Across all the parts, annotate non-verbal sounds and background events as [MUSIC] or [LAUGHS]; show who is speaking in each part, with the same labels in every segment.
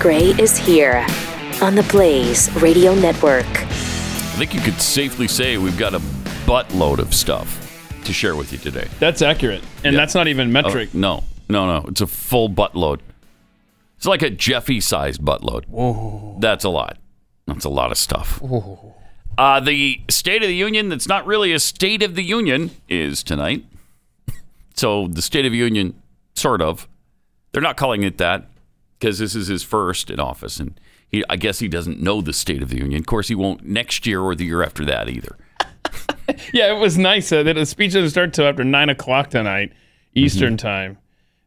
Speaker 1: Gray is here on the Blaze Radio Network.
Speaker 2: I think you could safely say we've got a buttload of stuff to share with you today.
Speaker 3: That's accurate. And
Speaker 2: Yeah.
Speaker 3: that's not even
Speaker 2: Oh,
Speaker 3: metric.
Speaker 2: no, no, no. It's a full buttload. It's like a Jeffy sized buttload. That's a lot. That's a lot of stuff. Uh, the State of the Union, that's not really a State of the Union, is tonight. [LAUGHS] So the State of the Union, sort of. They're not calling it that because this is his first in office. And he, I guess he doesn't know the State of the Union. Of course, he won't next year or the year after that either.
Speaker 3: Yeah, it was nice. Uh, that the speech doesn't start till after nine o'clock tonight, Eastern
Speaker 2: Mm-hmm.
Speaker 3: time.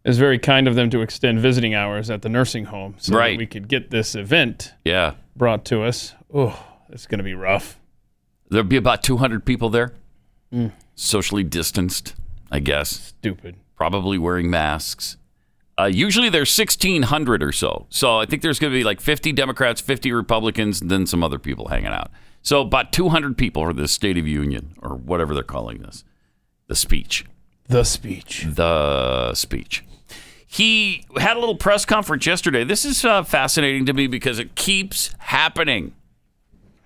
Speaker 3: It's very kind of them to extend visiting hours at the nursing home so that
Speaker 2: Right.
Speaker 3: we could get this event
Speaker 2: Yeah.
Speaker 3: brought to us. Oh, it's going to be rough.
Speaker 2: There'll be about 200 people there, socially distanced, I guess,
Speaker 3: Stupid.
Speaker 2: probably wearing masks. Uh, usually there's 1,600 or so. So I think there's going to be like 50 Democrats, 50 Republicans, and then some other people hanging out. So about 200 people for the State of Union or whatever they're calling this, the speech
Speaker 3: The speech.
Speaker 2: the speech. He had a little press conference yesterday. This is uh, fascinating to me because it keeps happening.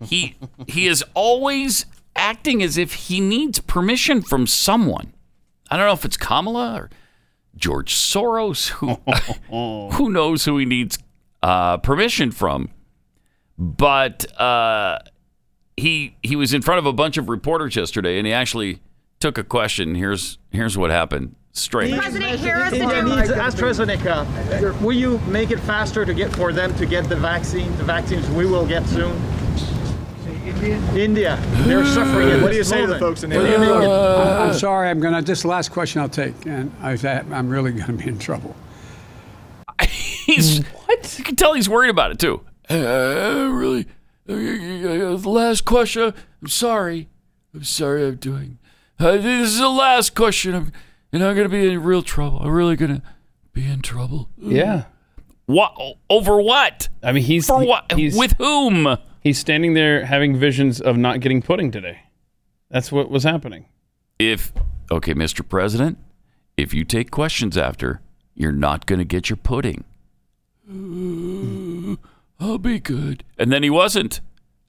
Speaker 2: He he is always acting as if he needs permission from someone. I don't know if it's Kamala or George Soros who who knows who he needs uh, permission from. But uh, he he was in front of a bunch of reporters yesterday, and he actually took a question. Here's here's what happened straight.
Speaker 4: President
Speaker 5: India
Speaker 4: Harris.
Speaker 5: needs AstraZeneca. Will you make it faster to get for them to get the vaccine? The vaccines we will get soon. India. They're suffering. What do you say to the folks in India?
Speaker 6: I'm sorry. I'm gonna. This is the last question I'll take, and I, I'm really gonna be in trouble.
Speaker 2: [LAUGHS] He's what? You can tell he's worried about it too. Uh, really? uh, uh, uh, Last question. I'm sorry. I'm sorry. I'm doing. Uh, this is the last question. I'm, and I'm gonna be in real trouble. I'm really gonna be in trouble.
Speaker 3: Yeah.
Speaker 2: What? Over what?
Speaker 3: I mean, he's
Speaker 2: For what?
Speaker 3: He's,
Speaker 2: With whom?
Speaker 3: he's standing there having visions of not getting pudding today. That's what was happening.
Speaker 2: if okay, Mr. President, if you take questions after, you're not going to get your pudding. Mm, I'll be good. And then he wasn't.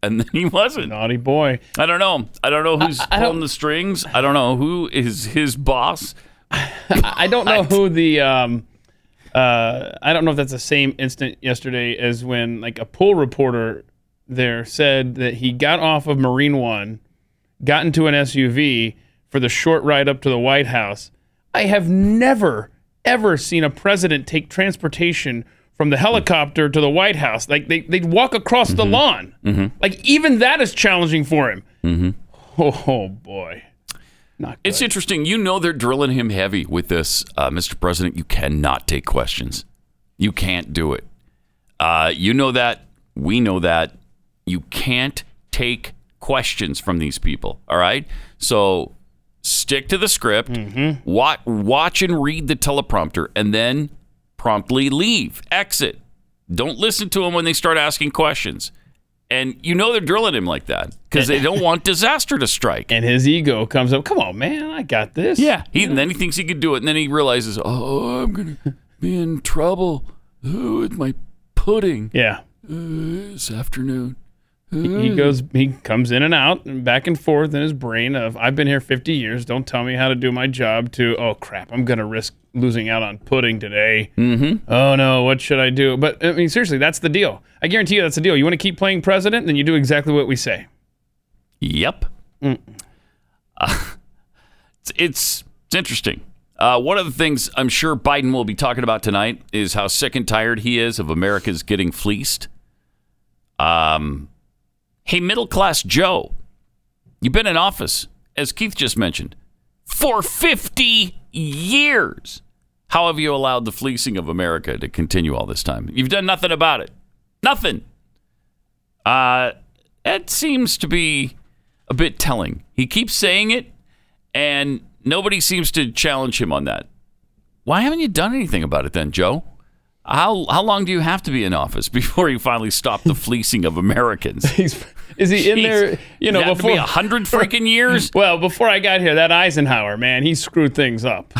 Speaker 2: And then he wasn't.
Speaker 3: Naughty boy.
Speaker 2: I don't know. I don't know who's
Speaker 3: I don't-
Speaker 2: pulling the strings. I don't know who is his boss.
Speaker 3: I don't know who the um, uh, I don't know if that's the same instant yesterday as when like a pool reporter there said that he got off of Marine One, got into an SUV for the short ride up to the White House. I have never ever seen a president take transportation from the helicopter to the White House. Like they they walk across the lawn. Like even that is challenging for him. Mm-hmm. Oh boy, not good.
Speaker 2: It's interesting. You know they're drilling him heavy with this, uh, Mr. President. You cannot take questions. You can't do it. Uh, you know that. We know that. You can't take questions from these people. All right. So stick to the script. Watch, watch and read the teleprompter, and then promptly leave. Exit. Don't listen to them when they start asking questions. And you know they're drilling him like that because they don't want disaster to strike.
Speaker 3: and his ego comes up. Come on, man, I got this.
Speaker 2: Yeah. He, And then he thinks he could do it. And then he realizes, oh, I'm going to be in trouble uh, with my pudding uh,
Speaker 3: yeah.
Speaker 2: this afternoon. Mm.
Speaker 3: He goes, he comes in and out and back and forth in his brain of, I've been here 50 years. Don't tell me how to do my job. To, oh crap, I'm gonna risk losing out on pudding today. Mm-hmm. Oh no, what should I do? But I mean, seriously, that's the deal. I guarantee you, that's the deal. You want to keep playing president, then you do exactly what we say. [LAUGHS]
Speaker 2: Yep. Uh, it's, it's, it's interesting. Uh, one of the things I'm sure Biden will be talking about tonight is how sick and tired he is of America's getting fleeced. Um, hey, middle class Joe, you've been in office, as Keith just mentioned, for 50 years. How have you allowed the fleecing of America to continue all this time? You've done nothing about it. Nothing. Uh, that seems to be a bit telling. He keeps saying it, and nobody seems to challenge him on that. Why haven't you done anything about it then, Joe? How how long do you have to be in office [LAUGHS] before you finally stop the fleecing of Americans?
Speaker 3: He's, is he in
Speaker 2: Jeez.
Speaker 3: there? You know,
Speaker 2: Does it have to
Speaker 3: before
Speaker 2: be a hundred freaking
Speaker 3: [LAUGHS]
Speaker 2: years.
Speaker 3: Well, before I got here, that
Speaker 2: [LAUGHS]
Speaker 3: Eisenhower man, he screwed things up.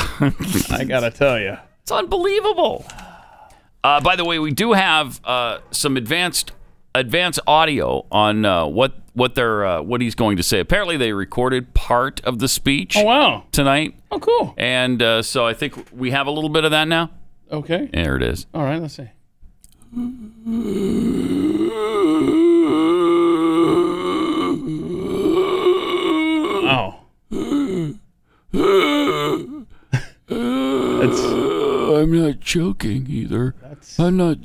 Speaker 3: I gotta tell you.
Speaker 2: It's unbelievable. Uh, by the way, we do have uh, some advanced advanced audio on uh, what what they're uh, what he's going to say. Apparently, they recorded part of the speech
Speaker 3: Oh, wow.
Speaker 2: tonight,
Speaker 3: Oh, cool.
Speaker 2: and uh, so I think we have a little bit of that now.
Speaker 3: Okay.
Speaker 2: There it
Speaker 3: [LAUGHS]
Speaker 2: is.
Speaker 3: All right, let's see. Oh. That's
Speaker 2: I'm not joking either. I'm not.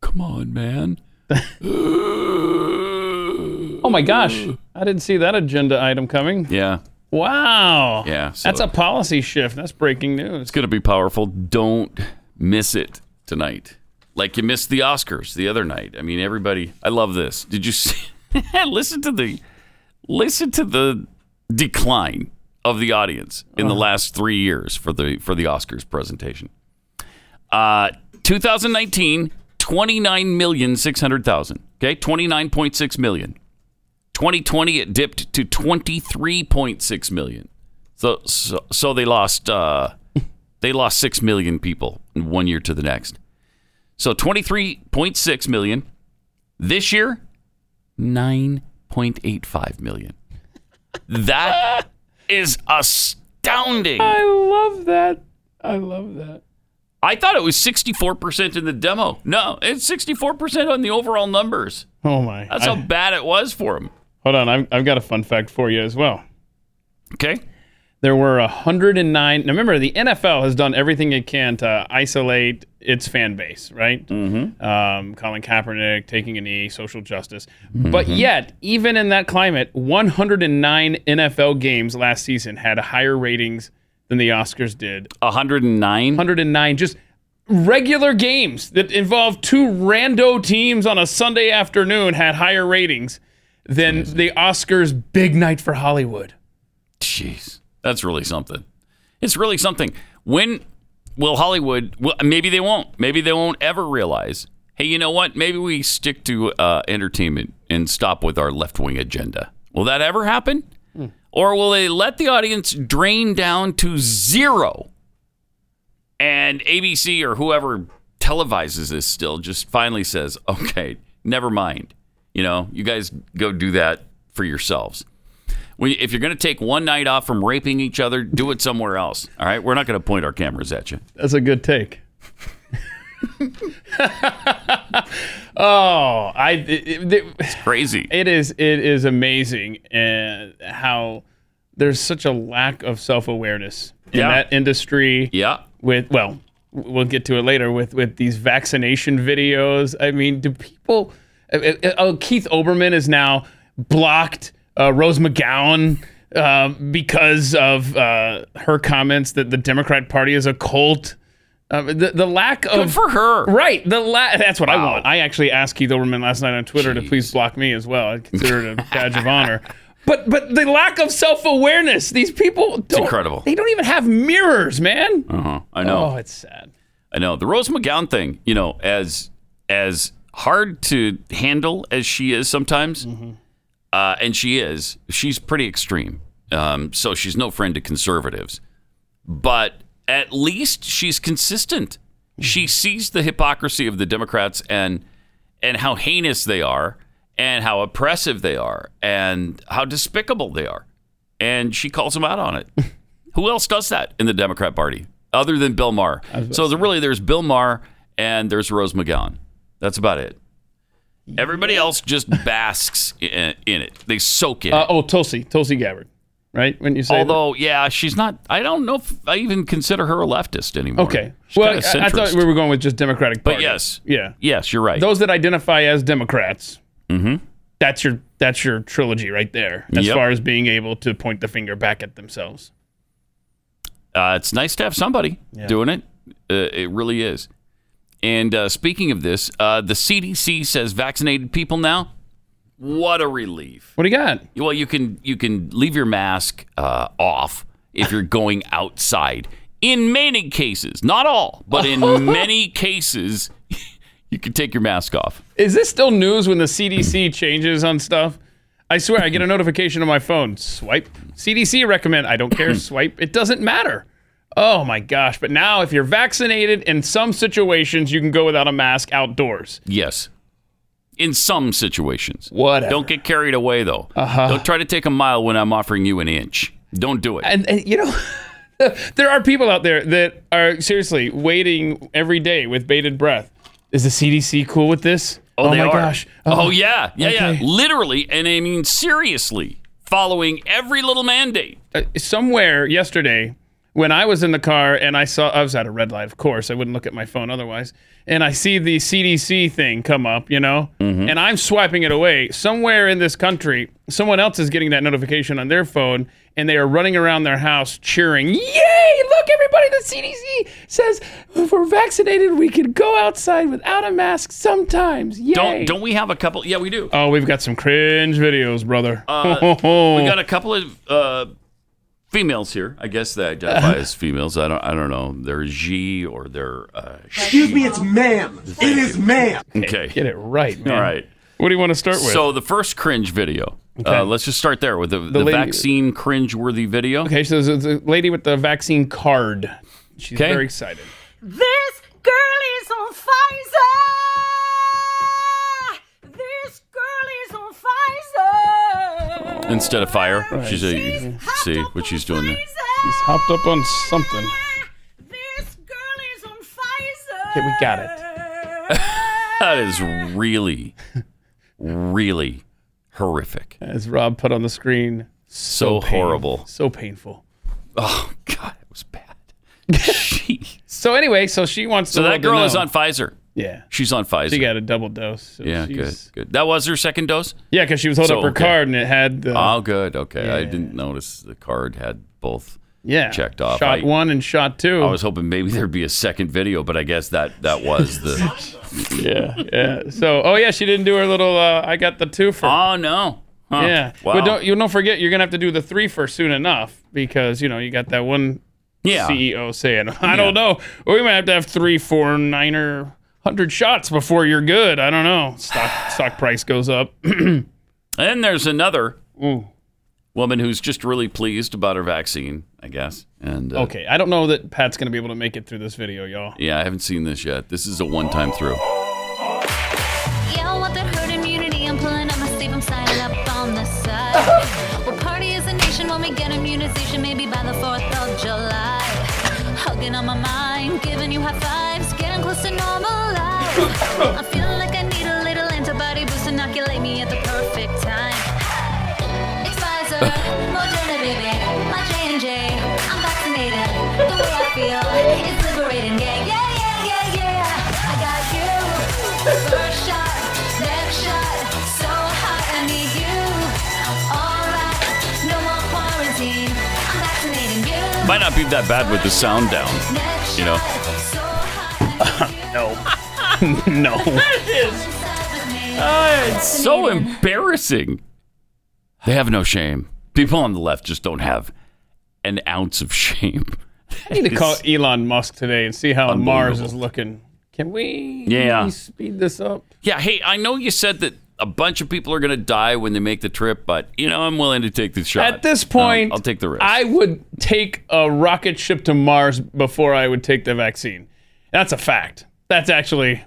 Speaker 2: Come on, man.
Speaker 3: Oh my gosh. I didn't see that agenda item coming.
Speaker 2: [LAUGHS] Yeah,
Speaker 3: Wow.
Speaker 2: yeah. So
Speaker 3: That's a policy shift. That's breaking news.
Speaker 2: It's going to be powerful. Don't miss it tonight. Like you missed the Oscars the other night. I mean, everybody. I love this. Did you see? [LAUGHS] listen to the listen to the decline of the audience in the last three years for the for the Oscars presentation. Uh, 2019, 29,600,000. Okay, 29.6 million. 2020, it dipped to 23.6 million. So, so, so they lost. Uh, they lost 6 million people in one year to the next. So 23.6 million. This year, 9.85 million. That is astounding.
Speaker 3: I love that. I love that.
Speaker 2: I thought it was 64% in the demo. No, it's 64% on the overall numbers.
Speaker 3: Oh my.
Speaker 2: That's
Speaker 3: I-
Speaker 2: how bad it was for them.
Speaker 3: hold on. I've, I've got a fun fact for you as well.
Speaker 2: Okay.
Speaker 3: there were 109 now remember the nfl has done everything it can to isolate its fan base right mm-hmm. um, colin kaepernick taking a knee social justice
Speaker 2: Mm-hmm.
Speaker 3: but yet even in that climate 109 nfl games last season had higher ratings than the oscars did
Speaker 2: 109.
Speaker 3: 109 just regular games that involved two rando teams on a sunday afternoon had higher ratings than the oscars big night for hollywood
Speaker 2: Jeez, that's really something. It's really something. When will Hollywood? Well, maybe they won't. Maybe they won't ever realize. Hey, you know what? Maybe we stick to uh, entertainment and stop with our left wing agenda. Will that ever happen? Or will they let the audience drain down to zero? And ABC or whoever televises this still just finally says, okay, never mind. You know, you guys go do that for yourselves. We, if you're going to take one night off from raping each other, do it somewhere else. All right, we're not going to point our cameras at you.
Speaker 3: That's a good take. [LAUGHS] oh, I it, it-
Speaker 2: Crazy.
Speaker 3: it is it is amazing uh, how there's such a lack of self-awareness in
Speaker 2: Yeah.
Speaker 3: that industry
Speaker 2: Yeah,
Speaker 3: with well we'll get to it later with with these vaccination videos i mean do people uh, uh, oh keith oberman is now blocked uh, rose mcgowan uh, because of uh, her comments that the democrat party is a cult uh, the, the lack
Speaker 2: good
Speaker 3: of
Speaker 2: for her.
Speaker 3: Right, the la- that's what I
Speaker 2: Wow.
Speaker 3: want. I actually asked Keith Oberman last night on Twitter to please block me as well. I consider
Speaker 2: [LAUGHS]
Speaker 3: it a badge of honor. But but the lack of self awareness. These people don't,
Speaker 2: incredible.
Speaker 3: They don't even have mirrors, man.
Speaker 2: Uh-huh. I know.
Speaker 3: Oh, it's sad.
Speaker 2: I know the Rose McGowan thing. You know, as as hard to handle as she is sometimes, uh, and she is, she's pretty extreme. Um, so she's no friend to conservatives, but at least she's consistent. She sees the hypocrisy of the Democrats and and how heinous they are, and how oppressive they are, and how despicable they are, and she calls them out on it. Who else does that in the Democrat Party other than Bill Maher? So there, really, there's Bill Maher and there's Rose McGowan. That's about it. Everybody else just basks in, in it. They soak in
Speaker 3: Uh,
Speaker 2: it.
Speaker 3: oh, Tulsi, Tulsi Gabbard, right? When you say that?
Speaker 2: Although, yeah, she's not. I don't know if I even consider her a leftist anymore.
Speaker 3: okay.
Speaker 2: She's
Speaker 3: Well,
Speaker 2: kinda
Speaker 3: I, I thought
Speaker 2: centrist.
Speaker 3: we were going with just Democratic Party.
Speaker 2: But yes,
Speaker 3: yeah,
Speaker 2: yes, you're right.
Speaker 3: those that identify as Democrats. Mm-hmm. That's your that's your trilogy right there. As
Speaker 2: Yep.
Speaker 3: far as being able to point the finger back at themselves.
Speaker 2: uh, it's nice to have somebody doing it. Uh, it really is. And uh, speaking of this, uh, the CDC says vaccinated people now. What a relief.
Speaker 3: What do you got?
Speaker 2: Well, you can you can leave your mask uh, off if you're going outside. In many cases, not all, but
Speaker 3: [LAUGHS]
Speaker 2: in many cases, [LAUGHS] you can take your mask off.
Speaker 3: Is this still news when the CDC changes on stuff? I swear, I get
Speaker 2: [CLEARS THROAT]
Speaker 3: a notification on my phone. Swipe. CDC recommend. I don't care. swipe. It doesn't matter. Oh my gosh. But now, if you're vaccinated, in some situations, you can go without a mask outdoors.
Speaker 2: Yes. In some situations.
Speaker 3: Whatever. Uh-huh.
Speaker 2: Don't get carried away, though. Don't try to take a mile when I'm offering you an inch. Don't do it.
Speaker 3: And, and, you know, [LAUGHS] there are people out there that are seriously waiting every day with bated breath. Is the CDC cool with this?
Speaker 2: they
Speaker 3: my
Speaker 2: are.
Speaker 3: gosh. Uh-huh.
Speaker 2: Oh, yeah. Yeah, yeah.
Speaker 3: okay.
Speaker 2: Literally, and I mean seriously, following every little mandate.
Speaker 3: somewhere yesterday when I was in the car and I saw I was at a red light, of course. I wouldn't look at my phone otherwise. And I see the CDC thing come up, you know,
Speaker 2: Mm-hmm.
Speaker 3: and I'm swiping it away. Somewhere in this country, someone else is getting that notification on their phone and they are running around their house cheering, Yay! Look, everybody, the CDC says if we're vaccinated, we can go outside without a mask sometimes. Yay!
Speaker 2: Don't don't we have a couple? Yeah, we do.
Speaker 3: Oh, we've got some cringe videos, brother.
Speaker 2: Uh,
Speaker 3: [LAUGHS] Oh.
Speaker 2: We got a couple of uh, females here. I guess they
Speaker 3: Uh-huh.
Speaker 2: identify as females. I don't I don't know. They're G or they're uh,
Speaker 4: Excuse me, it's ma'am. It is ma'am.
Speaker 2: okay.
Speaker 3: Get it right, man.
Speaker 2: All right.
Speaker 3: What do you want to start with?
Speaker 2: So the first cringe video. Uh, let's just start there with the, the,
Speaker 3: lady-
Speaker 2: vaccine cringe-worthy video.
Speaker 3: Okay, so there's a lady with the vaccine card. She's
Speaker 2: Okay.
Speaker 3: very excited.
Speaker 7: This girl is on Pfizer. This girl is on Pfizer.
Speaker 2: Instead of fire, she's a, see what she's doing there.
Speaker 3: She's hopped up on something.
Speaker 7: This girl is on Pfizer.
Speaker 3: Okay, we got
Speaker 7: [LAUGHS]
Speaker 3: it.
Speaker 2: That is really, really horrific.
Speaker 3: As Rob put on the screen,
Speaker 2: So,
Speaker 3: pain-
Speaker 2: horrible.
Speaker 3: so painful.
Speaker 2: Oh God, it was
Speaker 3: [LAUGHS]
Speaker 2: bad. Jeez.
Speaker 3: So anyway, so she wants.
Speaker 2: So that girl is on Pfizer.
Speaker 3: Yeah,
Speaker 2: She's on Pfizer.
Speaker 3: she got a double dose. so
Speaker 2: yeah,
Speaker 3: she's-
Speaker 2: good, good. That was her second dose.
Speaker 3: Yeah, because she was holding
Speaker 2: So,
Speaker 3: up her
Speaker 2: okay.
Speaker 3: card and it had the
Speaker 2: Oh, good. Okay, I didn't notice the card had both.
Speaker 3: yeah
Speaker 2: checked off.
Speaker 3: shot
Speaker 2: I-
Speaker 3: one and shot two.
Speaker 2: I was hoping maybe there'd be a second video, but I guess that that was the.
Speaker 3: yeah, yeah. So oh yeah, she didn't do her little. Uh, I got the two for.
Speaker 2: oh no. Huh.
Speaker 3: yeah,
Speaker 2: Wow.
Speaker 3: but don't you don't forget you're gonna have to do the three for soon enough because you know you got that one
Speaker 2: yeah.
Speaker 3: CEO E saying, I don't know. We might have to have three, four, nine, or hundred shots before you're good. I don't know. [SIGHS] Stock stock price goes up. [CLEARS THROAT]
Speaker 2: And then there's another
Speaker 3: Mm.
Speaker 2: woman who's just really pleased about her vaccine, I guess. And uh,
Speaker 3: Okay, I don't know that Pat's gonna be able to make it through this video, y'all.
Speaker 2: Yeah, I haven't seen this yet. This is a one-time through.
Speaker 8: Yeah, I want that herd immunity. I'm pulling out my sleeve. I'm signing up on the side. we'll party as a nation when we get immunization, maybe by the 4th of July. Hugging on my mind, giving you high fives, getting close to normal life. I'm feeling like I need a little antibody boost, to inoculate me at the perfect time. It's Pfizer, Moderna, baby, my J&J. I'm vaccinated. The way I feel is liberating. Yeah, yeah, yeah, yeah, yeah. I got you. First shot, next shot, so hot. I need you. All right, no more quarantine. I'm vaccinating you.
Speaker 2: Might not be that bad with the sound down.
Speaker 8: Next
Speaker 2: you know.
Speaker 8: shot, so hot. I need you. [LAUGHS]
Speaker 3: no.
Speaker 8: Side with me.
Speaker 2: it's so embarrassing. They have no shame. People on the left just don't have an ounce of [LAUGHS] shame.
Speaker 3: I need to call
Speaker 2: It's-
Speaker 3: Elon Musk today and see how Mars is
Speaker 2: Unbelievable.
Speaker 3: looking. Can we
Speaker 2: Yeah.
Speaker 3: speed this up?
Speaker 2: Yeah, hey, I know you said that a bunch of people are going to die when they make the trip, but you know, I'm willing to take the shot.
Speaker 3: At this
Speaker 2: Um,
Speaker 3: point,
Speaker 2: I'll take the risk.
Speaker 3: I would take a rocket ship to Mars before I would take the vaccine. That's a fact. That's actually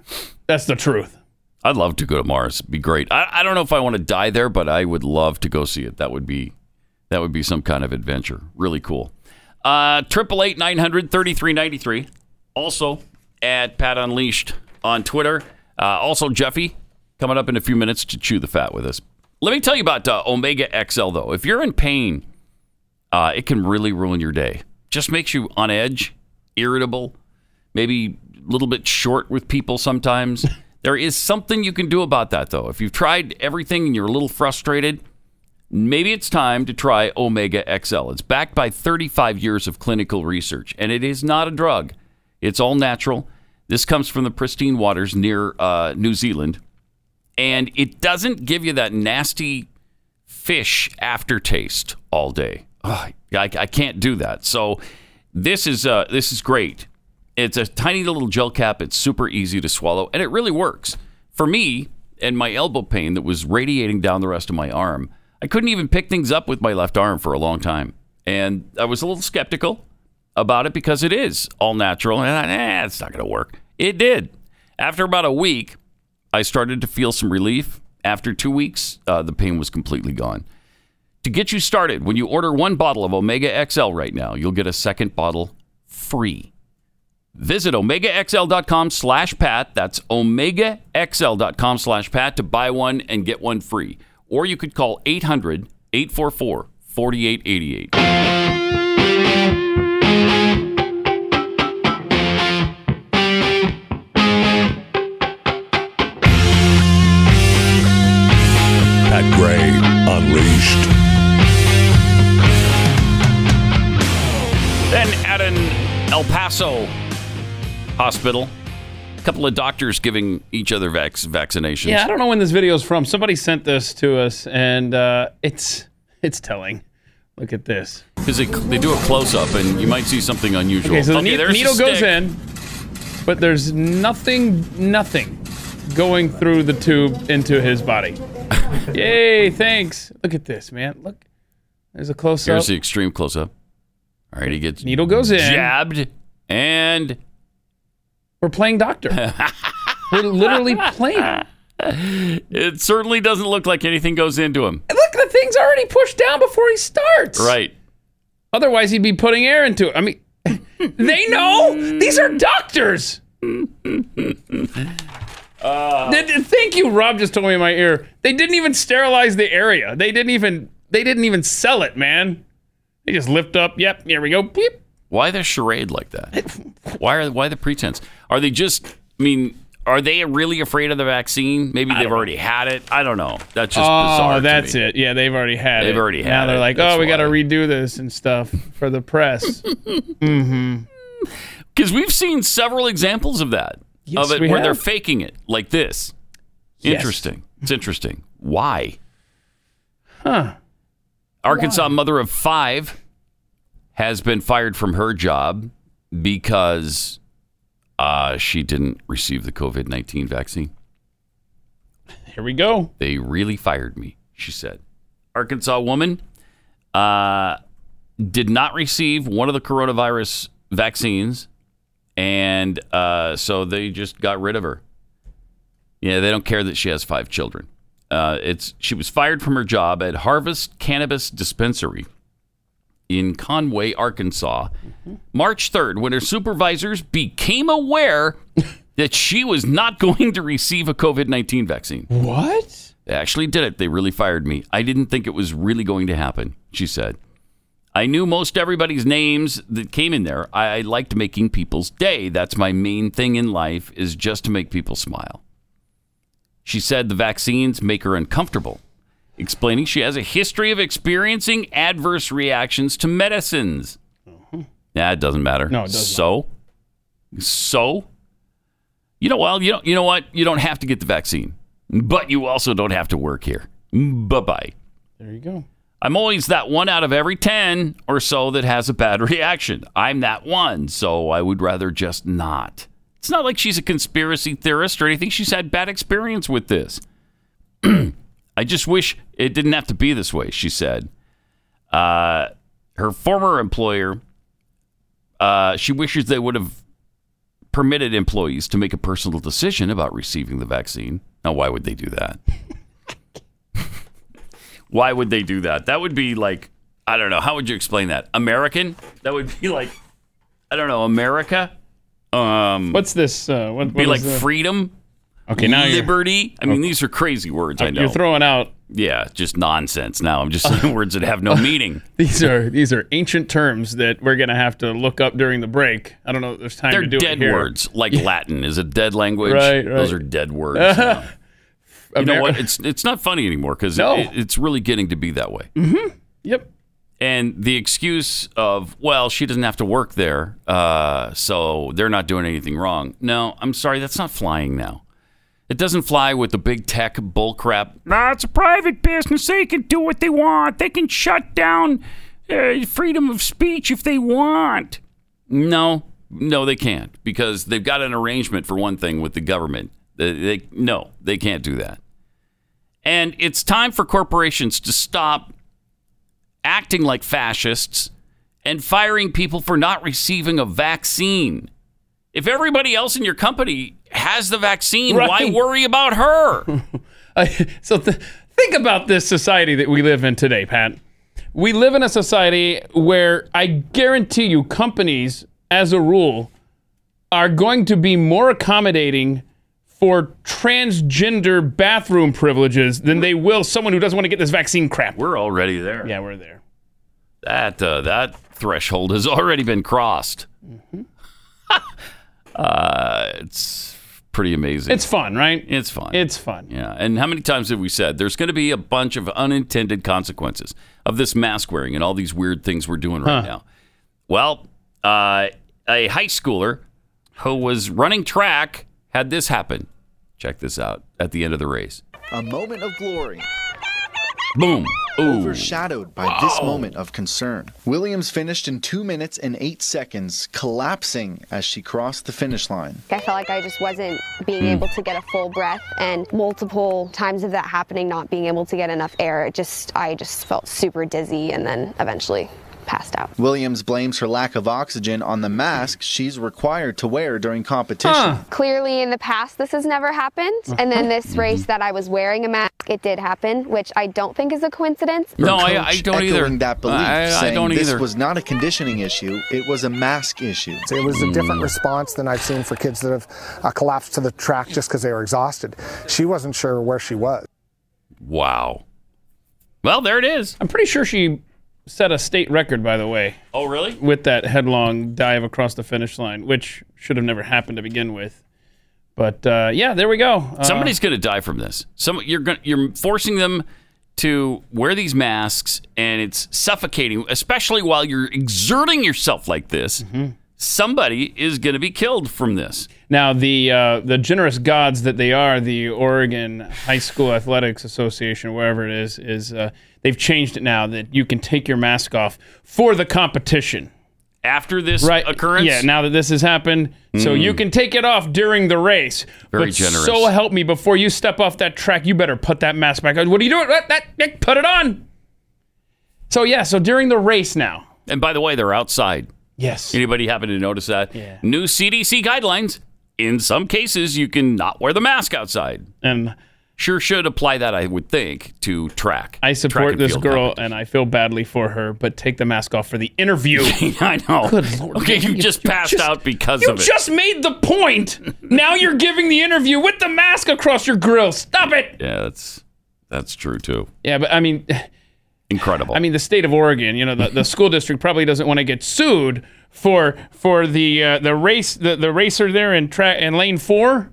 Speaker 3: that's the truth.
Speaker 2: I'd love to go to Mars. It'd be great. I, I don't know if I want to die there, but I would love to go see it. That would be that would be some kind of adventure. Really cool. Uh triple eight nine hundred thirty three ninety three. Also at Pat Unleashed on Twitter. Uh, also Jeffy coming up in a few minutes to chew the fat with us. Let me tell you about uh, Omega XL though. If you're in pain, uh, it can really ruin your day. Just makes you on edge, irritable maybe a little bit short with people sometimes. there is something you can do about that, though. If you've tried everything and you're a little frustrated, maybe it's time to try Omega XL. It's backed by 35 years of clinical research, and it is not a drug. It's all natural. This comes from the pristine waters near uh, New Zealand, and it doesn't give you that nasty fish aftertaste all day. Ugh, I, I can't do that. So this is uh, this is great. It's a tiny little gel cap. It's super easy to swallow, and it really works for me and my elbow pain that was radiating down the rest of my arm. I couldn't even pick things up with my left arm for a long time, and I was a little skeptical about it because it is all natural. And I, eh, it's not going to work. It did. After about a week, I started to feel some relief. After two weeks, uh, the pain was completely gone. To get you started, when you order one bottle of Omega XL right now, you'll get a second bottle free. Visit omegaxl.com slash Pat. That's omegaxl.com slash Pat to buy one and get one free. Or you could call 800 844 4888.
Speaker 9: Pat Gray Unleashed.
Speaker 2: Then at an El Paso hospital, a couple of doctors giving each other vac- vaccinations.
Speaker 3: Yeah, I don't know when this video is from. Somebody sent this to us, and uh, it's it's telling. Look at this.
Speaker 2: Because they, they do a close up and you might see something unusual.
Speaker 3: Okay, so the ne-
Speaker 2: there's
Speaker 3: needle
Speaker 2: the
Speaker 3: goes
Speaker 2: stick.
Speaker 3: in, but there's nothing, nothing going through the tube into his body. Yay! Thanks. Look at this, man. Look, there's a close up.
Speaker 2: Here's the extreme close up. All right, he gets
Speaker 3: Needle goes in.
Speaker 2: jabbed and
Speaker 3: We're
Speaker 2: [LAUGHS]
Speaker 3: playing doctor. We're literally playing.
Speaker 2: it certainly doesn't look like anything goes into him.
Speaker 3: Look, the thing's already pushed down before he starts.
Speaker 2: Right.
Speaker 3: Otherwise, he'd be putting air into it. I mean, [LAUGHS] they know these are doctors.
Speaker 2: [LAUGHS]
Speaker 3: Uh, Th- th- Thank you, Rob. Just told me in my ear they didn't even sterilize the area. They didn't even they didn't even sell it, man. They just lift up. Yep, here we go. Beep.
Speaker 2: Why the charade like that? Why are why the pretense? Are they just? I mean, are they really afraid of the vaccine? Maybe they've already had it. I don't know. That's just bizarre.
Speaker 3: Oh,
Speaker 2: to
Speaker 3: that's
Speaker 2: me.
Speaker 3: it. Yeah, they've already had it.
Speaker 2: They've already
Speaker 3: Now
Speaker 2: had
Speaker 3: they're
Speaker 2: it.
Speaker 3: like,
Speaker 2: That's
Speaker 3: oh, we got to
Speaker 2: why.
Speaker 3: redo this and stuff for the press. [LAUGHS]
Speaker 2: Because we've seen several examples of that.
Speaker 3: Yes,
Speaker 2: of it
Speaker 3: we
Speaker 2: where they're
Speaker 3: have.
Speaker 2: faking it like this. Interesting. It's interesting. Why?
Speaker 3: Huh.
Speaker 2: Arkansas mother of five has been fired from her job because uh, she didn't receive the COVID 19 vaccine.
Speaker 3: Here we go.
Speaker 2: They really fired me, she said. Arkansas woman uh, did not receive one of the coronavirus vaccines, and uh, so they just got rid of her. Yeah, they don't care that she has five children. Uh, it's she was fired from her job at Harvest Cannabis Dispensary in Conway, Arkansas, March 3rd, when her supervisors became aware that she was not [LAUGHS] going to receive a COVID 19 vaccine.
Speaker 3: What?
Speaker 2: They actually did it. They really fired me. I didn't think it was really going to happen, she said. I knew most everybody's names that came in there. I, I liked making people's day. That's my main thing in life is just to make people smile. She said the vaccines make her uncomfortable, explaining she has a history of experiencing adverse reactions to medicines. Nah, it doesn't matter.
Speaker 3: Mm-hmm. No, it does
Speaker 2: So, so, you know, well, you know, you know what? You don't have to get the vaccine, but you also don't have to work here. Bye bye.
Speaker 3: There you go.
Speaker 2: I'm always that one out of every 10 or so that has a bad [LAUGHS] reaction. I'm that one, so I would rather just not. It's not like she's a conspiracy theorist or anything. She's had bad experience with this. [CLEARS THROAT] I just wish it didn't have to be this way, she said. Uh, her former employer, uh, she wishes they would have permitted employees to make a personal decision about receiving the vaccine. Now, why would they do that? why would they do that? That would be like, I don't know. How would you explain that? American? That would be like, I don't know, America? Um,
Speaker 3: What's this? Uh, what, what
Speaker 2: be
Speaker 3: is
Speaker 2: like
Speaker 3: the-
Speaker 2: freedom,
Speaker 3: okay, now you're,
Speaker 2: liberty. I mean, these are crazy words. I know.
Speaker 3: you're throwing out
Speaker 2: yeah, just nonsense. Now I'm just
Speaker 3: [LAUGHS]
Speaker 2: saying words that have no meaning.
Speaker 3: These are these are ancient terms that we're gonna have to look up during the break. I don't know if there's time
Speaker 2: They're
Speaker 3: to do
Speaker 2: dead
Speaker 3: it here.
Speaker 2: words. Like Latin is a dead language.
Speaker 3: Right,
Speaker 2: Those are
Speaker 3: right.
Speaker 2: dead
Speaker 3: [LAUGHS]
Speaker 2: words. now. You know
Speaker 3: Ameri-
Speaker 2: what? It's it's not funny anymore because
Speaker 3: No.
Speaker 2: it, it's really getting to be that way.
Speaker 3: Yep. [LAUGHS]
Speaker 2: And the excuse of well, she doesn't have to work there, uh, so they're not doing anything wrong. No, I'm sorry, that's not flying now. It doesn't fly with the big tech bullcrap. Nah, it's a private business. They can do what they want. They can shut down uh, freedom of speech if they want. No, no, they can't because they've got an arrangement for one thing with the government. They, they, no, they can't do that. And it's time for corporations to stop acting like fascists and firing people for not receiving a vaccine. If everybody else in your company has the vaccine, why
Speaker 3: Right.
Speaker 2: worry about her?
Speaker 3: Uh, so th- think about this society that we live in today, Pat. We live in a society where I guarantee you companies, as a rule, are going to be more accommodating for transgender bathroom privileges than they will someone who doesn't want to get this vaccine crap.
Speaker 2: We're already there.
Speaker 3: yeah, we're there.
Speaker 2: That uh, that threshold has already been crossed.
Speaker 3: Mm-hmm.
Speaker 2: [LAUGHS] uh, it's pretty amazing.
Speaker 3: It's fun, right?
Speaker 2: it's fun.
Speaker 3: It's fun.
Speaker 2: Yeah. And how many times have we said there's going to be a bunch of unintended consequences of this mask wearing and all these weird things we're doing right now? Well, uh, a high schooler who was running track had this happen. Check this out at the end of the race.
Speaker 10: A moment of glory,
Speaker 2: Boom. Ooh.
Speaker 10: overshadowed by this moment of concern. Williams finished in two minutes and eight seconds, collapsing as she crossed the finish line. Hmm.
Speaker 8: I felt like I just wasn't being able to get a full breath, and multiple times of that happening, not being able to get enough air. It just, I just felt super dizzy, and then eventually passed out.
Speaker 10: Williams blames her lack of oxygen on the mask she's required to wear during competition.
Speaker 8: Clearly, in the past, this has never happened, and then this
Speaker 10: Mm-hmm.
Speaker 8: race that I was wearing a mask, it did happen, which I don't think is a coincidence.
Speaker 2: No,
Speaker 10: Her
Speaker 2: I, I
Speaker 10: coach
Speaker 2: don't either.
Speaker 10: echoing that belief,
Speaker 2: I, I
Speaker 10: saying
Speaker 2: don't
Speaker 10: this
Speaker 2: either.
Speaker 10: was not a conditioning issue, it was a mask issue.
Speaker 5: It was a different response than I've seen for kids that have uh, collapsed to the track just because they were exhausted. She wasn't sure where she was.
Speaker 2: wow. Well, there it is.
Speaker 3: I'm pretty sure she set a state record, by the way,
Speaker 2: Oh, really?
Speaker 3: with that headlong dive across the finish line, which should have never happened to begin with. But uh, yeah, there we go. Uh,
Speaker 2: Somebody's going to die from this. Some you're going you're forcing them to wear these masks, and it's suffocating, especially while you're exerting yourself like this.
Speaker 3: Mm-hmm.
Speaker 2: Somebody is going to be killed from this.
Speaker 3: Now, the uh, the generous gods that they are, the Oregon High School Athletics Association, wherever it is, is uh, they've changed it now that you can take your mask off for the competition.
Speaker 2: After this
Speaker 3: Right
Speaker 2: occurrence, Hmm.
Speaker 3: Yeah. Now that this has happened, so you can take it off during the race.
Speaker 2: Very
Speaker 3: but
Speaker 2: generous.
Speaker 3: So help me, before you step off that track, you better put that mask back on. What are you doing? What, that, that- put it on. So yeah. So during the race now.
Speaker 2: and by the way, they're outside.
Speaker 3: Yes.
Speaker 2: Anybody happen to notice that?
Speaker 3: Yeah.
Speaker 2: New CDC guidelines. In some cases, you can not wear the mask outside.
Speaker 3: And
Speaker 2: Sure, should apply that, I would think, to track.
Speaker 3: I
Speaker 2: track
Speaker 3: support
Speaker 2: and
Speaker 3: this
Speaker 2: field
Speaker 3: girl,
Speaker 2: competition.
Speaker 3: and I feel badly for her. But take the mask off for the
Speaker 2: [LAUGHS]
Speaker 3: interview.
Speaker 2: I know. okay, you, just passed
Speaker 3: just-
Speaker 2: out because
Speaker 3: You
Speaker 2: of it.
Speaker 3: just made the point.
Speaker 2: [LAUGHS]
Speaker 3: Now you're giving the interview with the mask across your grill. Stop it.
Speaker 2: Yeah, that's that's true too.
Speaker 3: Yeah, but I mean,
Speaker 2: Incredible.
Speaker 3: I mean, the state of Oregon. You know, the, the school district probably doesn't want to get sued for for the uh, the race the, the racer there in track in lane 4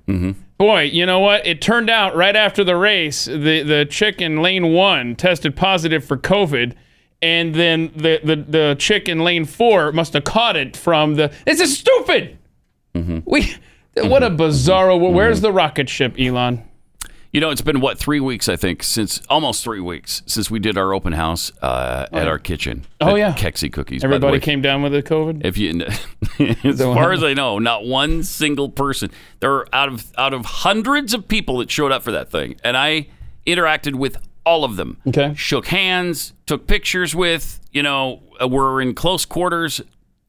Speaker 3: Boy, you know what? It turned out right after the race, the the chick in lane one tested positive for COVID. And then the, the, the chick in lane four must have caught it from the. This is stupid. We, what a bizarro. Where's the rocket ship, Elon?
Speaker 2: you know, it's been what three weeks I think since almost three weeks since we did our open house uh, at our kitchen.
Speaker 3: Oh,
Speaker 2: At
Speaker 3: yeah.
Speaker 2: Kexi cookies. by the
Speaker 3: Everybody
Speaker 2: way.
Speaker 3: came down with the COVID.
Speaker 2: If you, [LAUGHS] as far as I know, not one single person. There are out of out of hundreds of people that showed up for that thing, and I interacted with all of them.
Speaker 3: Okay.
Speaker 2: shook hands, took pictures with. You know, uh, we're in close quarters.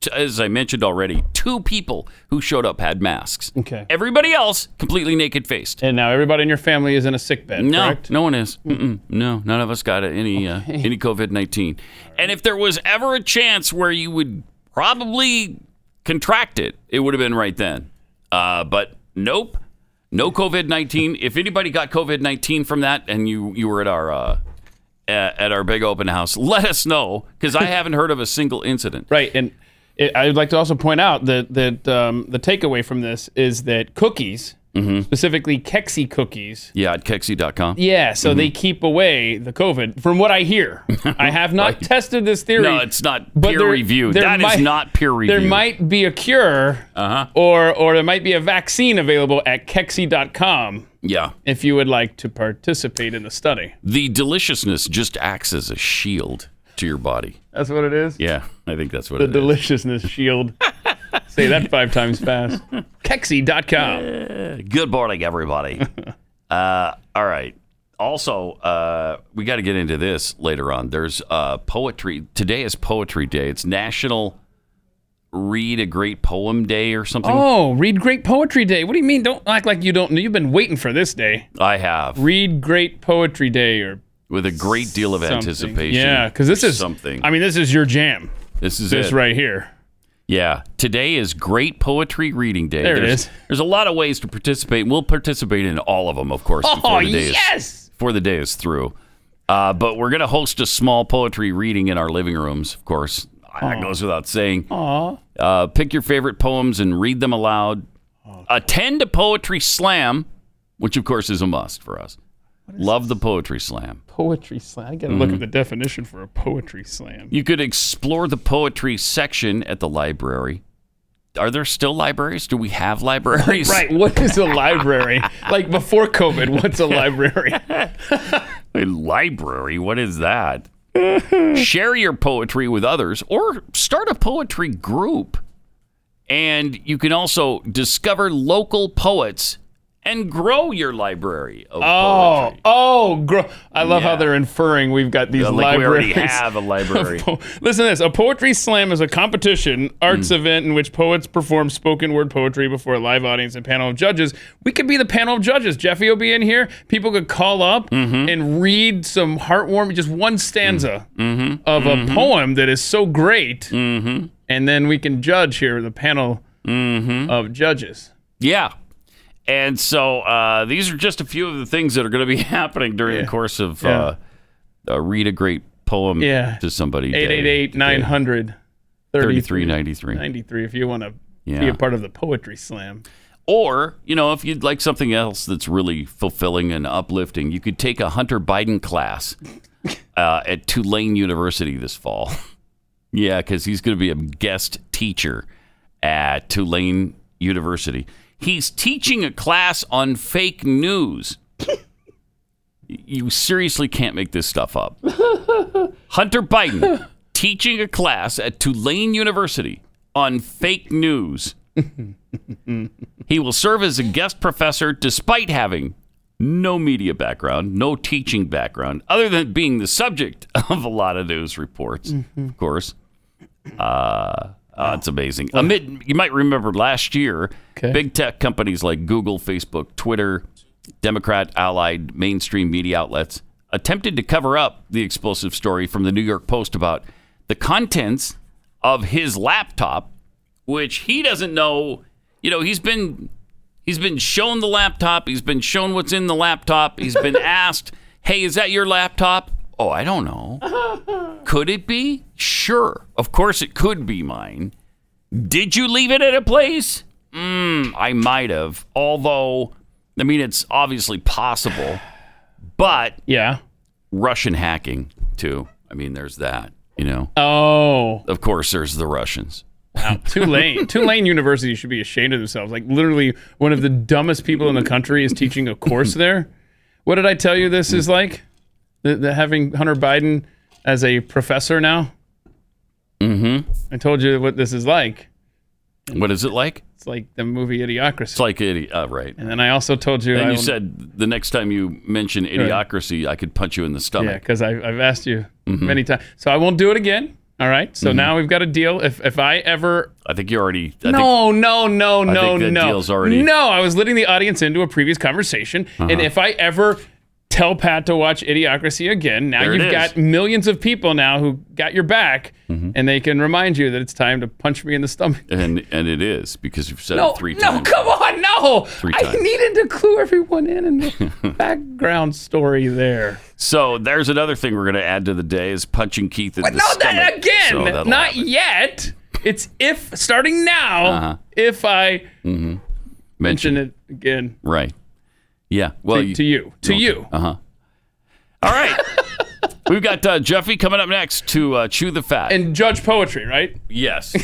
Speaker 2: T- As I mentioned already, two people who showed up had masks.
Speaker 3: Okay.
Speaker 2: Everybody else completely naked faced.
Speaker 3: And now everybody in your family is in a sick bed.
Speaker 2: No,
Speaker 3: correct?
Speaker 2: no one is. Mm-mm. No, none of us got any uh, any COVID nineteen. And if there was ever a chance where you would probably contract it, it would have been right then. Uh, but nope, no COVID nineteen. if anybody got COVID nineteen from that, and you you were at our uh, a- at our big open house, let us know because
Speaker 3: [LAUGHS]
Speaker 2: I haven't heard of a single incident.
Speaker 3: Right, and it, I would like to also point out that that um, the takeaway from this is that cookies,
Speaker 2: Mm-hmm.
Speaker 3: specifically Kexi cookies,
Speaker 2: Yeah, at kexi.com.
Speaker 3: yeah, so
Speaker 2: Mm-hmm.
Speaker 3: they keep away the COVID. From what I
Speaker 2: [LAUGHS]
Speaker 3: hear, I have not
Speaker 2: Right.
Speaker 3: tested this theory.
Speaker 2: No, it's not
Speaker 3: but
Speaker 2: peer
Speaker 3: there-
Speaker 2: reviewed.
Speaker 3: there
Speaker 2: That is
Speaker 3: might-
Speaker 2: not peer reviewed.
Speaker 3: There might be a cure, uh-huh. or or there might be a vaccine available at Kexi.com
Speaker 2: Yeah.
Speaker 3: if you would like to participate in the study.
Speaker 2: The deliciousness just acts as a shield to your body.
Speaker 3: That's what it is.
Speaker 2: Yeah, I think that's what
Speaker 3: The
Speaker 2: it is. [LAUGHS]
Speaker 3: deliciousness shield. Say that five times fast. Kexi.com.
Speaker 2: Eh, [LAUGHS] Good morning, everybody. uh, all right. also, uh, we got to get into this later on. There's uh, poetry. Today is Poetry Day. It's National Read a Great Poem Day or something.
Speaker 3: Oh, read great poetry day. What do you mean? Don't act like you don't know. You've been waiting for this day.
Speaker 2: I have.
Speaker 3: Read great poetry day or
Speaker 2: With a great deal of
Speaker 3: something.
Speaker 2: anticipation.
Speaker 3: Yeah, because this
Speaker 2: or
Speaker 3: is
Speaker 2: something.
Speaker 3: I mean, this is your jam.
Speaker 2: this is
Speaker 3: this
Speaker 2: it.
Speaker 3: right here.
Speaker 2: Yeah. Today is Great Poetry Reading Day.
Speaker 3: There it
Speaker 2: there's,
Speaker 3: is.
Speaker 2: There's a lot of ways to participate. We'll participate in all of them, of course,
Speaker 3: Oh
Speaker 2: before the day is
Speaker 3: yes.
Speaker 2: before the day is through. Uh, but we're going to host a small poetry reading in our living rooms, of course. That goes without saying.
Speaker 3: Aw.
Speaker 2: Uh, pick your favorite poems and read them aloud. Attend a poetry slam, which of course is a must for us. Love the poetry slam.
Speaker 3: Poetry slam. I gotta
Speaker 2: Mm-hmm.
Speaker 3: look at the definition for a poetry slam.
Speaker 2: You could explore the poetry section at the library. Are there still libraries? Do we have libraries?
Speaker 3: [LAUGHS] Right. What is a library? [LAUGHS] like before COVID, what's
Speaker 2: [LAUGHS]
Speaker 3: a library?
Speaker 2: [LAUGHS] A library? What is that? [LAUGHS] Share your poetry with others or start a poetry group. And you can also discover local poets and grow your library of
Speaker 3: Oh,
Speaker 2: poetry.
Speaker 3: oh, gro- I love
Speaker 2: Yeah.
Speaker 3: how they're inferring we've got these
Speaker 2: Yeah, like we
Speaker 3: libraries.
Speaker 2: already have a
Speaker 3: [LAUGHS]
Speaker 2: library.
Speaker 3: Po- Listen to this. A poetry slam is a competition arts event in which poets perform spoken word poetry before a live audience and panel of judges. We could be the panel of judges. Jeffy will be in here. People could call up and read some heartwarming, just one stanza of a poem that is so great. And then we can judge here the panel of judges.
Speaker 2: Yeah. And so uh, these are just a few of the things that are going to be [LAUGHS] happening during the course of uh, uh, Read a Great Poem
Speaker 3: Yeah.
Speaker 2: to Somebody. Day.
Speaker 3: 888 900
Speaker 2: 3393.
Speaker 3: 93 if you want to be
Speaker 2: Yeah.
Speaker 3: a part of the poetry slam.
Speaker 2: Or, you know, if you'd like something else that's really fulfilling and uplifting, you could take a Hunter Biden class uh, at Tulane University this fall. [LAUGHS] yeah, because he's going to be a guest teacher at Tulane University. He's teaching a class on fake news. [LAUGHS] you seriously can't make this stuff up. [LAUGHS] Hunter Biden teaching a class at Tulane University on fake news. He will serve as a guest professor despite having no media background, no teaching background, other than being the subject [LAUGHS] of a lot of news reports, of course. Uh, uh, it's amazing. Amid, you might remember last year,
Speaker 3: Okay.
Speaker 2: big tech companies like Google, Facebook, Twitter, Democrat allied mainstream media outlets attempted to cover up the explosive story from the New York Post about the contents of his laptop, which he doesn't know. You know, he's been He's been shown the laptop. He's been shown what's in the laptop. He's been asked, hey, is that your laptop? Oh, I don't know. Could it be? Sure. Of course it could be mine. Did you leave it at a place? Mm, I might have. Although, I mean, it's obviously possible. But
Speaker 3: Yeah.
Speaker 2: Russian hacking, too. I mean, there's that, you know.
Speaker 3: Oh,
Speaker 2: Of course, there's the Russians. [LAUGHS]
Speaker 3: Tulane. Tulane University should be ashamed of themselves. Like literally one of the dumbest people in the country is teaching
Speaker 2: [LAUGHS]
Speaker 3: a course there. What did I tell you this is like? The, the having Hunter Biden as a professor now? Mm-hmm. I told you what this is like.
Speaker 2: What is it like?
Speaker 3: It's like the movie Idiocracy.
Speaker 2: It's like, idi- uh, right.
Speaker 3: and then I also told you
Speaker 2: And
Speaker 3: I
Speaker 2: you
Speaker 3: will-
Speaker 2: said the next time you mention idiocracy, I could punch you in the
Speaker 3: Yeah,
Speaker 2: stomach.
Speaker 3: because I've asked you
Speaker 2: Mm-hmm.
Speaker 3: many times. So I won't do it again. All right. So now we've got a deal. If if I ever
Speaker 2: I think you already. I Think,
Speaker 3: no no no no
Speaker 2: think that
Speaker 3: no
Speaker 2: deal's already- Uh-huh.
Speaker 3: no, I was letting the audience into a previous conversation, and if I ever tell Pat to watch Idiocracy again, now
Speaker 2: There it
Speaker 3: you've
Speaker 2: is. Mm-hmm.
Speaker 3: got millions of people now who got your back, and they can remind you that it's time to punch me in the stomach.
Speaker 2: and and it is because you've said
Speaker 3: No,
Speaker 2: it three
Speaker 3: no,
Speaker 2: times.
Speaker 3: come on, no! I
Speaker 2: times.
Speaker 3: needed to clue everyone in
Speaker 2: [LAUGHS]
Speaker 3: in the background story there.
Speaker 2: So there's another thing we're going to add to the day is punching Keith in the
Speaker 3: no,
Speaker 2: stomach.
Speaker 3: that again.
Speaker 2: So that'll
Speaker 3: not
Speaker 2: happen. Uh-huh.
Speaker 3: yet. It's if starting now. If I
Speaker 2: Mention
Speaker 3: mention
Speaker 2: it
Speaker 3: it again
Speaker 2: right. Yeah. Well,
Speaker 3: to, to you, to you.
Speaker 2: All right. [LAUGHS] We've got uh, Jeffy coming up next to uh, chew the fat.
Speaker 3: and judge poetry, right? [LAUGHS]
Speaker 2: yes.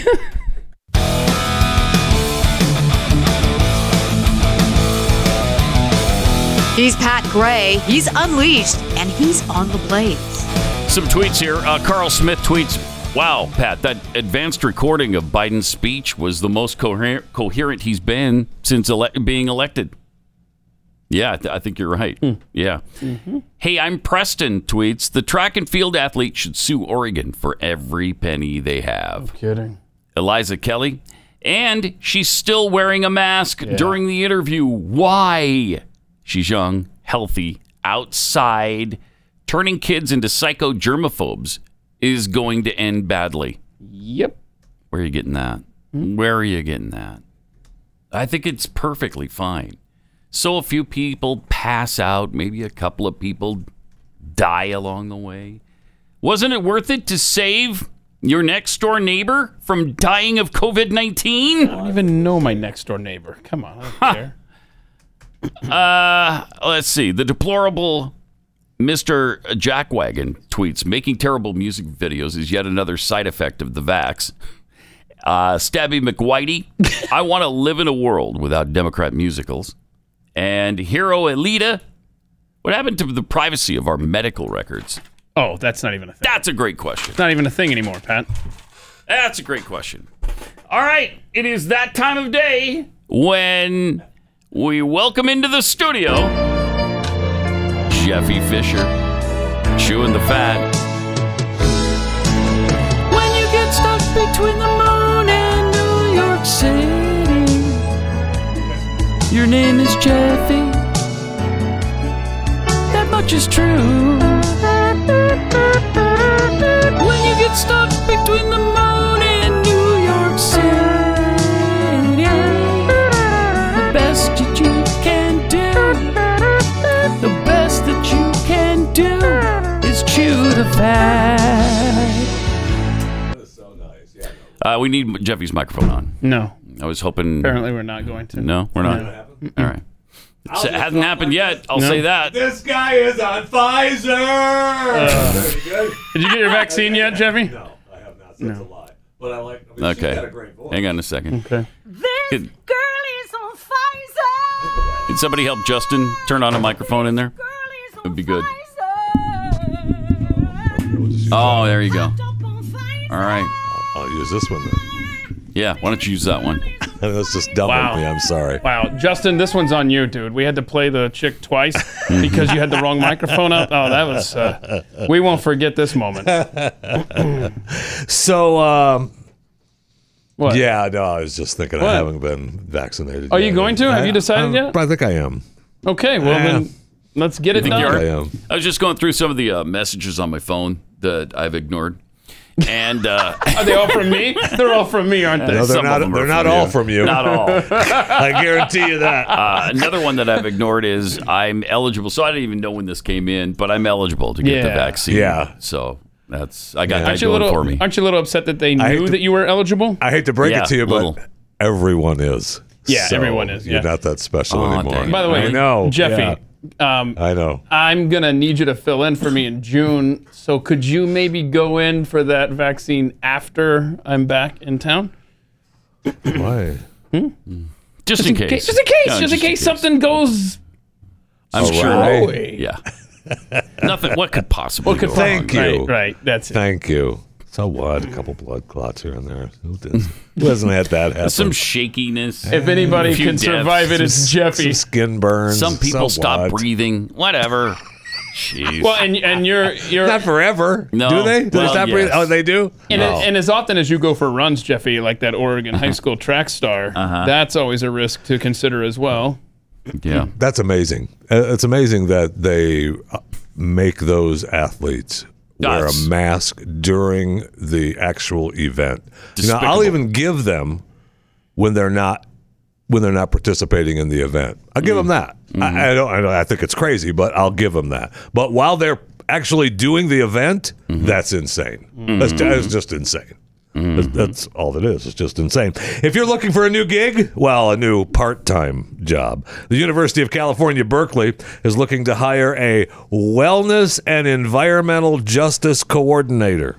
Speaker 11: He's Pat Gray. He's unleashed, and he's on the blades.
Speaker 2: Some tweets here. Uh, Carl Smith tweets, "Wow, Pat, that advanced recording of Biden's speech was the most coherent, coherent he's been since ele- being elected." Yeah, I, th- I think you're right. Yeah. Hey, I'm Preston tweets the track and field athlete should sue Oregon for every penny they have.
Speaker 3: Kidding.
Speaker 2: Eliza Kelly. And she's still wearing a mask during the interview. Why? She's young, healthy, outside. Turning kids into psycho germaphobes is going to end badly.
Speaker 3: Yep.
Speaker 2: Where are you getting that? Where are you getting that? I think it's perfectly fine. So a few people pass out, maybe a couple of people die along the way. Wasn't it worth it to save your next door neighbor from dying of COVID 19? I don't
Speaker 3: even know my next door neighbor. Come on. I don't care.
Speaker 2: Uh, let's see. The deplorable Mr. Jackwagon tweets making terrible music videos is yet another side effect of the vax. Uh, Stabby McWhitey, I want to live in a world without Democrat musicals. And Hero Elita, what happened to the privacy of our medical records?
Speaker 3: Oh, that's not even a thing.
Speaker 2: That's a great question.
Speaker 3: It's not even a thing anymore, Pat.
Speaker 2: That's a great question. All right, it is that time of day when we welcome into the studio Jeffy Fisher, chewing the fat. When you get stuck between the moon and New York City, your name is Jeffy. That much is true. When you get stuck between the moon and New York City, the best that you can do, the best that you can do is chew the fat. Uh, we need Jeffy's microphone on.
Speaker 3: No.
Speaker 2: I was hoping.
Speaker 3: Apparently, we're not going to.
Speaker 2: No, we're not. All right. It's- it hasn't happened yet. I'll
Speaker 3: No.
Speaker 2: say that.
Speaker 12: This guy is on Pfizer. Very good.
Speaker 3: Did you get your vaccine yet, Jeffy?
Speaker 12: No, I have not. So That's a lie. But I like. I mean,
Speaker 2: Okay.
Speaker 12: She's got a great voice.
Speaker 2: Hang on a second.
Speaker 3: Okay.
Speaker 2: Could,
Speaker 7: Girlies on Pfizer.
Speaker 2: could somebody help Justin turn on a microphone in there? It would be good. Oh, there you go. All right.
Speaker 13: I'll use this one then.
Speaker 2: Yeah, why don't you use that one?
Speaker 13: That's just dumb
Speaker 3: Wow.
Speaker 13: of me. I'm sorry.
Speaker 3: Wow, Justin, this one's on you, dude. We had to play the chick twice because you had the wrong microphone up. Oh, that was. Uh, we won't forget this moment.
Speaker 13: so, um,
Speaker 3: What?
Speaker 13: yeah, no, I was just thinking
Speaker 3: What?
Speaker 13: I haven't been vaccinated.
Speaker 3: Are you
Speaker 13: yet.
Speaker 3: going to? Have
Speaker 13: I-
Speaker 3: you decided
Speaker 13: I,
Speaker 3: yet?
Speaker 13: I think
Speaker 2: [LAUGHS]
Speaker 13: I am.
Speaker 3: Okay, well then, let's get
Speaker 2: You
Speaker 3: it
Speaker 2: think
Speaker 3: done.
Speaker 2: you are?
Speaker 13: I am.
Speaker 2: I was just going through some of the uh, messages on my phone that I've ignored. And uh, [LAUGHS]
Speaker 3: Are they all from me? They're all from me, aren't they?
Speaker 13: No, they're
Speaker 2: Some of
Speaker 13: not.
Speaker 2: them are
Speaker 13: They're not
Speaker 2: from
Speaker 13: all
Speaker 2: you.
Speaker 13: from you.
Speaker 2: Not all.
Speaker 13: [LAUGHS] I guarantee you that.
Speaker 2: Uh, another one that I've ignored is I'm eligible. So I didn't even know when this came in, but I'm eligible to get the
Speaker 3: Yeah.
Speaker 2: vaccine.
Speaker 13: Yeah.
Speaker 2: So that's I got that
Speaker 3: aren't you a
Speaker 2: going
Speaker 3: little?
Speaker 2: for me.
Speaker 3: Aren't you a little upset that they
Speaker 13: I hate
Speaker 3: knew
Speaker 13: to-
Speaker 3: that you were eligible?
Speaker 13: I hate to break
Speaker 2: Yeah,
Speaker 13: it to you, but
Speaker 2: little.
Speaker 13: everyone is.
Speaker 3: Yeah, everyone is, yeah.
Speaker 13: You're not that special
Speaker 2: Aw,
Speaker 13: anymore.
Speaker 2: dang.
Speaker 3: By the way,
Speaker 13: I know,
Speaker 3: Jeffy. Um,
Speaker 13: yeah. I know.
Speaker 3: I'm gonna need you to fill in for me in June. So could you maybe go in for that vaccine after I'm back in town?
Speaker 13: Why?
Speaker 2: just, in case.
Speaker 3: Just in case.
Speaker 2: Yeah,
Speaker 3: just, in case, something goes.
Speaker 2: I'm
Speaker 13: All
Speaker 2: sure.
Speaker 13: right.
Speaker 2: Yeah. Nothing. What could possibly
Speaker 3: What could
Speaker 2: go
Speaker 13: Thank
Speaker 2: wrong?
Speaker 13: you.
Speaker 3: Right, right. That's it.
Speaker 13: Thank you. So what? A couple blood clots here and there. Who does- who hasn't had that happen?
Speaker 2: Some shakiness.
Speaker 3: If anybody
Speaker 2: A few
Speaker 3: can
Speaker 2: deaths.
Speaker 3: survive it, it's Jeffy.
Speaker 13: Some skin burns.
Speaker 2: Some people
Speaker 13: So
Speaker 2: stop
Speaker 13: what?
Speaker 2: breathing. Whatever. Jeez.
Speaker 3: Well, and and you're you're
Speaker 13: Not forever.
Speaker 2: No.
Speaker 13: Do they? Do they
Speaker 2: Well,
Speaker 13: stop breathing?
Speaker 2: yes.
Speaker 13: Oh, they do?
Speaker 3: and,
Speaker 13: No.
Speaker 3: and as often as you go for runs, Jeffy, like that Oregon
Speaker 2: Uh-huh.
Speaker 3: high school track star, that's always a risk to consider as well.
Speaker 2: yeah.
Speaker 13: That's amazing. Uh, It's amazing that they uh, make those athletes wear
Speaker 2: That's-
Speaker 13: a mask during the actual event. Now, I'll
Speaker 2: Despicable.
Speaker 13: even give them when they're not when they're not participating in the event. I'll give them that. I, I don't. I, don't- I think it's crazy, but I'll give them that. But while they're actually doing the event, that's insane. That's, that's just insane. That's, that's all it is. It's just insane. If you're looking for a new gig, well, a new part time job, the University of California, Berkeley is looking to hire a wellness and environmental justice coordinator.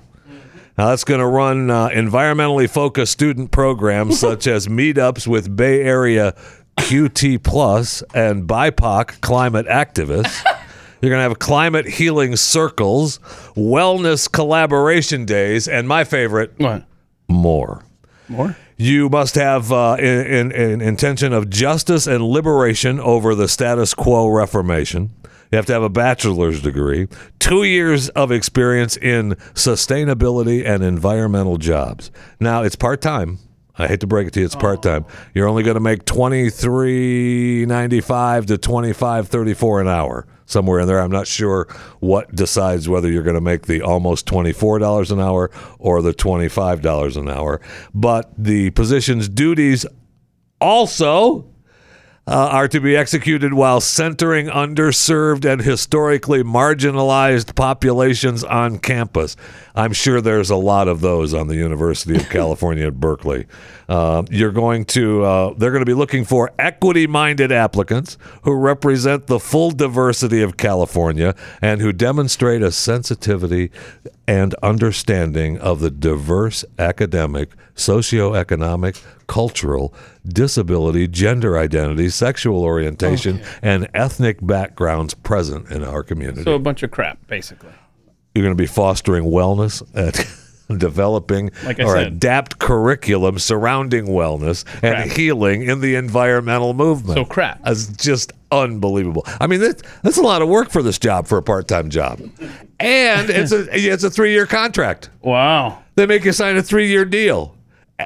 Speaker 13: Now, that's going to run uh, environmentally focused student programs such as meetups with Bay Area QT Plus and BIPOC climate activists. You're going to have climate healing circles, wellness collaboration days, and my favorite,
Speaker 3: What
Speaker 13: more.
Speaker 3: more?
Speaker 13: You must have uh, in, in, in intention of justice and liberation over the status quo reformation. You have to have a bachelor's degree, two years of experience in sustainability and environmental jobs. Now it's part time. I hate to break it to you, it's part time. You're only going to make twenty three ninety five to twenty five thirty four an hour, somewhere in there. I'm not sure what decides whether you're going to make the almost twenty four dollars an hour or the twenty five dollars an hour. But the position's duties also uh, are to be executed while centering underserved and historically marginalized populations on campus. I'm sure there's a lot of those on the University of California at Berkeley. Uh, you're going to, uh, they're going to be looking for equity minded applicants who represent the full diversity of California and who demonstrate a sensitivity and understanding of the diverse academic, socioeconomic, cultural, disability, gender identity, sexual
Speaker 3: Oh,
Speaker 13: orientation, and ethnic backgrounds present in our community.
Speaker 3: So a bunch of crap, basically.
Speaker 13: You're going to be fostering wellness and uh, [LAUGHS] developing
Speaker 3: Like I
Speaker 13: or
Speaker 3: said.
Speaker 13: adapt curriculum surrounding wellness and
Speaker 3: Crap.
Speaker 13: healing in the environmental movement.
Speaker 3: So crap.
Speaker 13: It's just unbelievable. I mean, that, that's a lot of work for this job for a part-time job,
Speaker 3: [LAUGHS]
Speaker 13: and it's a it's a three-year contract.
Speaker 3: Wow.
Speaker 13: They make you sign a three-year deal.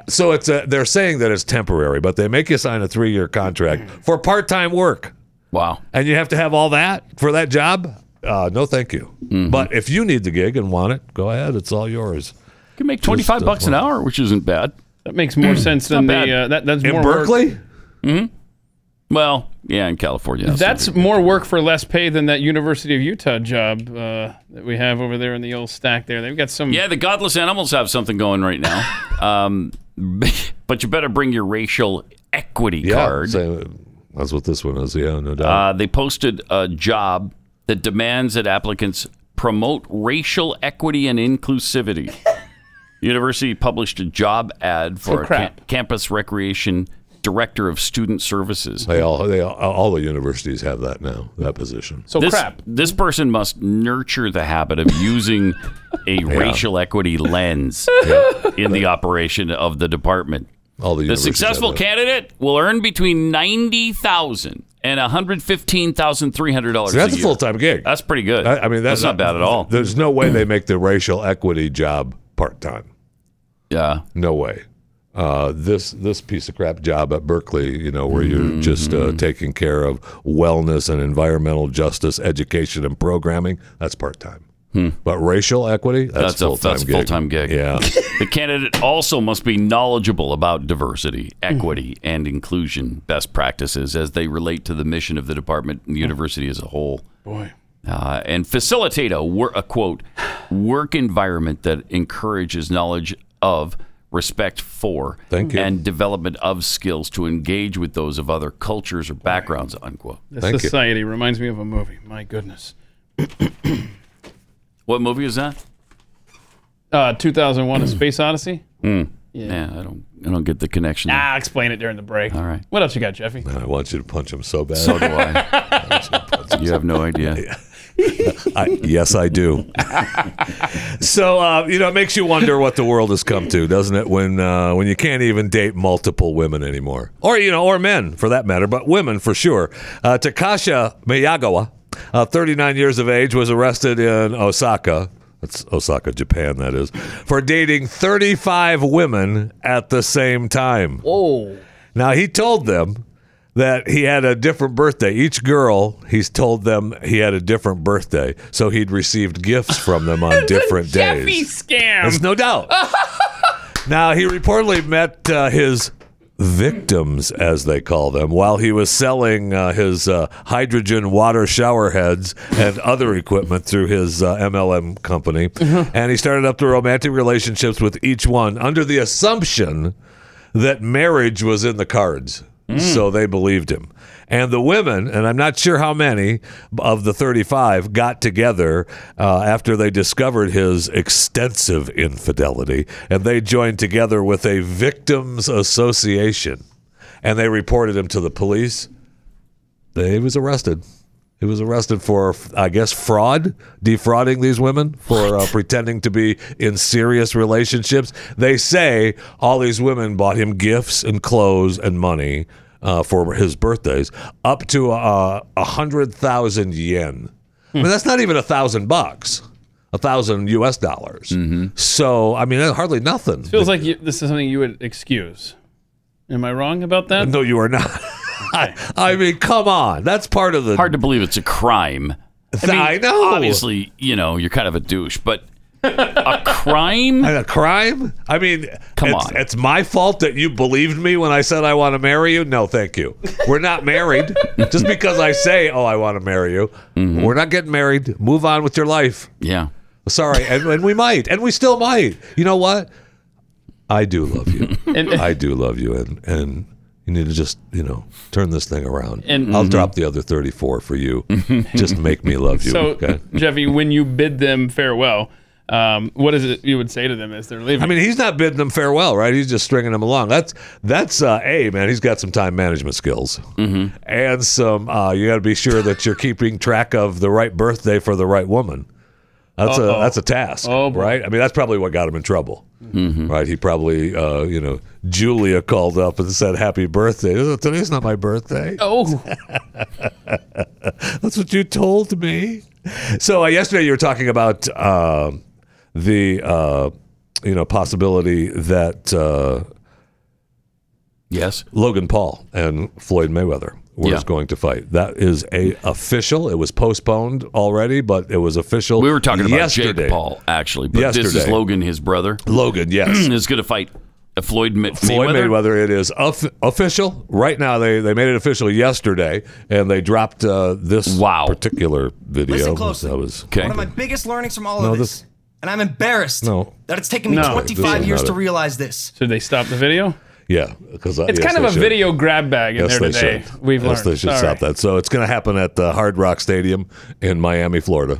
Speaker 13: So it's a, they're saying that it's temporary, but they make you sign a three-year contract for part-time work.
Speaker 2: Wow.
Speaker 13: And you have to have all that for that job? Uh, no, thank you.
Speaker 2: Mm-hmm.
Speaker 13: But if you need the gig and want it, go ahead. It's all yours.
Speaker 2: You can make 25
Speaker 13: Just, uh,
Speaker 2: bucks an hour, which isn't bad.
Speaker 3: That
Speaker 2: [CLEARS THROAT]
Speaker 3: makes more sense than the uh, that. That's
Speaker 2: In
Speaker 3: more
Speaker 2: Berkeley?
Speaker 3: Work.
Speaker 2: hmm Well, yeah, in California. that's
Speaker 3: That's more work for less pay than that University of Utah job uh, that we have over there in the old stack. There, they've got some.
Speaker 2: Yeah, the godless animals have something going right now. um, [LAUGHS] but you better bring your racial equity card.
Speaker 13: so that's what this one is. Yeah, no doubt.
Speaker 2: Uh, they posted a job that demands that applicants promote racial equity and inclusivity. University published a job ad
Speaker 13: So
Speaker 2: for a
Speaker 13: crap.
Speaker 2: cam- campus recreation director of student services.
Speaker 13: They all they all, all the universities have that now that position.
Speaker 3: Oh,
Speaker 2: this, This person must nurture the habit of using a racial equity lens in the operation of the department.
Speaker 13: All the,
Speaker 2: the
Speaker 13: universities
Speaker 2: successful
Speaker 13: have that.
Speaker 2: candidate will earn between ninety thousand and one hundred fifteen thousand three hundred dollars.
Speaker 13: See, that's a full-time gig.
Speaker 2: That's pretty good.
Speaker 13: I, I mean, that's,
Speaker 2: not bad at all.
Speaker 13: There's no way they make the racial equity job part time.
Speaker 2: Yeah,
Speaker 13: no way. Uh, this this piece of crap job at Berkeley, you know, where
Speaker 2: Mm-hmm.
Speaker 13: you're just uh, taking care of wellness and environmental justice, education and programming, that's part time. But racial equity, that's,
Speaker 2: a
Speaker 13: full time
Speaker 2: Hmm. that's a full-time gig.
Speaker 13: Yeah.
Speaker 2: the candidate also must be knowledgeable about diversity,
Speaker 3: Mm-hmm.
Speaker 2: equity, and inclusion best practices as they relate to the mission of the department and the university as a whole.
Speaker 3: Boy.
Speaker 2: Uh, and facilitate a, wor- a quote work environment that encourages knowledge of respect for
Speaker 13: Thank you.
Speaker 2: and development of skills to engage with those of other cultures or backgrounds unquote
Speaker 3: This society reminds me of a movie. My goodness.
Speaker 2: what movie is that
Speaker 3: Uh, 2001: A Space Odyssey.
Speaker 2: Hmm.
Speaker 3: Yeah.
Speaker 2: i don't i don't get the connection there.
Speaker 3: Ah, I'll explain it during the break.
Speaker 2: all right
Speaker 3: What else you got, Jeffy?
Speaker 13: I want you to punch him so bad.
Speaker 3: Ah.
Speaker 2: so do i you
Speaker 3: [LAUGHS]
Speaker 2: have no idea
Speaker 13: I, yes,
Speaker 2: [LAUGHS]
Speaker 13: I do. so uh, you know, it makes you wonder what the world has come to, doesn't it? When uh, when you can't even date multiple women anymore, or you know, or men for that matter, but women for sure. Uh, Takasha Miyagawa, uh, 39 years of age, was arrested in Osaka. That's Osaka, Japan, that is, for dating 35 women at the same time.
Speaker 3: Whoa.
Speaker 13: Now he told them that he had a different birthday. Each girl, he's told them he had a different birthday, so he'd received gifts from
Speaker 3: [LAUGHS]
Speaker 13: them on different
Speaker 3: Jeffy
Speaker 13: days.
Speaker 3: scam.
Speaker 13: There's no doubt. now he reportedly met uh, his victims, as they call them, while he was selling uh, his uh, hydrogen water shower heads and other equipment through his uh, MLM company, and he started up the romantic relationships with each one under the assumption that marriage was in the cards. So they believed him. And the women, and I'm not sure how many of the 35 got together uh, after they discovered his extensive infidelity, and they joined together with a victims association, and they reported him to the police. They was arrested. He was arrested for, I guess, fraud, defrauding these women for uh, pretending to be in serious relationships. They say all these women bought him gifts and clothes and money uh, for his birthdays, up to uh, a hundred thousand yen. I mean, that's not even a thousand bucks, a thousand U.S. dollars. So, I mean, that's hardly nothing.
Speaker 3: Feels like you, this is something you would excuse. Am I wrong about that?
Speaker 13: No, you are not. I, I mean, come on. That's part of the.
Speaker 2: Hard to believe it's a crime.
Speaker 13: I know.
Speaker 2: Obviously, you know, you're kind of a douche, but a crime?
Speaker 13: A crime? I mean,
Speaker 2: Come
Speaker 13: it's,
Speaker 2: on.
Speaker 13: it's my fault that you believed me when I said I want to marry you. No, thank you. We're not
Speaker 3: [LAUGHS]
Speaker 13: married. Just because I say, "Oh, I want to marry you,"
Speaker 3: Mm-hmm.
Speaker 13: we're not getting married. Move on with your life.
Speaker 2: Yeah.
Speaker 13: Sorry, and, and we might, and we still might. You know what? I do love you.
Speaker 3: [LAUGHS] And- uh,
Speaker 13: I do love you, and and you need to just you know turn this thing around.
Speaker 3: And-
Speaker 13: I'll
Speaker 3: Mhm.
Speaker 13: drop the other thirty four
Speaker 3: [LAUGHS]
Speaker 13: for you. just make me love you.
Speaker 3: So,
Speaker 13: okay?
Speaker 3: [LAUGHS] Jeffy, when you bid them farewell, um, what is it you would say to them as they're leaving?
Speaker 13: I mean, he's not bidding them farewell, right? He's just stringing them along. That's that's uh, a man. He's got some time management skills, mm-hmm. and some. Uh, you got to be sure that you're keeping track of the right birthday for the right woman. That's
Speaker 3: Uh-oh.
Speaker 13: a that's a task,
Speaker 3: Oh, boy. Mm-hmm.
Speaker 13: right? I mean, that's probably what got him in trouble, right? He probably, uh, you know, Julia called up and said, "Happy birthday." Today's not my birthday.
Speaker 3: oh,
Speaker 13: That's what you told me. So uh, yesterday you were talking about um the uh, you know possibility that uh,
Speaker 2: yes,
Speaker 13: Logan Paul and Floyd Mayweather was
Speaker 2: Yeah.
Speaker 13: going to fight. That is a official. It was postponed already, but it was official.
Speaker 2: We were talking about
Speaker 13: yesterday.
Speaker 2: Jake Paul, actually, but this is
Speaker 13: Yesterday.
Speaker 2: Logan, his brother. [CLEARS THROAT]
Speaker 13: Logan, yes,
Speaker 2: is going to fight Floyd, Ma-
Speaker 13: Floyd
Speaker 2: Mayweather.
Speaker 13: Mayweather. It is of- official right now. They they made it official yesterday, and they dropped uh, this wow. particular video.
Speaker 14: Listen closely.
Speaker 13: That was
Speaker 14: One of my biggest learnings from all
Speaker 13: No,
Speaker 14: of this,
Speaker 13: this-
Speaker 14: and I'm embarrassed
Speaker 13: No.
Speaker 14: that it's taken me
Speaker 13: No.
Speaker 14: 25
Speaker 13: This is
Speaker 14: years
Speaker 13: not
Speaker 14: to
Speaker 13: it.
Speaker 14: realize this.
Speaker 3: should they stop the video?
Speaker 13: yeah, uh, because
Speaker 3: It's kind of a video grab bag in
Speaker 13: Yes,
Speaker 3: there
Speaker 13: they
Speaker 3: today.
Speaker 13: should.
Speaker 3: We've
Speaker 13: yes,
Speaker 3: learned.
Speaker 13: they should
Speaker 3: Sorry.
Speaker 13: stop that. So it's going to happen at the Hard Rock Stadium in Miami, Florida,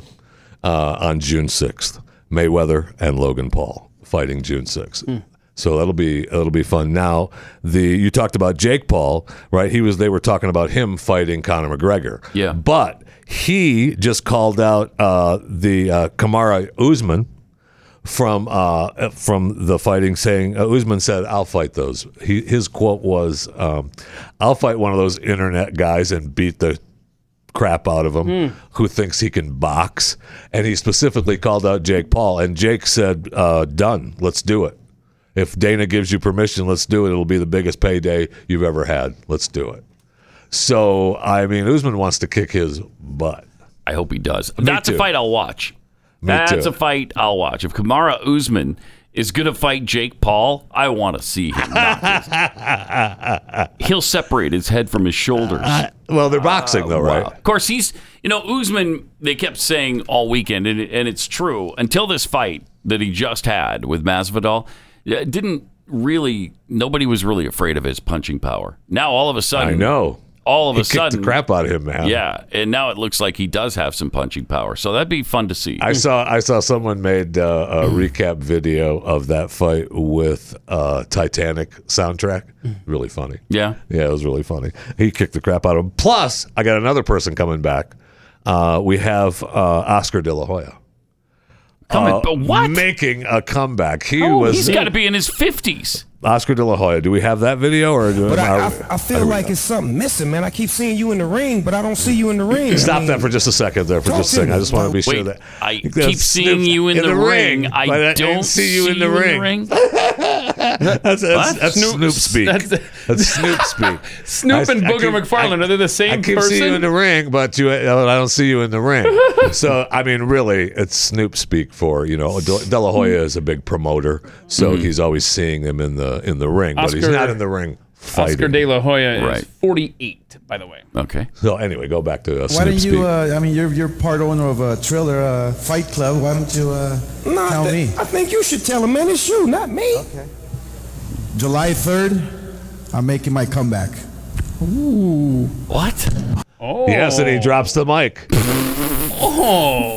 Speaker 13: uh, on June sixth. Mayweather and Logan Paul fighting June sixth.
Speaker 3: Hmm.
Speaker 13: So that'll be that'll be fun. Now the you talked about Jake Paul, right? He was they were talking about him fighting Conor McGregor.
Speaker 2: Yeah.
Speaker 13: but he just called out uh, the uh, Kamara Usman from uh, from the fighting, saying uh, Usman said, "I'll fight those." He, his quote was, um, "I'll fight one of those internet guys and beat the crap out of him
Speaker 2: Hmm.
Speaker 13: who thinks he can box." And he specifically called out Jake Paul, and Jake said, uh, "Done. Let's do it. If Dana gives you permission, let's do it. It'll be the biggest payday you've ever had. Let's do it." So I mean, Usman wants to kick his butt.
Speaker 2: I hope he does. That's a
Speaker 13: too.
Speaker 2: fight I'll watch.
Speaker 13: Me
Speaker 2: That's
Speaker 13: too.
Speaker 2: a fight I'll watch. If Kamara Usman is going to fight Jake Paul, I want to see him. knock his-
Speaker 13: [LAUGHS]
Speaker 2: He'll separate his head from his shoulders.
Speaker 13: Well, they're
Speaker 2: Uh,
Speaker 13: boxing though, right?
Speaker 2: Of course, he's you know Usman. They kept saying all weekend, and, and it's true until this fight that he just had with Masvidal. It didn't really. Nobody was really afraid of his punching power. Now all of a sudden,
Speaker 13: I know.
Speaker 2: All of
Speaker 13: He
Speaker 2: a
Speaker 13: kicked the
Speaker 2: sudden,
Speaker 13: crap out of him, man.
Speaker 2: Yeah, and now it looks like he does have some punching power. So that'd be fun to see.
Speaker 13: I saw I saw someone made uh, a
Speaker 2: Hmm.
Speaker 13: recap video of that fight with uh, Titanic soundtrack.
Speaker 2: Hmm.
Speaker 13: Really funny.
Speaker 2: Yeah.
Speaker 13: Yeah, it was really funny. He kicked the crap out of him. Plus, I got another person coming back. Uh, we have uh, Oscar De La Hoya.
Speaker 2: Coming-
Speaker 13: Uh,
Speaker 2: but what?
Speaker 13: Making a comeback. He
Speaker 2: Oh,
Speaker 13: was
Speaker 2: he's got to be in his fifties.
Speaker 13: Oscar De La Hoya. Do we have that video or? Do,
Speaker 15: But I,
Speaker 13: are-
Speaker 15: I, I feel like it's something missing, man. I keep seeing you in the ring, but I don't see you in the ring. I
Speaker 13: Stop
Speaker 15: mean,
Speaker 13: that for just a second there, for
Speaker 15: Talk
Speaker 13: just
Speaker 15: to
Speaker 13: a second. I
Speaker 15: me.
Speaker 13: just want to be sure
Speaker 15: Wait,
Speaker 13: that
Speaker 2: I
Speaker 13: [LAUGHS]
Speaker 2: keep seeing you in, the, ring. I
Speaker 13: but
Speaker 2: don't
Speaker 13: didn't see you in the ring. That's, that's,
Speaker 3: What?
Speaker 13: that's
Speaker 3: Snoop-
Speaker 13: Snoop, speak. That's,
Speaker 3: [LAUGHS]
Speaker 13: Snoop speak.
Speaker 3: Snoop and Booger McFarlane, are they the same
Speaker 13: I keep seeing
Speaker 3: person?
Speaker 13: you in the ring, but you, uh, I don't see you in the
Speaker 3: [LAUGHS]
Speaker 13: ring. so I mean, really, it's Snoop speak for you know. De, De La Hoya is a big promoter, so
Speaker 3: Mhm.
Speaker 13: he's always seeing them in the in the ring, but he's
Speaker 3: Oscar-
Speaker 13: not in the ring fighting.
Speaker 3: Oscar De La Hoya
Speaker 13: Right.
Speaker 3: is 48, by the way.
Speaker 2: Okay.
Speaker 13: So anyway, go back to uh,
Speaker 15: Why
Speaker 13: Snoop
Speaker 15: don't
Speaker 13: speak.
Speaker 15: you? Uh, I mean, you're you're part owner of a thriller uh, Fight Club. Why don't you uh, tell me? I think you should tell him, man. It's you, not me. Okay. July third, I'm making my comeback. Ooh.
Speaker 2: What?
Speaker 3: Oh.
Speaker 13: Yes, and he drops the mic. [LAUGHS]
Speaker 3: Oh.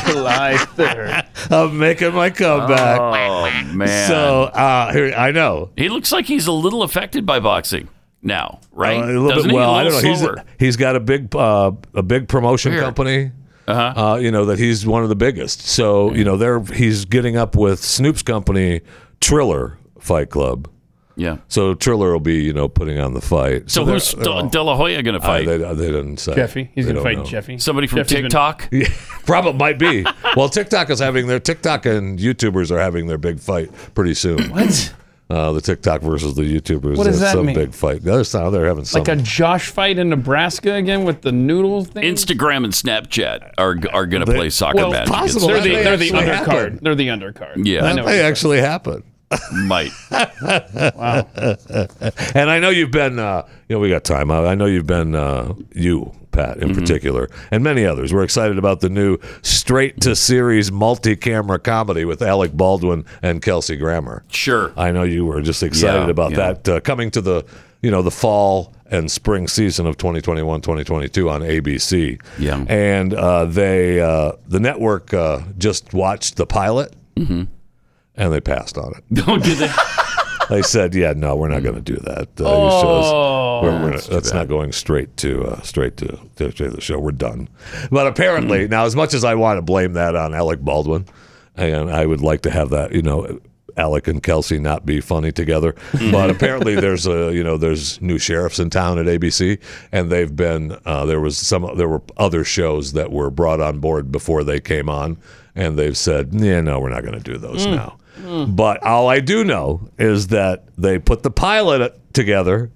Speaker 3: [LAUGHS] July 3rd.
Speaker 13: I'm making my comeback.
Speaker 2: Oh man.
Speaker 13: So uh, here, I know.
Speaker 2: He looks like he's a little affected by boxing. now, right?
Speaker 13: Uh, a little
Speaker 2: Doesn't
Speaker 13: bit.
Speaker 2: he?
Speaker 13: Well,
Speaker 2: A
Speaker 13: I don't
Speaker 2: little
Speaker 13: know. He's,
Speaker 2: slower.
Speaker 13: he's got a big uh, a big promotion company. Uh-huh. you know that he's one of the biggest. So you know they're he's getting up with Snoop's company, Triller Fight Club.
Speaker 2: Yeah.
Speaker 13: So Triller will be you know putting on the fight.
Speaker 2: So,
Speaker 13: they're-
Speaker 2: who's
Speaker 13: they're all-
Speaker 2: De, De La Hoya going to
Speaker 13: I-
Speaker 2: fight?
Speaker 13: they, uh, they didn't say.
Speaker 3: Jeffy. He's
Speaker 13: They
Speaker 3: gonna
Speaker 13: don't
Speaker 3: fight
Speaker 13: know.
Speaker 3: Jeffy.
Speaker 2: Somebody from
Speaker 3: Jeffy's been-
Speaker 2: TikTok?
Speaker 13: Yeah, probably
Speaker 3: [LAUGHS]
Speaker 13: might be. well, TikTok is having their TikTok and YouTubers are having their big fight pretty soon.
Speaker 3: What?
Speaker 13: Uh, the TikTok versus the YouTubers.
Speaker 3: What does that
Speaker 13: There's some
Speaker 3: mean?
Speaker 13: big fight. The other side, they're having some.
Speaker 3: Like a Josh fight in Nebraska again with the noodles thing.
Speaker 2: Instagram and Snapchat are are going to play soccer
Speaker 3: Well,
Speaker 2: match. against
Speaker 3: They're
Speaker 2: each
Speaker 3: the,
Speaker 2: other.
Speaker 3: they're the undercard. They're the undercard.
Speaker 2: Yeah.
Speaker 3: I
Speaker 13: that
Speaker 3: know
Speaker 13: may
Speaker 3: it.
Speaker 13: actually happen.
Speaker 2: Might.
Speaker 13: wow. And I know you've been, uh, you know, we got time. I, I know you've been, uh, you, Pat,
Speaker 2: Mm-hmm.
Speaker 13: in particular, and many others. We're excited about the new straight to series multi camera comedy with Alec Baldwin and Kelsey Grammer. [LAUGHS]
Speaker 2: Sure.
Speaker 13: I know you were just excited
Speaker 2: Yeah,
Speaker 13: about
Speaker 2: yeah.
Speaker 13: that uh, coming to the, you know, the fall and spring season of 2021 2022 on ABC.
Speaker 2: Yeah.
Speaker 13: And uh, they, uh, the network uh, just watched the pilot
Speaker 2: Mm-hmm.
Speaker 13: and they passed on it.
Speaker 2: Don't do that.
Speaker 13: They said, "Yeah, no, we're not going to do that. Uh,
Speaker 2: Oh,
Speaker 13: these shows, we're- we're-
Speaker 2: that's
Speaker 13: that's,
Speaker 2: too bad.
Speaker 13: not going straight to uh, straight to, to, to the show. We're done." But apparently, now as much as I want to blame that on Alec Baldwin, and I would like to have that, you know, Alec and Kelsey not be funny together,
Speaker 2: Mm-hmm.
Speaker 13: but apparently there's a you know there's new sheriffs in town at ABC, and they've been uh, there was some there were other shows that were brought on board before they came on, and they've said, "Yeah, no, we're not going to do those
Speaker 12: Mm.
Speaker 13: now." But all I do know is that they put the pilot together.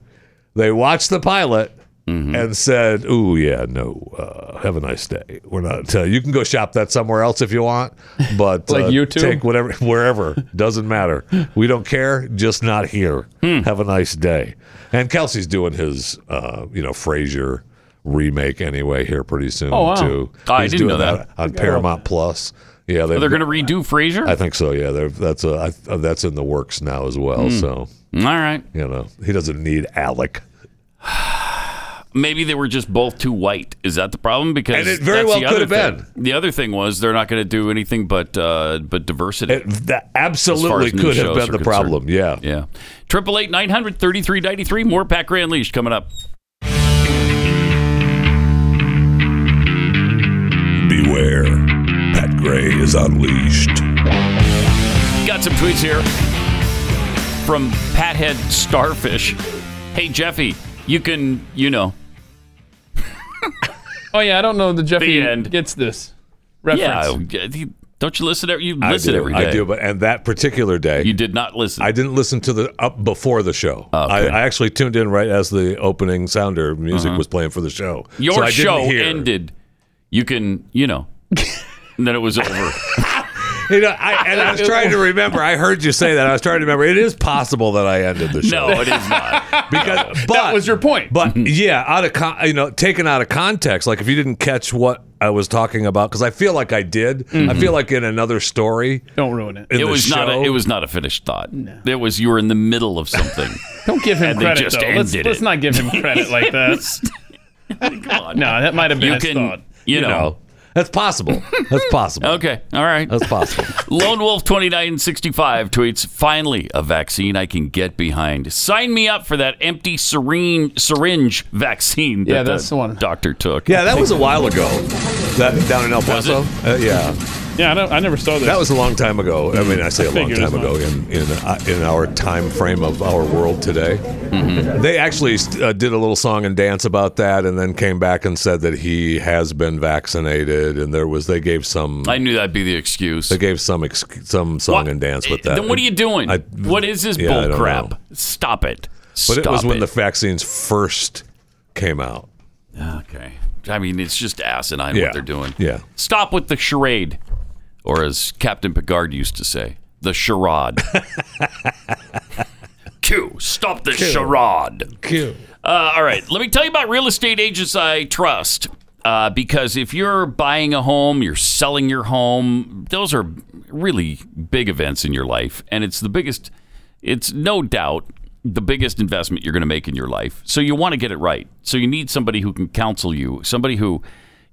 Speaker 13: They watched the pilot
Speaker 2: Mm-hmm.
Speaker 13: and said, "Ooh, yeah, no, uh, have a nice day. We're not. Uh, you can go shop that somewhere else if you want,
Speaker 2: [LAUGHS]
Speaker 13: but
Speaker 3: Like
Speaker 13: uh,
Speaker 3: YouTube?
Speaker 13: take whatever, wherever doesn't matter. We don't care. Just not here.
Speaker 2: Hmm.
Speaker 13: Have a nice day." And Kelsey's doing his, uh, you know, Frasier remake anyway here pretty soon
Speaker 2: Oh, wow.
Speaker 13: too.
Speaker 2: Oh, I
Speaker 13: He's
Speaker 2: didn't
Speaker 13: doing
Speaker 2: know that.
Speaker 13: on Paramount Plus. Yeah,
Speaker 2: Are they going to redo Frasier?
Speaker 13: I think so. Yeah, They're- that's a, I, uh, that's in the works now as well.
Speaker 2: Hmm.
Speaker 13: So, all
Speaker 2: right,
Speaker 13: you know, he doesn't need Alec.
Speaker 2: Maybe they were just both too white. Is that the problem? Because
Speaker 13: And it very
Speaker 2: that's
Speaker 13: well
Speaker 2: the
Speaker 13: could
Speaker 2: other
Speaker 13: have
Speaker 2: thing. The other thing was they're not going to do anything but uh, but diversity.
Speaker 13: that
Speaker 2: As far
Speaker 13: absolutely
Speaker 2: as new
Speaker 13: could have
Speaker 2: shows
Speaker 13: been
Speaker 2: are
Speaker 13: the
Speaker 2: concerned.
Speaker 13: problem. Yeah,
Speaker 2: yeah. Triple eight nine hundred thirty three ninety three. More Pat Gray Unleashed coming up.
Speaker 9: Beware. Pat Gray is unleashed.
Speaker 2: Got some tweets here from Pathead Starfish. Hey Jeffy, you can you know
Speaker 3: Oh yeah, I don't know that Jeffy
Speaker 2: The end.
Speaker 3: gets this reference.
Speaker 2: Yeah, he- don't you listen? every- You
Speaker 13: I
Speaker 2: listen
Speaker 13: do,
Speaker 2: every day.
Speaker 13: I do, but and that particular day, you
Speaker 2: did not listen.
Speaker 13: I didn't listen to the up before the show.
Speaker 2: Oh,
Speaker 13: I, I actually tuned in right as the opening sounder music
Speaker 2: Uh-huh.
Speaker 13: was playing for the show.
Speaker 2: Your
Speaker 13: so I
Speaker 2: show
Speaker 13: didn't hear.
Speaker 2: ended. You can you
Speaker 13: [LAUGHS]
Speaker 2: know. and then it was over.
Speaker 13: You know, I, and I was trying to remember. I heard you say that. I was trying to remember. It is possible that I ended the show.
Speaker 2: No, it is not.
Speaker 3: [LAUGHS]
Speaker 13: because but, that was your
Speaker 3: point.
Speaker 13: But yeah, out of con- you know, taken out of context. Like if you didn't catch what I was talking about, because I feel like I did. I
Speaker 2: Mhm.
Speaker 13: feel like in another story.
Speaker 3: Mm-hmm. Don't ruin it.
Speaker 13: [LAUGHS] in
Speaker 2: it
Speaker 13: the
Speaker 2: was not. A,
Speaker 13: show.
Speaker 2: it was not a finished thought. It was you were in the middle of
Speaker 13: [LAUGHS]
Speaker 2: something.
Speaker 3: Don't give him
Speaker 2: And they
Speaker 3: credit
Speaker 2: just
Speaker 3: though. Let's,
Speaker 2: ended
Speaker 3: let's
Speaker 2: it.
Speaker 3: not
Speaker 2: [LAUGHS]
Speaker 3: give him credit like that. No, that might have been
Speaker 2: You
Speaker 3: his
Speaker 2: can-
Speaker 3: thought.
Speaker 2: you know.
Speaker 13: That's possible. That's
Speaker 2: [LAUGHS]
Speaker 13: possible.
Speaker 2: okay. All right.
Speaker 13: That's possible.
Speaker 2: Lone Wolf twenty nine sixty five tweets: Finally, a vaccine I can get behind. Sign me up for that empty syringe syringe vaccine.
Speaker 13: Yeah,
Speaker 2: that
Speaker 13: that's the
Speaker 2: one doctor took.
Speaker 13: Yeah, that was a while ago. That down in El
Speaker 2: Was it?
Speaker 13: Paso. Uh, yeah,
Speaker 3: Yeah, I, don't, I never saw this.
Speaker 13: that was a long time ago. I mean, I say a
Speaker 3: I
Speaker 13: long
Speaker 3: figured
Speaker 13: time
Speaker 3: as
Speaker 13: ago in in uh, in our time frame of our world today. They actually uh, did a little song and dance about that, and then came back and said that he has been vaccinated, and there was they gave some.
Speaker 2: I knew that'd be the excuse.
Speaker 13: They gave some ex- some song and dance with that.
Speaker 2: Then what are you doing?
Speaker 13: I-
Speaker 2: what is this
Speaker 13: yeah, I
Speaker 2: bull
Speaker 13: don't
Speaker 2: crap?
Speaker 13: know.
Speaker 2: Stop it.
Speaker 13: But it was
Speaker 2: Stop
Speaker 13: when the vaccines first came out.
Speaker 2: Okay. I mean, it's just asinine
Speaker 13: Yeah.
Speaker 2: what they're doing.
Speaker 13: Yeah.
Speaker 2: Stop with the charade, or as Captain Picard used to say, the
Speaker 13: [LAUGHS]
Speaker 2: charade. Q. Stop the
Speaker 12: Q.
Speaker 2: charade.
Speaker 13: Q.
Speaker 2: Uh, all right. Let me tell you about real estate agents I trust. Uh, because if you're buying a home, you're selling your home, those are really big events in your life. And it's the biggest, it's no doubt the biggest investment you're going to make in your life. So you want to get it right. So you need somebody who can counsel you, somebody who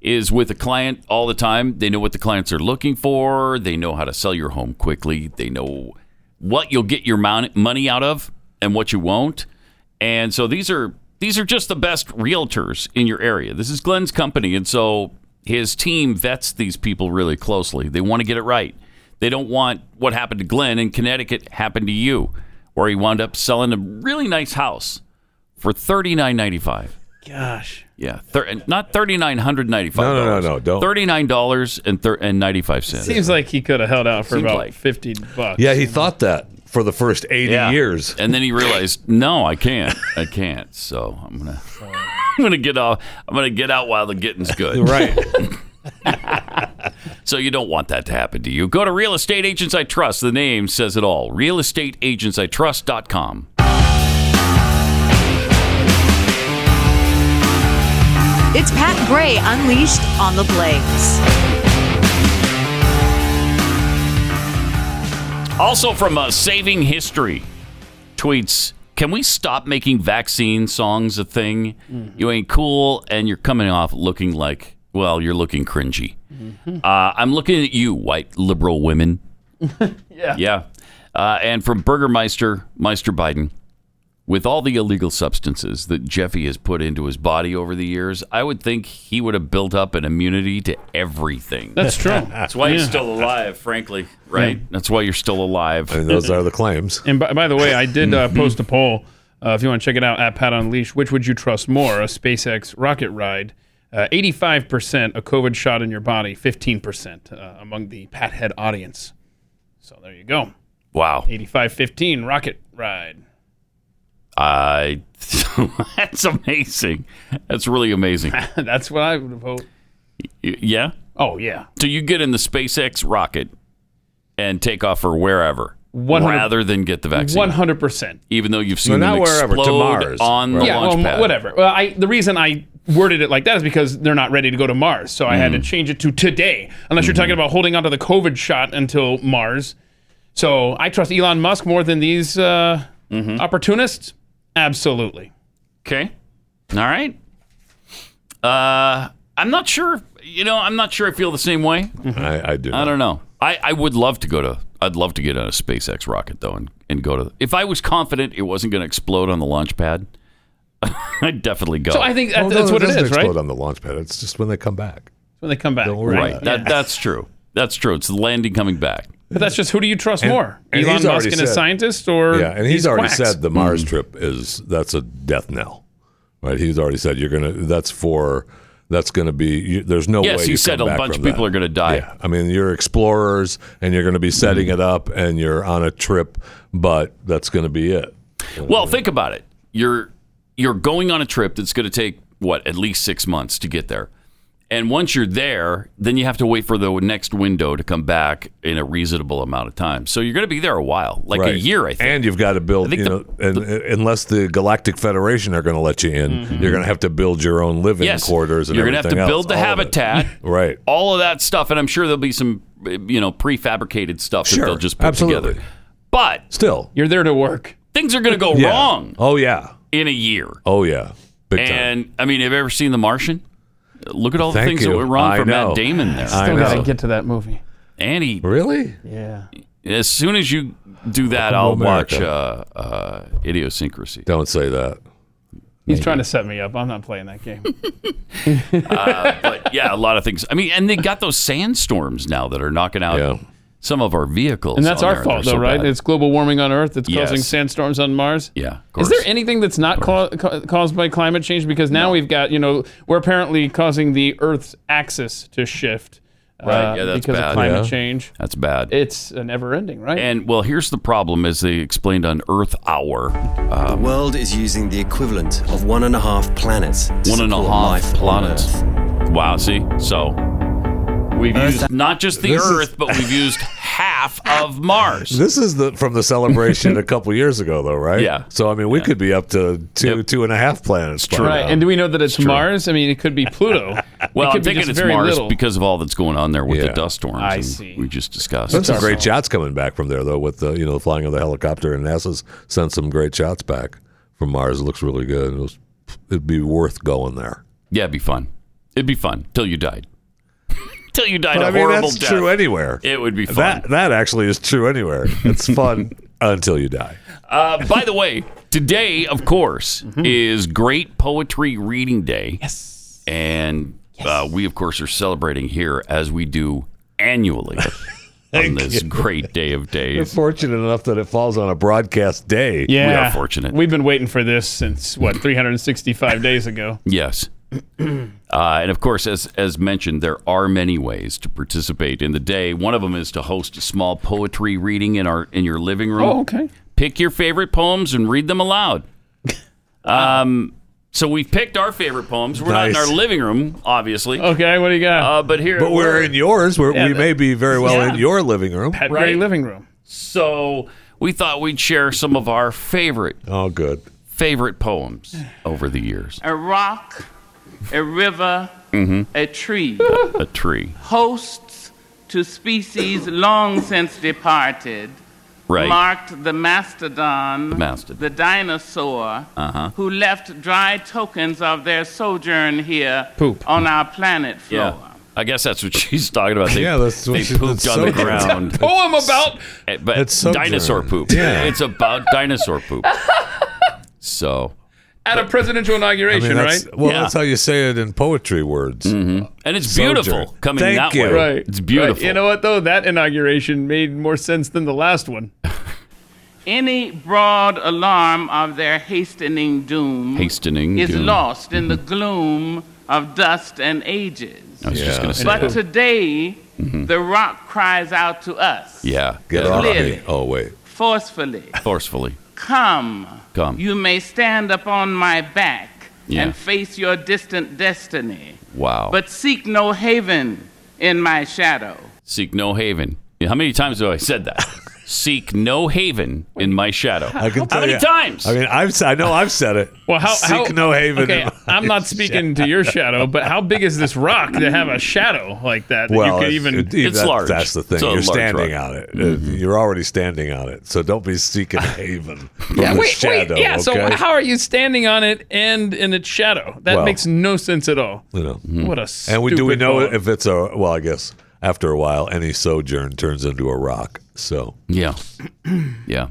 Speaker 2: is with a client all the time. They know what the clients are looking for, they know how to sell your home quickly, they know what you'll get your mon- money out of and what you won't And so these are these are just the best realtors in your area. This is Glenn's company, and so his team vets these people really closely. They want to get it right. They don't want what happened to Glenn in Connecticut happened to you, where he wound up selling a really nice house for thirty nine ninety five.
Speaker 3: Gosh.
Speaker 2: Yeah, thir- not thirty nine hundred ninety five.
Speaker 13: No, no, no, no, don't.
Speaker 2: Thirty nine dollars and thir- and ninety five cents.
Speaker 3: Seems like he could have held out for
Speaker 2: Seems
Speaker 3: about
Speaker 2: like.
Speaker 3: 50 bucks.
Speaker 13: Yeah, he thought that for the first 80
Speaker 2: [LAUGHS]
Speaker 13: years.
Speaker 2: And then he realized, no, I can't. I can't. So I'm gonna, [LAUGHS] I'm gonna get off. I'm gonna get out while the getting's good.
Speaker 13: Right.
Speaker 2: so you don't want that to happen to you. Go to Real Estate Agents I Trust. The name says it all. RealEstateAgentsITrust.com.
Speaker 11: It's Pat Gray unleashed on the Blaze.
Speaker 2: Also from uh, Saving History tweets, can we stop making vaccine songs a thing? You ain't cool, and you're coming off looking like, well, you're looking cringy.
Speaker 3: Mm-hmm.
Speaker 2: Uh, I'm looking at you, white liberal
Speaker 3: [LAUGHS]
Speaker 2: women. yeah. Yeah. Uh, and from Burgermeister, Meister Biden, with all the illegal substances that Jeffy has put into his body over the years, I would think he would have built up an immunity to everything.
Speaker 3: That's true.
Speaker 2: That's why he's
Speaker 3: Yeah.
Speaker 2: still alive, frankly. Right?
Speaker 3: Yeah.
Speaker 2: That's why you're still alive.
Speaker 13: And those are the claims.
Speaker 3: And by, by the way, I did uh, post a poll. Uh, if you want to check it out at Pat Unleash, which would you trust more, a SpaceX rocket ride? Uh, 85%, a COVID shot in your body, 15% uh, among the Pat Head audience. So there you go.
Speaker 2: Wow.
Speaker 3: 85 15, rocket ride. [LAUGHS]
Speaker 2: I [LAUGHS] that's amazing. That's really
Speaker 13: [LAUGHS]
Speaker 2: amazing. Y-
Speaker 3: That's what I would vote.
Speaker 2: Yeah.
Speaker 3: Oh, yeah.
Speaker 2: So you get in the SpaceX rocket and take off for wherever,
Speaker 3: 100
Speaker 2: rather than get the vaccine,
Speaker 3: 100%.
Speaker 2: even though you've
Speaker 13: No,
Speaker 2: seen
Speaker 13: not
Speaker 2: them
Speaker 13: wherever, to
Speaker 2: explode
Speaker 13: Mars.
Speaker 2: on the
Speaker 13: Right.
Speaker 3: yeah,
Speaker 2: launch
Speaker 3: well,
Speaker 2: pad.
Speaker 3: whatever. Well, I the reason I worded it like that is because they're not ready to go to Mars, so I had to change it to today. Unless you're talking about holding onto the COVID shot until Mars. So I trust Elon Musk more than these uh, opportunists. Absolutely.
Speaker 2: Okay. All right. Uh, I'm not sure. You know, I'm not sure. I feel the same way.
Speaker 13: I, I do.
Speaker 2: I don't know. I, I would love to go to. I'd love to get on a SpaceX rocket though, and, and go to. If I was confident it wasn't going to explode on the launch pad, [LAUGHS] I'd definitely go.
Speaker 3: So I think that-
Speaker 13: Well, Oh, no,
Speaker 3: that's what it
Speaker 13: doesn't
Speaker 3: is, right?
Speaker 13: explode on the launch pad. It's just when they come back.
Speaker 3: When they come back,
Speaker 13: Don't worry
Speaker 2: Right.
Speaker 13: about it.
Speaker 2: That, That's true. That's true. It's the landing coming back.
Speaker 3: But that's just who do you trust
Speaker 13: And-
Speaker 3: more,
Speaker 13: and
Speaker 3: Elon Musk
Speaker 13: he's already
Speaker 3: and his
Speaker 13: said-
Speaker 3: scientists, or
Speaker 13: yeah, and he's
Speaker 3: these
Speaker 13: already
Speaker 3: quacks?
Speaker 13: said the
Speaker 2: Mm.
Speaker 13: Mars trip is that's a death knell, right? He's already said you're gonna that's for that's gonna be you, there's no
Speaker 2: Yes,
Speaker 13: way.
Speaker 2: he
Speaker 13: you
Speaker 2: said
Speaker 13: come
Speaker 2: a
Speaker 13: back
Speaker 2: bunch
Speaker 13: from
Speaker 2: of people
Speaker 13: that.
Speaker 2: are gonna die. Mm.
Speaker 13: Yeah, I mean you're explorers and you're gonna be setting it up and you're on a trip, but that's gonna be it.
Speaker 2: Well, think about it. You're you're going on a trip that's going to take what at least six months to get there, and once you're there, then you have to wait for the next window to come back in a reasonable amount of time. So you're going to be there a while, like a
Speaker 13: Right.
Speaker 2: year, I think.
Speaker 13: And you've got to build, you know, and, unless the Galactic Federation are going to let you in, you're going to have to build your own living
Speaker 2: Mm-hmm. Yes.
Speaker 13: quarters. And
Speaker 2: You're gonna have to
Speaker 13: everything
Speaker 2: build
Speaker 13: else,
Speaker 2: the
Speaker 13: all of it.
Speaker 2: habitat.
Speaker 13: [LAUGHS] right?
Speaker 2: All of that stuff, and I'm sure there'll be some, you know, prefabricated stuff that
Speaker 13: Sure.
Speaker 2: they'll just put
Speaker 13: Absolutely.
Speaker 2: together. But
Speaker 13: Still,
Speaker 3: You're there to work.
Speaker 2: things are going to go
Speaker 13: Yeah.
Speaker 2: wrong
Speaker 13: Oh yeah,
Speaker 2: in a year.
Speaker 13: oh yeah, big time.
Speaker 2: And I mean, have you ever seen The Martian? Look at all the
Speaker 13: Thank
Speaker 2: things that
Speaker 13: you.
Speaker 2: went wrong
Speaker 13: I
Speaker 2: for
Speaker 13: know.
Speaker 2: Matt Damon there.
Speaker 13: I
Speaker 3: Still gotta
Speaker 13: know.
Speaker 3: get to that movie.
Speaker 2: And he,
Speaker 13: Really?
Speaker 3: Yeah.
Speaker 2: as soon as you do that, I'll
Speaker 13: Welcome to
Speaker 2: watch uh,
Speaker 13: America.
Speaker 2: uh, Idiosyncrasy.
Speaker 13: Don't say that.
Speaker 3: He's trying to set me up. I'm not playing that game.
Speaker 2: But yeah, a lot of things. I mean, and they got those sandstorms now that are knocking out
Speaker 13: Yeah.
Speaker 2: some of our vehicles.
Speaker 3: And that's
Speaker 2: on
Speaker 3: our
Speaker 2: there.
Speaker 3: fault,
Speaker 2: They're
Speaker 3: though,
Speaker 2: so
Speaker 3: right?
Speaker 2: bad.
Speaker 3: It's global warming on Earth that's causing
Speaker 2: Yes.
Speaker 3: sandstorms on Mars.
Speaker 2: yeah, of
Speaker 3: Is
Speaker 2: course.
Speaker 3: there anything that's not ca- ca- caused by climate change? Because now we've got, you know, we're apparently causing the Earth's axis to shift uh,
Speaker 2: Right, yeah, that's
Speaker 3: because
Speaker 2: bad.
Speaker 3: of climate
Speaker 2: Yeah.
Speaker 3: change.
Speaker 2: that's bad.
Speaker 3: It's a never ending, right?
Speaker 2: and well, here's the problem, as they explained on Earth Hour.
Speaker 16: The world is using the equivalent of one and a half planets. to
Speaker 2: one and a
Speaker 16: support
Speaker 2: half
Speaker 16: life on
Speaker 2: planets.
Speaker 16: Earth.
Speaker 2: Wow. See, so we've
Speaker 13: Earth-
Speaker 2: used not just the
Speaker 13: This is-
Speaker 2: Earth, but we've used half of Mars.
Speaker 13: This is the from the celebration a couple years ago, though, right?
Speaker 2: Yeah.
Speaker 13: So I mean, we could be up to two two and a half planets. by
Speaker 3: right.
Speaker 13: now.
Speaker 3: And do we know that it's Mars? I mean, it could
Speaker 2: [LAUGHS]
Speaker 3: be Pluto.
Speaker 2: Well,
Speaker 3: it could
Speaker 2: I'm
Speaker 3: be
Speaker 2: thinking
Speaker 3: just
Speaker 2: it's
Speaker 3: very
Speaker 2: Mars
Speaker 3: little.
Speaker 2: because of all that's going on there with the
Speaker 13: Yeah.
Speaker 2: dust storms.
Speaker 3: I
Speaker 2: and
Speaker 3: see.
Speaker 2: We just discussed.
Speaker 13: Sent some
Speaker 2: It's
Speaker 13: great shots coming back from there though, with the you know the flying of the helicopter and NASA's sent some great shots back from Mars. It looks really good. It was, it'd be worth going there.
Speaker 2: Yeah, it'd be fun. It'd be fun till you died. [LAUGHS] till you died
Speaker 13: But
Speaker 2: a
Speaker 13: I mean,
Speaker 2: horrible
Speaker 13: that's
Speaker 2: death.
Speaker 13: true anywhere.
Speaker 2: It would be fun. [LAUGHS]
Speaker 13: That that actually is true anywhere. It's fun until you die.
Speaker 2: Uh, by the way, Today, of course, is Great Poetry Reading Day. Yes. And Uh, we, of course, are celebrating here as we do annually on this great day of
Speaker 13: You're
Speaker 2: days.
Speaker 13: fortunate enough that it falls on a broadcast day.
Speaker 3: Yeah.
Speaker 2: We are fortunate.
Speaker 3: We've been waiting for this since, what, 365
Speaker 2: [LAUGHS]
Speaker 3: days ago?
Speaker 2: Yes. [CLEARS THROAT] uh, and of course, as as mentioned, there are many ways to participate in the day. One of them is to host a small poetry reading in our in your living room.
Speaker 3: Oh, okay.
Speaker 2: Pick your favorite poems and read them aloud. Um, so we've picked our favorite poems. We're not
Speaker 13: Nice.
Speaker 2: in our living room, obviously.
Speaker 3: Okay, what do you got?
Speaker 2: Uh, but here,
Speaker 13: But we're, in yours. We're,
Speaker 2: Yeah,
Speaker 13: we may be very well
Speaker 2: yeah.
Speaker 13: in your living room.
Speaker 3: Pet Gray living room.
Speaker 2: So we thought we'd share some of our favorite.
Speaker 13: Oh, good.
Speaker 2: Favorite poems over the years.
Speaker 17: a rock, a river,
Speaker 2: hmm
Speaker 17: a tree,
Speaker 2: A tree,
Speaker 17: hosts to species long since departed,
Speaker 2: right?
Speaker 17: marked the mastodon,
Speaker 2: The mastodon.
Speaker 17: the dinosaur,
Speaker 2: Uh huh.
Speaker 17: who left dry tokens of their sojourn here
Speaker 2: Poop.
Speaker 17: on our planet floor.
Speaker 2: Yeah. I guess that's what she's talking about. They,
Speaker 13: Yeah, that's what
Speaker 2: they
Speaker 13: she-
Speaker 2: pooped
Speaker 13: that's
Speaker 2: on
Speaker 13: [LAUGHS]
Speaker 2: the
Speaker 13: so-
Speaker 2: ground.
Speaker 13: It's a
Speaker 3: Oh,
Speaker 13: poem
Speaker 2: about but
Speaker 13: It's so
Speaker 2: dinosaur
Speaker 13: germ.
Speaker 2: poop.
Speaker 13: Yeah.
Speaker 2: It's about dinosaur poop. so
Speaker 3: At a presidential
Speaker 13: I mean,
Speaker 3: inauguration,
Speaker 13: that's-
Speaker 3: right?
Speaker 13: Well, that's how you say it in poetry words.
Speaker 2: And it's
Speaker 13: Sojourn.
Speaker 2: beautiful coming
Speaker 13: Thank
Speaker 2: that
Speaker 13: you.
Speaker 2: way.
Speaker 3: Right.
Speaker 2: It's beautiful.
Speaker 3: Right. You know what, though? That inauguration made more sense than the last one.
Speaker 17: Any broad alarm of their hastening doom
Speaker 2: Hastening
Speaker 17: is
Speaker 2: doom.
Speaker 17: lost in the
Speaker 2: Mm-hmm.
Speaker 17: gloom of dust and ages.
Speaker 2: I was just going to say
Speaker 17: But
Speaker 2: that.
Speaker 17: today,
Speaker 2: Mhm.
Speaker 17: the rock cries out to us
Speaker 2: yeah.
Speaker 13: Get
Speaker 2: yeah.
Speaker 13: off me.
Speaker 17: Clearly.
Speaker 13: Oh, wait.
Speaker 17: forcefully
Speaker 2: Forcefully.
Speaker 17: Come,
Speaker 2: Come.
Speaker 17: you may stand upon my back
Speaker 2: Yeah.
Speaker 17: and face your distant destiny,
Speaker 2: Wow.
Speaker 17: but seek no haven in my shadow.
Speaker 2: Seek no haven. Yeah, How many times have I said
Speaker 13: [LAUGHS]
Speaker 2: that? Seek no haven in my shadow.
Speaker 13: I can
Speaker 2: How
Speaker 13: tell
Speaker 2: many
Speaker 13: you-
Speaker 2: times?
Speaker 13: I mean, I've, s- I know I've said it.
Speaker 3: Well, how,
Speaker 13: Seek
Speaker 3: how
Speaker 13: no haven.
Speaker 3: Okay,
Speaker 13: in my-
Speaker 3: I'm not speaking to your shadow, but how big is this rock to have a shadow like that? that
Speaker 13: [LAUGHS] Well,
Speaker 3: you could
Speaker 13: it-
Speaker 3: even Mm-hmm.
Speaker 13: it- that- That's the thing.
Speaker 2: It's a
Speaker 13: You're
Speaker 2: large
Speaker 13: standing
Speaker 2: rock.
Speaker 13: on it. Uh, You're already standing on it. So don't
Speaker 2: [LAUGHS]
Speaker 13: be seeking haven from
Speaker 3: Yeah,
Speaker 13: the
Speaker 3: wait,
Speaker 13: shadow.
Speaker 3: wait, yeah.
Speaker 13: okay?
Speaker 3: So how are you standing on it and in its shadow? That
Speaker 13: Well.
Speaker 3: makes no sense at all.
Speaker 13: You know.
Speaker 2: Mm-hmm.
Speaker 3: What a
Speaker 13: and we do we
Speaker 3: stupid
Speaker 13: know
Speaker 3: poem.
Speaker 13: if it's a well? I guess after a while, any sojourn turns into a rock. So
Speaker 2: yeah, yeah.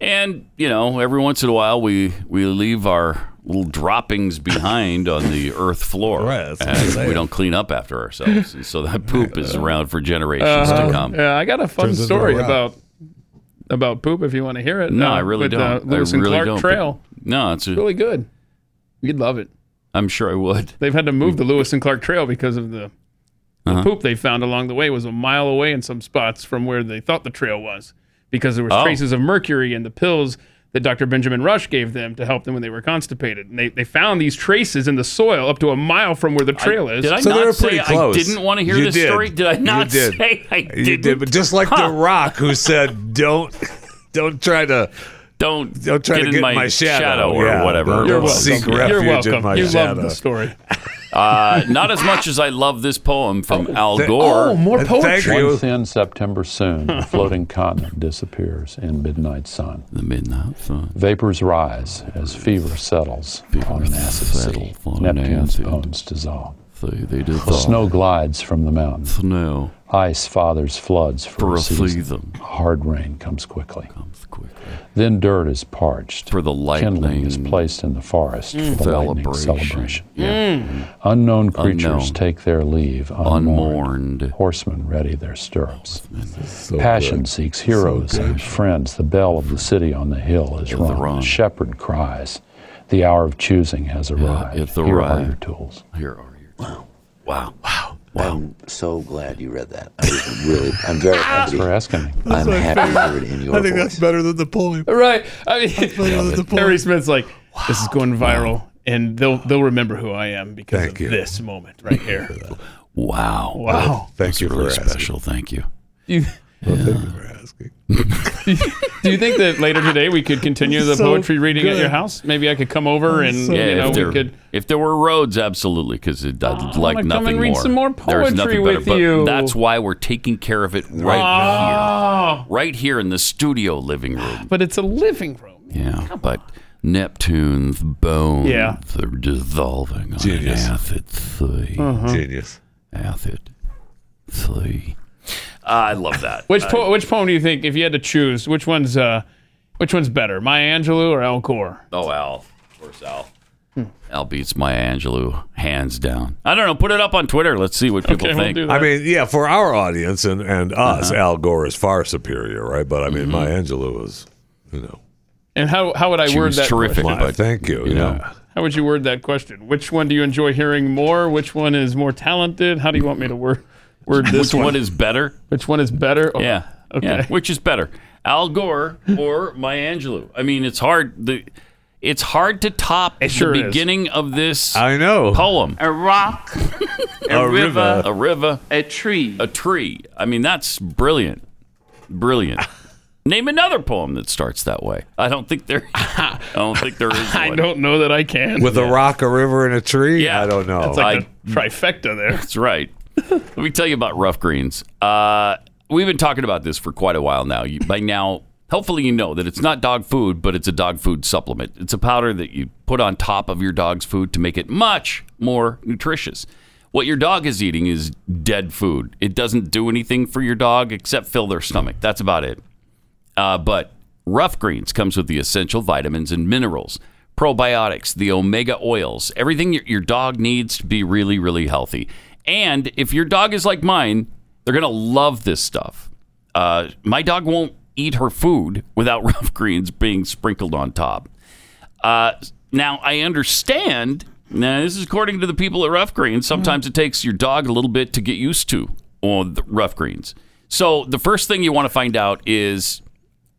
Speaker 2: And you know, every once in a while, we we leave our little droppings behind on
Speaker 13: [LAUGHS]
Speaker 2: the earth floor. Right.
Speaker 13: what I'm saying.
Speaker 2: we don't clean up after ourselves, and so that poop is around for generations
Speaker 3: Uh-huh.
Speaker 2: to come.
Speaker 3: Yeah, I got a fun
Speaker 2: Turns into
Speaker 3: story
Speaker 2: a rock.
Speaker 3: about about poop if you want to hear it.
Speaker 2: No,
Speaker 3: Uh,
Speaker 2: I really
Speaker 3: with,
Speaker 2: don't.
Speaker 3: Uh, Lewis
Speaker 2: I
Speaker 3: and
Speaker 2: really
Speaker 3: Clark
Speaker 2: don't.
Speaker 3: Trail.
Speaker 2: No, it's a,
Speaker 3: Really good. You'd love it.
Speaker 2: I'm sure I would.
Speaker 3: They've had to move the Lewis and Clark Trail because of the, the
Speaker 2: Uh-huh.
Speaker 3: poop they found along the way was a mile away in some spots from where they thought the trail was because there was
Speaker 2: Oh.
Speaker 3: traces of mercury in the pills that Dr. Benjamin Rush gave them to help them when they were constipated. And they, they found these traces in the soil up to a mile from where the trail is.
Speaker 2: Did I not say I didn't want to hear
Speaker 13: You
Speaker 2: this
Speaker 13: did.
Speaker 2: story? Did I
Speaker 13: You
Speaker 2: not
Speaker 13: did.
Speaker 2: say I didn't?
Speaker 13: you did, but just like
Speaker 2: Huh.
Speaker 13: the Rock, who said, "Don't, don't
Speaker 2: [LAUGHS]
Speaker 13: try to."
Speaker 2: Don't,
Speaker 13: don't try
Speaker 2: get
Speaker 13: to
Speaker 2: in
Speaker 13: get in
Speaker 2: my
Speaker 13: my shadow,
Speaker 2: shadow or
Speaker 13: Yeah,
Speaker 2: whatever.
Speaker 13: don't-
Speaker 2: You're
Speaker 13: don't
Speaker 2: welcome.
Speaker 13: Seek
Speaker 2: You're
Speaker 13: refuge
Speaker 2: welcome.
Speaker 13: in my
Speaker 2: You
Speaker 13: shadow.
Speaker 2: love the
Speaker 3: story.
Speaker 2: Uh, not as much as I love this poem from
Speaker 13: Oh,
Speaker 2: Al Gore.
Speaker 18: Once in September soon, the floating continent disappears in midnight sun.
Speaker 2: The midnight sun.
Speaker 18: Vapors rise as fever settles on an acid sea. Neptune's bones dissolve.
Speaker 2: They
Speaker 18: The snow glides from the mountain.
Speaker 2: Snow.
Speaker 18: Ice fathers floods for,
Speaker 2: For
Speaker 18: a
Speaker 2: a
Speaker 18: season.
Speaker 2: season.
Speaker 18: Hard rain comes quickly. Then dirt is parched.
Speaker 2: For the lightning.
Speaker 18: Kindling is placed in the forest for the lightning
Speaker 2: Celebration.
Speaker 18: celebration.
Speaker 2: Mm.
Speaker 18: Unknown creatures
Speaker 2: Unknown.
Speaker 18: take their leave unmourned. Horsemen ready their stirrups. Passion
Speaker 2: good.
Speaker 18: seeks heroes and friends. The bell of the city on the hill is rung. The shepherd cries. The hour of choosing has arrived.
Speaker 2: it's
Speaker 18: Here are
Speaker 2: arrived.
Speaker 18: your tools.
Speaker 2: Here are you. Wow. Wow.
Speaker 19: I'm so glad you read that. I was really, I'm very happy.
Speaker 18: Thanks for asking me.
Speaker 19: I'm happy to hear it in your
Speaker 13: I think
Speaker 19: voice.
Speaker 13: that's better than the poem.
Speaker 3: Right. I mean,
Speaker 13: the point.
Speaker 3: Harry Smith's like, this is going viral, and they'll they'll remember who I am because of this moment right here.
Speaker 2: Wow.
Speaker 3: Wow.
Speaker 13: Thank
Speaker 2: That's
Speaker 13: you for
Speaker 2: really
Speaker 13: asking.
Speaker 2: special. Thank you.
Speaker 3: You- Do you think that later today we could continue the
Speaker 13: [LAUGHS] So
Speaker 3: poetry reading at
Speaker 13: good.
Speaker 3: your house? Maybe I could come over and
Speaker 13: so
Speaker 3: you
Speaker 2: if
Speaker 3: know we
Speaker 2: there,
Speaker 3: could. Oh,
Speaker 2: if there were roads, absolutely, because I'd like
Speaker 3: come
Speaker 2: nothing
Speaker 3: and read
Speaker 2: more.
Speaker 3: some more
Speaker 2: There's nothing
Speaker 3: poetry
Speaker 2: better,
Speaker 3: with
Speaker 2: but
Speaker 3: you.
Speaker 2: That's why we're taking care of it right
Speaker 3: Oh.
Speaker 2: here, right here in the studio living
Speaker 3: [SIGHS]
Speaker 2: room.
Speaker 3: But it's a living room.
Speaker 2: Yeah, but Neptune's bones
Speaker 3: Yeah.
Speaker 2: are dissolving on
Speaker 13: Genius.
Speaker 2: an acid sea.
Speaker 3: Uh-huh.
Speaker 13: Genius.
Speaker 2: Acid sea. I love that.
Speaker 3: Which
Speaker 2: Ah, I-
Speaker 3: po- which poem do you think, if you had to choose, which one's uh, Which one's better, Maya Angelou or Al Gore?
Speaker 2: Oh, Al. Of course, Al.
Speaker 3: Hmm.
Speaker 2: Al beats Maya Angelou hands down. I don't know. Put it up on Twitter. Let's see what people think.
Speaker 13: I mean, yeah, for our audience and, and us,
Speaker 2: Uh-huh.
Speaker 13: Al Gore is far superior, right? But I mean,
Speaker 2: Mhm.
Speaker 13: my Angelou was, you know,
Speaker 3: And how how would I
Speaker 13: She
Speaker 3: word
Speaker 13: was
Speaker 3: that?
Speaker 13: terrific,
Speaker 3: question?
Speaker 13: but- Thank you, you know.
Speaker 3: How would you word that question? Which one do you enjoy hearing more? Which one is more talented? How do you want me to word word this
Speaker 2: Which one
Speaker 3: one?
Speaker 2: is better?
Speaker 3: Which one is better? Oh,
Speaker 2: Yeah.
Speaker 3: [LAUGHS] Okay.
Speaker 2: Yeah. Which is better, Al Gore or Maya Angelou? I mean, it's hard. The it's hard to top
Speaker 3: sure
Speaker 2: the
Speaker 3: is.
Speaker 2: beginning of this.
Speaker 13: I know
Speaker 2: poem.
Speaker 17: A rock, a, river,
Speaker 2: a river,
Speaker 17: a tree,
Speaker 2: a tree. I mean, that's brilliant,
Speaker 3: [LAUGHS]
Speaker 2: brilliant. Name another poem that starts that way. I don't think there. [LAUGHS] I don't think there is.
Speaker 3: [LAUGHS] I
Speaker 2: one.
Speaker 3: don't know that I can.
Speaker 13: with a rock, a river, and a tree. Yeah, I don't know.
Speaker 3: That's like the trifecta there.
Speaker 2: That's right. Let me tell you about rough greens. Uh, we've been talking about this for quite a while now. You, by now, hopefully, you know that it's not dog food, but it's a dog food supplement. It's a powder that you put on top of your dog's food to make it much more nutritious. What your dog is eating is dead food. It doesn't do anything for your dog except fill their stomach. That's about it. Uh, but Rough Greens comes with the essential vitamins and minerals, probiotics, the omega oils, everything your, your dog needs to be really, really healthy. And if your dog is like mine, they're going to love this stuff. Uh, my dog won't eat her food without [LAUGHS] Rough Greens being sprinkled on top. Uh, now, I understand. Now, this is according to the people at Rough Greens. Sometimes it takes your dog a little bit to get used to on the Rough Greens. So, the first thing you want to find out is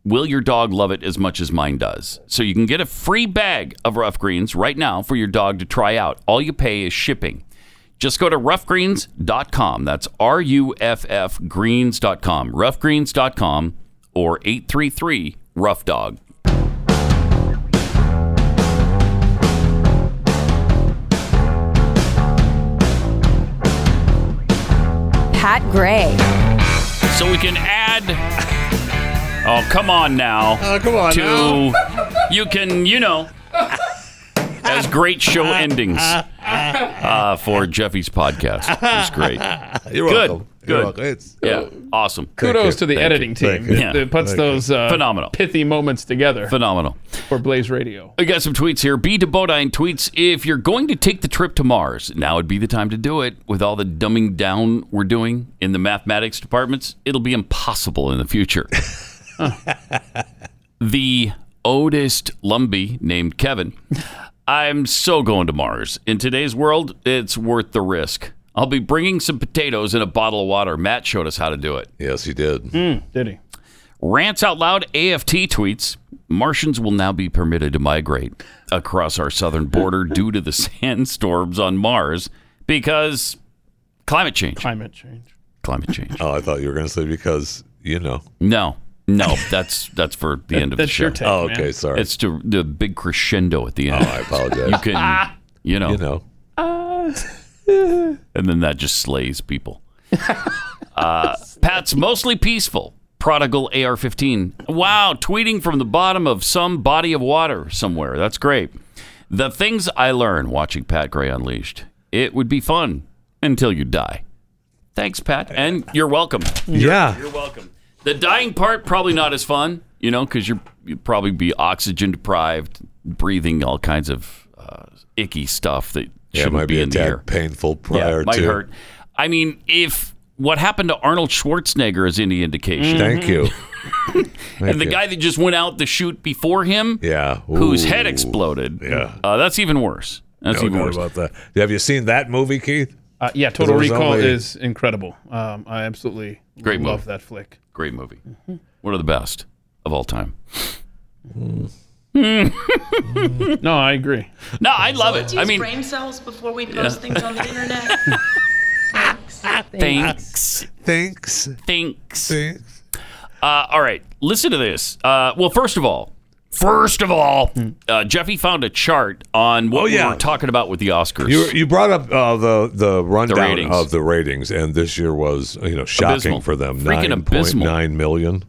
Speaker 2: will your dog love it as much as mine does? So, you can get a free bag of Rough Greens right now for your dog to try out. All you pay is shipping. Just go to roughgreens.com. That's R U F F greens.com. Roughgreens.com or 833 Rough Dog.
Speaker 11: Pat Gray.
Speaker 2: So we can add. Oh, come on now.
Speaker 13: Oh, come on
Speaker 2: to,
Speaker 13: now.
Speaker 2: You can, you know, as great show
Speaker 13: [LAUGHS]
Speaker 2: endings uh, for Jeffy's podcast. It's great.
Speaker 13: You're
Speaker 2: Good.
Speaker 13: welcome.
Speaker 2: Good.
Speaker 13: You're welcome. It's-
Speaker 2: yeah. Awesome.
Speaker 3: Kudos to the editing team that, that puts those uh,
Speaker 2: phenomenal,
Speaker 3: pithy moments together
Speaker 2: phenomenal.
Speaker 3: for Blaze Radio.
Speaker 2: I got some tweets here. B. Debodine tweets If you're going to take the trip to Mars, now would be the time to do it. With all the dumbing down we're doing in the mathematics departments, it'll be impossible in the future. [LAUGHS] the oldest Lumbee named Kevin. I'm so going to Mars. In today's world, it's worth the risk. I'll be bringing some potatoes and a bottle of water. Matt showed us how to do it.
Speaker 13: Yes, he did.
Speaker 3: did he?
Speaker 2: Rants out loud AFT tweets Martians will now be permitted to migrate across our southern
Speaker 13: [LAUGHS]
Speaker 2: border due to the sandstorms on Mars because climate change.
Speaker 3: Climate change.
Speaker 2: Climate change.
Speaker 13: Oh, I thought you were going to say because you know.
Speaker 2: No, no, that's that's for
Speaker 13: [LAUGHS]
Speaker 2: the end of the
Speaker 13: That's
Speaker 2: show.
Speaker 13: your take, Oh, man. okay, sorry. [LAUGHS]
Speaker 2: It's to the big crescendo at the end. Oh, I
Speaker 13: apologize.
Speaker 2: You
Speaker 13: [LAUGHS]
Speaker 2: can, you know,
Speaker 13: You know.
Speaker 2: and then that just slays people. [LAUGHS] Uh, Pat's mostly peaceful. Prodigal AR-15. Wow, tweeting from the bottom of some body of water somewhere. That's great. The things I learn watching Pat Gray Unleashed. It would be fun until you die. Thanks, Pat, and you're welcome.
Speaker 13: Yeah.
Speaker 2: You're welcome. The dying part probably not as fun, you know, because you're you'd probably be oxygen deprived, breathing all kinds of uh, icky stuff that
Speaker 13: Yeah, it
Speaker 2: shouldn't
Speaker 13: might be a
Speaker 2: in the
Speaker 13: tad
Speaker 2: air.
Speaker 13: painful prior
Speaker 2: yeah, it might
Speaker 13: to.
Speaker 2: hurt. I mean, if what happened to Arnold Schwarzenegger is any indication,
Speaker 13: Thank you.
Speaker 2: [LAUGHS] and the
Speaker 13: you.
Speaker 2: guy that just went out the chute before him,
Speaker 13: Yeah.
Speaker 2: whose head
Speaker 13: Ooh.
Speaker 2: exploded, yeah, uh, that's even worse. That's
Speaker 13: No
Speaker 2: even
Speaker 13: doubt
Speaker 2: worse.
Speaker 13: about that. Have you seen that movie, Keith?
Speaker 3: Uh, yeah,
Speaker 13: 'Cause
Speaker 3: Total
Speaker 13: it was
Speaker 3: Recall
Speaker 13: only-
Speaker 3: is incredible. Um, I absolutely
Speaker 2: Great
Speaker 3: love
Speaker 2: movie.
Speaker 3: that flick.
Speaker 2: Great movie. One of the best of all time.
Speaker 3: no, I agree.
Speaker 2: No, I love it.
Speaker 7: Do you
Speaker 2: I
Speaker 7: use
Speaker 2: mean,
Speaker 7: brain cells before we
Speaker 2: Yeah.
Speaker 7: post things on the internet. Thanks.
Speaker 2: Thanks.
Speaker 13: Thanks.
Speaker 2: Thanks. Uh, all right. Listen to this. Uh, well, first of all, first of all,
Speaker 7: Hmm.
Speaker 2: uh, Jeffy found a chart on
Speaker 13: Oh,
Speaker 2: what we were talking about with the Oscars.
Speaker 13: You, you brought up uh, the the rundown
Speaker 2: ratings.
Speaker 13: of the ratings, and this year was you know shocking
Speaker 2: Abysmal.
Speaker 13: for them.
Speaker 2: Freaking
Speaker 13: Nine point nine million.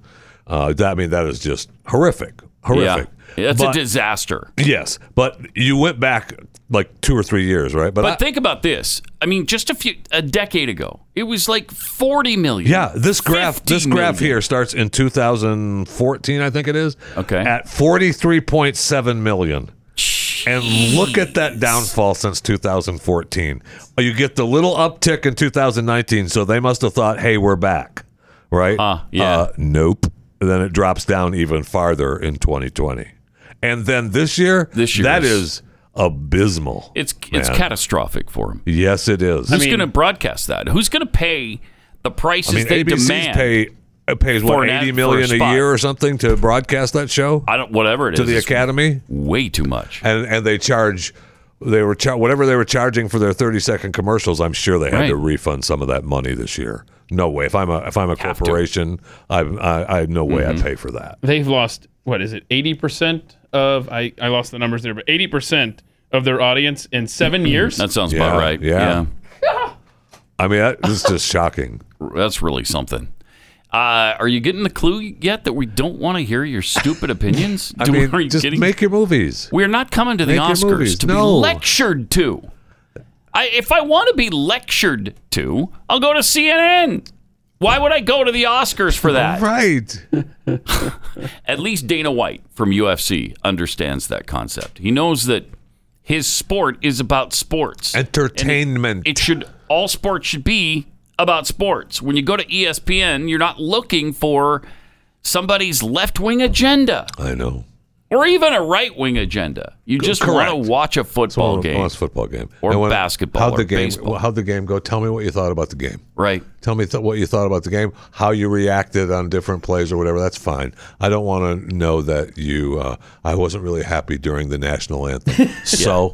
Speaker 13: Uh, that I mean that is just horrific, horrific.
Speaker 2: Yeah. That's
Speaker 13: But-
Speaker 2: a disaster.
Speaker 13: Yes, but you went back like two or three years, right?
Speaker 2: But,
Speaker 13: I-
Speaker 2: think about this. I mean, just a few a decade ago, it was like 40 million.
Speaker 13: Yeah, this graph this
Speaker 2: 50
Speaker 13: graph
Speaker 2: million.
Speaker 13: here starts in 2014, I think it is. Okay. At 43.7 million. And look at that downfall since 2014. You get the little uptick in 2019, so they must have thought, "Hey, we're back." Right?
Speaker 2: Uh,
Speaker 13: yeah. nope. And then it drops down even farther in 2020. And then this year, this
Speaker 2: year
Speaker 13: that
Speaker 2: is-
Speaker 13: is abysmal.
Speaker 2: It's it's
Speaker 13: man.
Speaker 2: catastrophic for him.
Speaker 13: Yes, it is.
Speaker 2: Who's going to broadcast that? Who's going to pay the prices they
Speaker 13: ABC's
Speaker 2: demand?
Speaker 13: pay uh, pays
Speaker 2: for
Speaker 13: what
Speaker 2: an ad-
Speaker 13: eighty
Speaker 2: for a
Speaker 13: million a,
Speaker 2: spot.
Speaker 13: year or something to broadcast that show.
Speaker 2: I don't whatever it
Speaker 13: to
Speaker 2: is,
Speaker 13: the
Speaker 2: it's
Speaker 13: Academy.
Speaker 2: Way too much,
Speaker 13: and and they charge. They were char- whatever they were charging for their thirty second commercials. I'm sure they had to refund some of that money this year. No way. If I'm a if I'm a corporation, I I, I no way
Speaker 2: Mm-hmm.
Speaker 13: I pay for that.
Speaker 3: They've lost what is it? 80% of I I lost the numbers there, but 80% of their audience in
Speaker 2: Mm-hmm.
Speaker 3: 7 years?
Speaker 2: That sounds about
Speaker 13: Yeah,
Speaker 2: right.
Speaker 13: yeah. I mean, that is
Speaker 2: [LAUGHS]
Speaker 13: just shocking.
Speaker 2: That's really something. Uh, are you getting the clue yet that we don't want to hear your stupid opinions?
Speaker 13: [LAUGHS] I
Speaker 2: Do-
Speaker 13: mean,
Speaker 2: are you
Speaker 13: just
Speaker 2: kidding?
Speaker 13: make your movies.
Speaker 2: We're not coming to the
Speaker 13: Make your movies.
Speaker 2: Oscars to
Speaker 13: No.
Speaker 2: be lectured to. I, if I want to be lectured to, I'll go to CNN. Why would I go to the Oscars for that? [LAUGHS]
Speaker 13: Right.
Speaker 2: At least Dana White from UFC understands that concept. He knows that his sport is about sports.
Speaker 13: Entertainment.
Speaker 2: And It, it should all sports should be about sports. When you go to E ESPN, you're not looking for somebody's left-wing agenda
Speaker 13: I know.
Speaker 2: or even a right-wing agenda. You just want to watch a football game.
Speaker 13: It's a football game
Speaker 2: Or
Speaker 13: And when-
Speaker 2: basketball
Speaker 13: How'd
Speaker 2: or
Speaker 13: the game?
Speaker 2: baseball.
Speaker 13: How'd the game go? Tell me what you thought about the game.
Speaker 2: Right.
Speaker 13: Tell me th- what you thought about the game. How you reacted on different plays or whatever. That's fine. I don't want to know that you. Uh, I wasn't really happy during the
Speaker 2: [LAUGHS]
Speaker 13: national anthem. so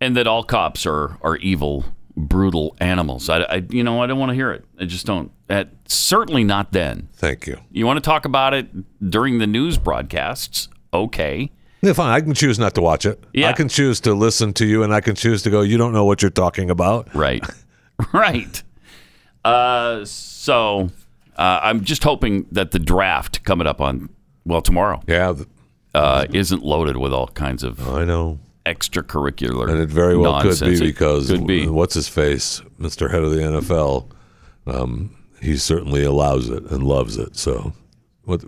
Speaker 2: and that all cops are are evil, brutal animals. I, I you know, I don't want to hear it. I just don't. That certainly not then.
Speaker 13: Thank you.
Speaker 2: You want to talk about it during the news broadcasts? Okay.
Speaker 13: yeah, fine. I can choose not to watch it. I can choose to listen to you, and I can choose to go. You don't know what you're talking about.
Speaker 2: Right. [LAUGHS] right. Uh, so uh, I'm just hoping that the draft coming up on well tomorrow,
Speaker 13: yeah,
Speaker 2: uh, isn't loaded with all kinds of
Speaker 13: I know
Speaker 2: extracurricular
Speaker 13: And it very well could
Speaker 2: nonsense.
Speaker 13: be
Speaker 2: It
Speaker 13: because
Speaker 2: could be.
Speaker 13: what's his face, Mr. Head of the NFL, um, he certainly allows it and loves it. So, what?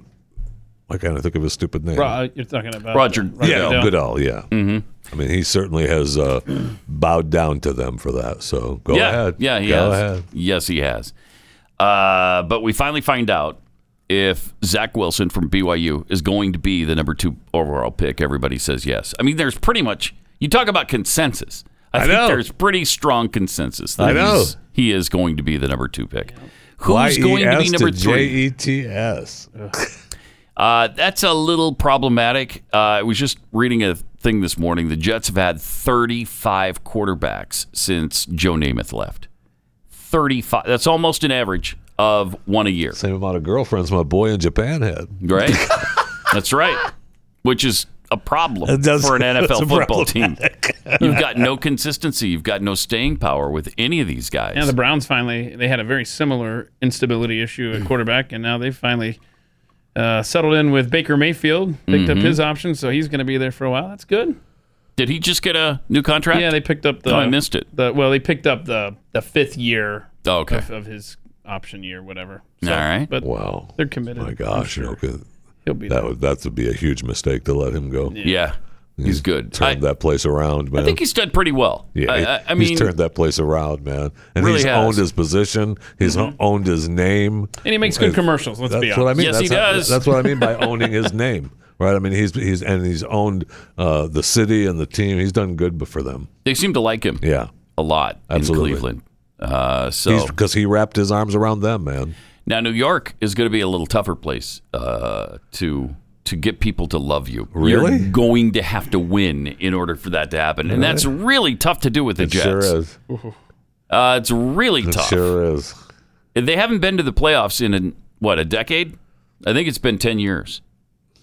Speaker 13: Why can't I think of his stupid name?
Speaker 3: Ro- uh, you're talking about
Speaker 2: Roger-
Speaker 13: yeah,
Speaker 2: Goodell.
Speaker 13: Goodell. Yeah.
Speaker 2: Mm-hmm.
Speaker 13: I mean, he certainly has uh, bowed down to them for that. So go
Speaker 2: yeah,
Speaker 13: ahead.
Speaker 2: Yeah, he
Speaker 13: go
Speaker 2: has.
Speaker 13: ahead.
Speaker 2: Yes, he has. Uh, but we finally find out if Zach Wilson from BYU is going to be the number two overall pick. Everybody says yes. I mean, there's pretty much, you talk about consensus. I,
Speaker 13: I
Speaker 2: think
Speaker 13: know.
Speaker 2: there's pretty strong consensus that
Speaker 13: I know.
Speaker 2: he's- he is going to be the number two pick. Who's
Speaker 13: Y E
Speaker 2: going to
Speaker 13: S
Speaker 2: be number
Speaker 13: J
Speaker 2: three?
Speaker 13: E T S.
Speaker 2: Uh, that's a little problematic. Uh, I was just reading a thing this morning. The Jets have had 35 quarterbacks since Joe Namath left. 35. That's almost an average of one a
Speaker 13: [LAUGHS]
Speaker 2: year.
Speaker 13: Same amount of girlfriends my boy in Japan had.
Speaker 2: Right? that's right. Which is a problem
Speaker 13: It does-
Speaker 2: for
Speaker 13: [LAUGHS]
Speaker 2: an
Speaker 13: that's
Speaker 2: NFL
Speaker 13: a
Speaker 2: football team.
Speaker 13: problematic.
Speaker 2: [LAUGHS] You've got no consistency. You've got no staying power with any of these guys.
Speaker 3: Yeah, the Browns finally they had a very similar instability issue
Speaker 2: Mm.
Speaker 3: at quarterback, and now they finally uh, settled in with Baker Mayfield, picked up
Speaker 2: Mhm.
Speaker 3: his option, so he's going to be there for a while. That's good.
Speaker 2: Did he just get a new contract?
Speaker 3: Yeah, they picked up the.
Speaker 2: Oh, I missed it.
Speaker 3: The, well, they picked up the the fifth year.
Speaker 2: Oh, okay.
Speaker 3: Of, of his option year, whatever.
Speaker 2: All right.
Speaker 3: But
Speaker 13: wow,
Speaker 3: they're committed.
Speaker 13: My gosh, okay.
Speaker 3: He'll be
Speaker 13: that would that would be a huge mistake to let him go.
Speaker 2: Yeah, he's good.
Speaker 13: Turned that place around, man.
Speaker 2: I think he's done pretty well.
Speaker 13: Yeah,
Speaker 2: I,
Speaker 13: he-
Speaker 2: I, I mean,
Speaker 13: he's turned that place around, man, and
Speaker 2: Really
Speaker 13: he's
Speaker 2: has. Mm-hmm.
Speaker 13: owned his position. He's o- owned his name,
Speaker 3: And he makes good commercials, let's
Speaker 13: that's
Speaker 3: be
Speaker 13: what I
Speaker 3: honest.
Speaker 13: mean.
Speaker 3: Yes,
Speaker 13: that's
Speaker 3: he
Speaker 13: how-
Speaker 3: does.
Speaker 13: That's what I
Speaker 3: [LAUGHS]
Speaker 13: mean by owning his name, right? I mean, he's he's and he's owned uh, the city and the team. He's done good for them.
Speaker 2: They seem to like him.
Speaker 13: Yeah,
Speaker 2: a lot
Speaker 13: Absolutely.
Speaker 2: in Cleveland. Uh, so
Speaker 13: He's because he wrapped his arms around them, man.
Speaker 2: now New York is going to be a little tougher place uh, to to get people to love you.
Speaker 13: Really?
Speaker 2: You're going to have to win in order for that to happen, and that's really tough to do with the
Speaker 13: It
Speaker 2: Jets.
Speaker 13: sure is.
Speaker 2: Uh, it's really tough.
Speaker 13: Sure is.
Speaker 2: They haven't been to the playoffs in an, what a decade. I think it's been ten years.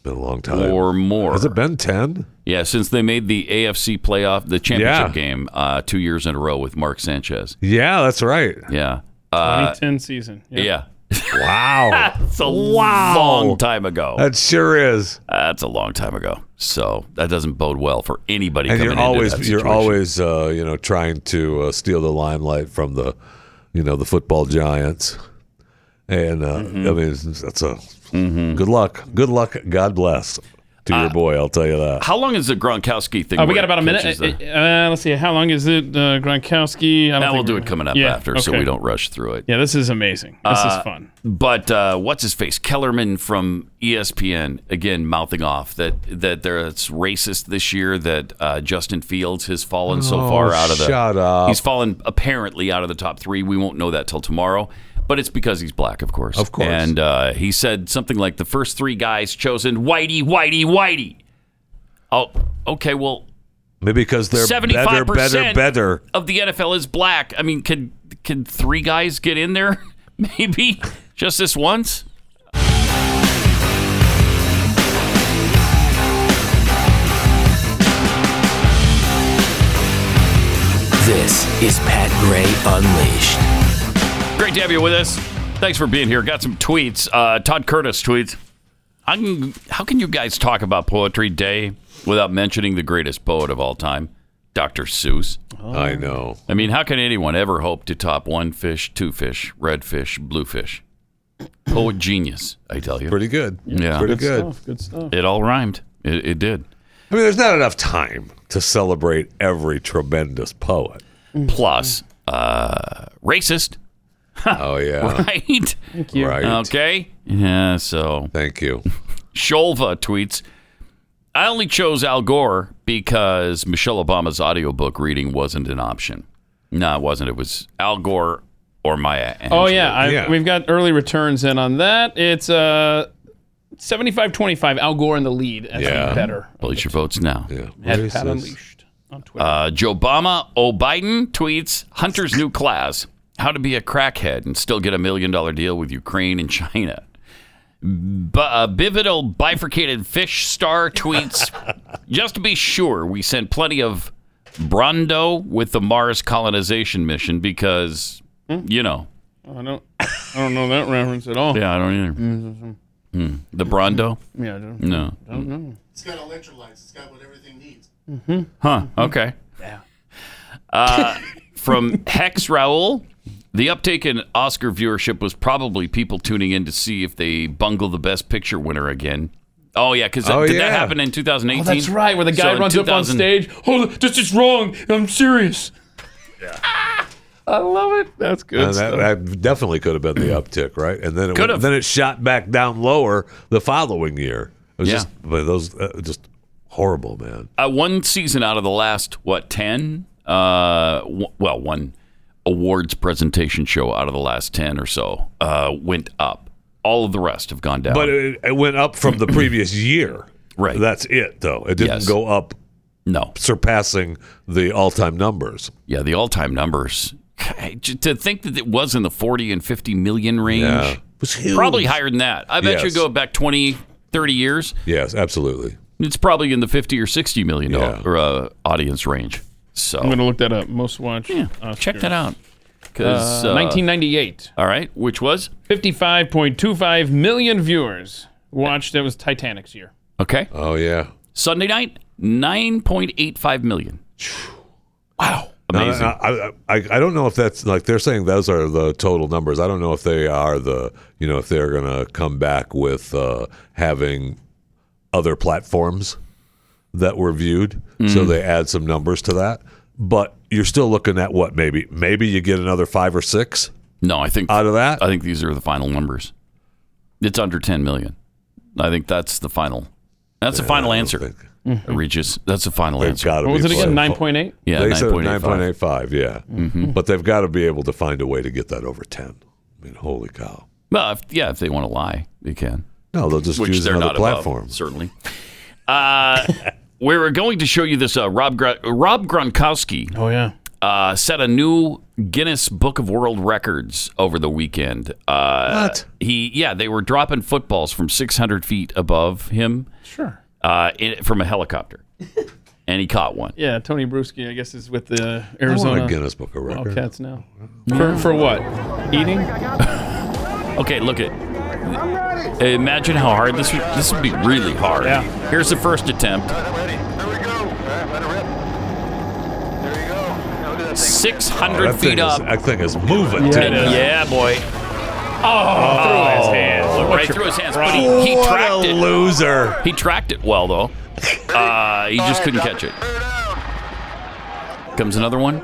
Speaker 13: Been a long time
Speaker 2: or more.
Speaker 13: Has it been ten?
Speaker 2: Yeah, since they made the AFC playoff, the championship
Speaker 13: Yeah.
Speaker 2: game, uh, two years in a row with Mark Sanchez.
Speaker 13: Yeah, that's right.
Speaker 2: Yeah. Uh,
Speaker 3: 2010 season.
Speaker 2: Yeah.
Speaker 3: [LAUGHS]
Speaker 13: Wow.
Speaker 2: It's a
Speaker 13: Wow.
Speaker 2: long time ago.
Speaker 13: That sure is.
Speaker 2: That's a long time ago. So that doesn't bode well for anybody.
Speaker 13: and
Speaker 2: coming
Speaker 13: you're
Speaker 2: into
Speaker 13: always
Speaker 2: that
Speaker 13: you're
Speaker 2: situation.
Speaker 13: always uh, you know trying to uh, steal the limelight from the you know the football giants and uh,
Speaker 2: Mm-hmm.
Speaker 13: i mean it's- that's a good luck good luck god bless to
Speaker 2: Uh,
Speaker 13: your boy i'll tell you that
Speaker 2: How long is the Gronkowski thing?
Speaker 3: Uh, we
Speaker 2: where
Speaker 3: got
Speaker 2: it
Speaker 3: about a minute.
Speaker 2: catches
Speaker 3: Uh,
Speaker 2: the-
Speaker 3: uh, let's see. How long is it, uh, Gronkowski? I
Speaker 2: Now we'll
Speaker 3: think
Speaker 2: do
Speaker 3: we're-
Speaker 2: it coming up
Speaker 3: Yeah,
Speaker 2: after, so
Speaker 3: okay.
Speaker 2: we don't rush through it.
Speaker 3: Yeah, this is amazing. This
Speaker 2: Uh,
Speaker 3: is fun.
Speaker 2: But uh, what's his face? Kellerman from E ESPN again mouthing off that that there's racist this year. That uh, Justin Fields has fallen so
Speaker 13: Oh,
Speaker 2: far out of the.
Speaker 13: shut up.
Speaker 2: He's fallen apparently out of the top three. We won't know that till tomorrow. But it's because he's black, of course. Of course. And uh, he said something like the first three guys chosen Whitey, Whitey, Whitey. Oh, okay. Well,
Speaker 13: maybe because they're better
Speaker 2: 75%
Speaker 13: better better
Speaker 2: of the NFL is black. I mean, can can three guys get in there? [LAUGHS] Maybe just this once.
Speaker 20: This is Pat Gray Unleashed.
Speaker 2: Great to have you with us. Thanks for being here. Got some tweets. Uh, Todd Curtis tweets. I can, how can you guys talk about Poetry Day without mentioning the greatest poet of all time, Dr. Seuss?
Speaker 13: I know.
Speaker 2: I mean, how can anyone ever hope to top one fish, two fish, red fish, blue fish? Poet genius, I tell you.
Speaker 13: Pretty good.
Speaker 2: Yeah.
Speaker 13: Pretty Good good.
Speaker 3: stuff, good stuff.
Speaker 2: It all rhymed. It, it did.
Speaker 13: i mean there's not enough time to celebrate every
Speaker 2: [LAUGHS]
Speaker 13: tremendous poet
Speaker 2: plus uh, racist. [LAUGHS]
Speaker 13: oh yeah
Speaker 2: Right? Thank
Speaker 13: you. Right.
Speaker 2: Okay. Yeah, so.
Speaker 13: Thank you.
Speaker 2: Sholva tweets I only chose Al Gore because Michelle Obama's audiobook reading wasn't an option. No, it wasn't. It was Al Gore or Maya. Angelou.
Speaker 3: Oh yeah, I, we've got early returns in on that. It's uh, 75-25, Al Gore in the lead. I think better.
Speaker 2: Place your votes now.
Speaker 3: At Pat Unleashed.
Speaker 2: Uh, Joe Obama O Biden tweets Hunter's new class: How to be a crackhead and still get a million dollar deal with Ukraine and China. B- uh, Bivido bifurcated fish star tweets: [LAUGHS] Just to be sure, we sent plenty of Brando with the Mars colonization mission because you know.
Speaker 3: I don't, I don't know that reference at all.
Speaker 2: Yeah, I don't either.
Speaker 3: Mhm.
Speaker 2: Hmm. The Brando?
Speaker 3: Yeah, I don't,
Speaker 2: no.
Speaker 3: don't know.
Speaker 12: It's got electrolytes. It's got what everything needs.
Speaker 2: Hmm. Huh. Okay. Yeah. Uh, from Hex Raul, the uptake in Oscar viewership was probably people tuning in to see if they bungle the Best Picture winner again. Oh yeah, because
Speaker 3: Oh,
Speaker 2: did that
Speaker 3: yeah.
Speaker 2: happen in 2018?
Speaker 3: Oh, that's right, where the guy
Speaker 2: So in
Speaker 3: runs up on
Speaker 2: 2000
Speaker 3: stage. Oh, this is wrong. I'm serious. Yeah. [LAUGHS] I love it. That's good.
Speaker 13: And Uh, that,
Speaker 3: stuff.
Speaker 13: that definitely could have been the uptick, right? And then it
Speaker 3: Could
Speaker 13: went-
Speaker 3: have.
Speaker 13: then it shot back down lower the following year. It was
Speaker 2: Yeah.
Speaker 13: just but those uh, just horrible, man.
Speaker 2: uh, one season out of the last what ten? Uh, w- well, one awards presentation show out of the last ten or so uh, went up. All of the rest have gone down.
Speaker 13: But it, it went up from the previous year.
Speaker 2: Right.
Speaker 13: That's it though. It didn't
Speaker 2: Yes.
Speaker 13: go up
Speaker 2: no
Speaker 13: surpassing the all-time numbers.
Speaker 2: Yeah, the all-time numbers. Hey, j- to think that it was in the 40 and 50 million range
Speaker 13: Yeah. It was huge.
Speaker 2: probably higher than that i bet you
Speaker 13: Yes.
Speaker 2: go back 20 30 years
Speaker 13: Yes, absolutely.
Speaker 2: it's probably in the 50 or 60 million dollar uh, audience range so
Speaker 3: I'm going to look that up. Most watched. Uh, Yeah,
Speaker 2: check that out 'Cause, uh,
Speaker 3: 1998.
Speaker 2: all right which was
Speaker 3: 55.25 million viewers watched. That was Titanic's year.
Speaker 2: okay
Speaker 13: oh yeah
Speaker 2: sunday night 9.85 million
Speaker 13: No,
Speaker 2: Amazing.
Speaker 13: I, I, I, I don't know if that's like they're saying those are the total numbers. I don't know if they are the you know if they're gonna come back with uh, having other platforms that were viewed, so
Speaker 9: Mm.
Speaker 13: they add some numbers to that. But you're still looking at what maybe maybe you get another five or six.
Speaker 2: No, I think
Speaker 13: out of that,
Speaker 2: I think these are the final numbers. It's under 10 million. I think that's the final. That's the final answer. Mm. Regis, that's the final
Speaker 13: They've
Speaker 2: answer.
Speaker 13: gotta What was be it again? playing.
Speaker 3: 9.8?
Speaker 2: Yeah,
Speaker 13: they said
Speaker 2: 9.85.
Speaker 13: 9.85. Yeah,
Speaker 2: Mm-hmm.
Speaker 13: but they've got to be able to find a way to get that over ten. I mean, holy cow!
Speaker 2: Well, if, yeah, if they want to lie, they can.
Speaker 13: No, they'll just
Speaker 2: Which
Speaker 13: use
Speaker 2: they're
Speaker 13: another
Speaker 2: not above,
Speaker 13: platform.
Speaker 2: certainly. [LAUGHS] Uh, we were going to show you this. Uh, Rob Gr- Rob Gronkowski.
Speaker 3: Oh yeah.
Speaker 2: Uh, set a new Guinness Book of World Records over the weekend. Uh,
Speaker 13: what?
Speaker 2: He yeah, they were dropping footballs from 600 feet above him.
Speaker 3: Sure.
Speaker 2: Uh, in, from a [LAUGHS] helicopter, and he caught one.
Speaker 3: Yeah, Tony Bruschi, I guess, is with the
Speaker 2: I want a
Speaker 3: Arizona
Speaker 2: Guinness Book of Record.
Speaker 3: Wildcats now.
Speaker 2: Yeah.
Speaker 3: For, for what? Eating?
Speaker 2: Okay, look at. Imagine how hard this would. This would be really hard.
Speaker 3: Yeah.
Speaker 2: Here's the first attempt. Six hundred
Speaker 13: Oh, that
Speaker 2: feet
Speaker 13: thing
Speaker 2: up.
Speaker 13: Is, that thing is moving.
Speaker 2: Yeah,
Speaker 13: too.
Speaker 2: it is. Yeah, boy.
Speaker 3: Oh,
Speaker 2: through his
Speaker 13: hands.
Speaker 2: right through his hands. But he, he
Speaker 13: What a
Speaker 2: tracked it.
Speaker 13: loser.
Speaker 2: He tracked it well though. Uh, he just couldn't catch it. Comes another one.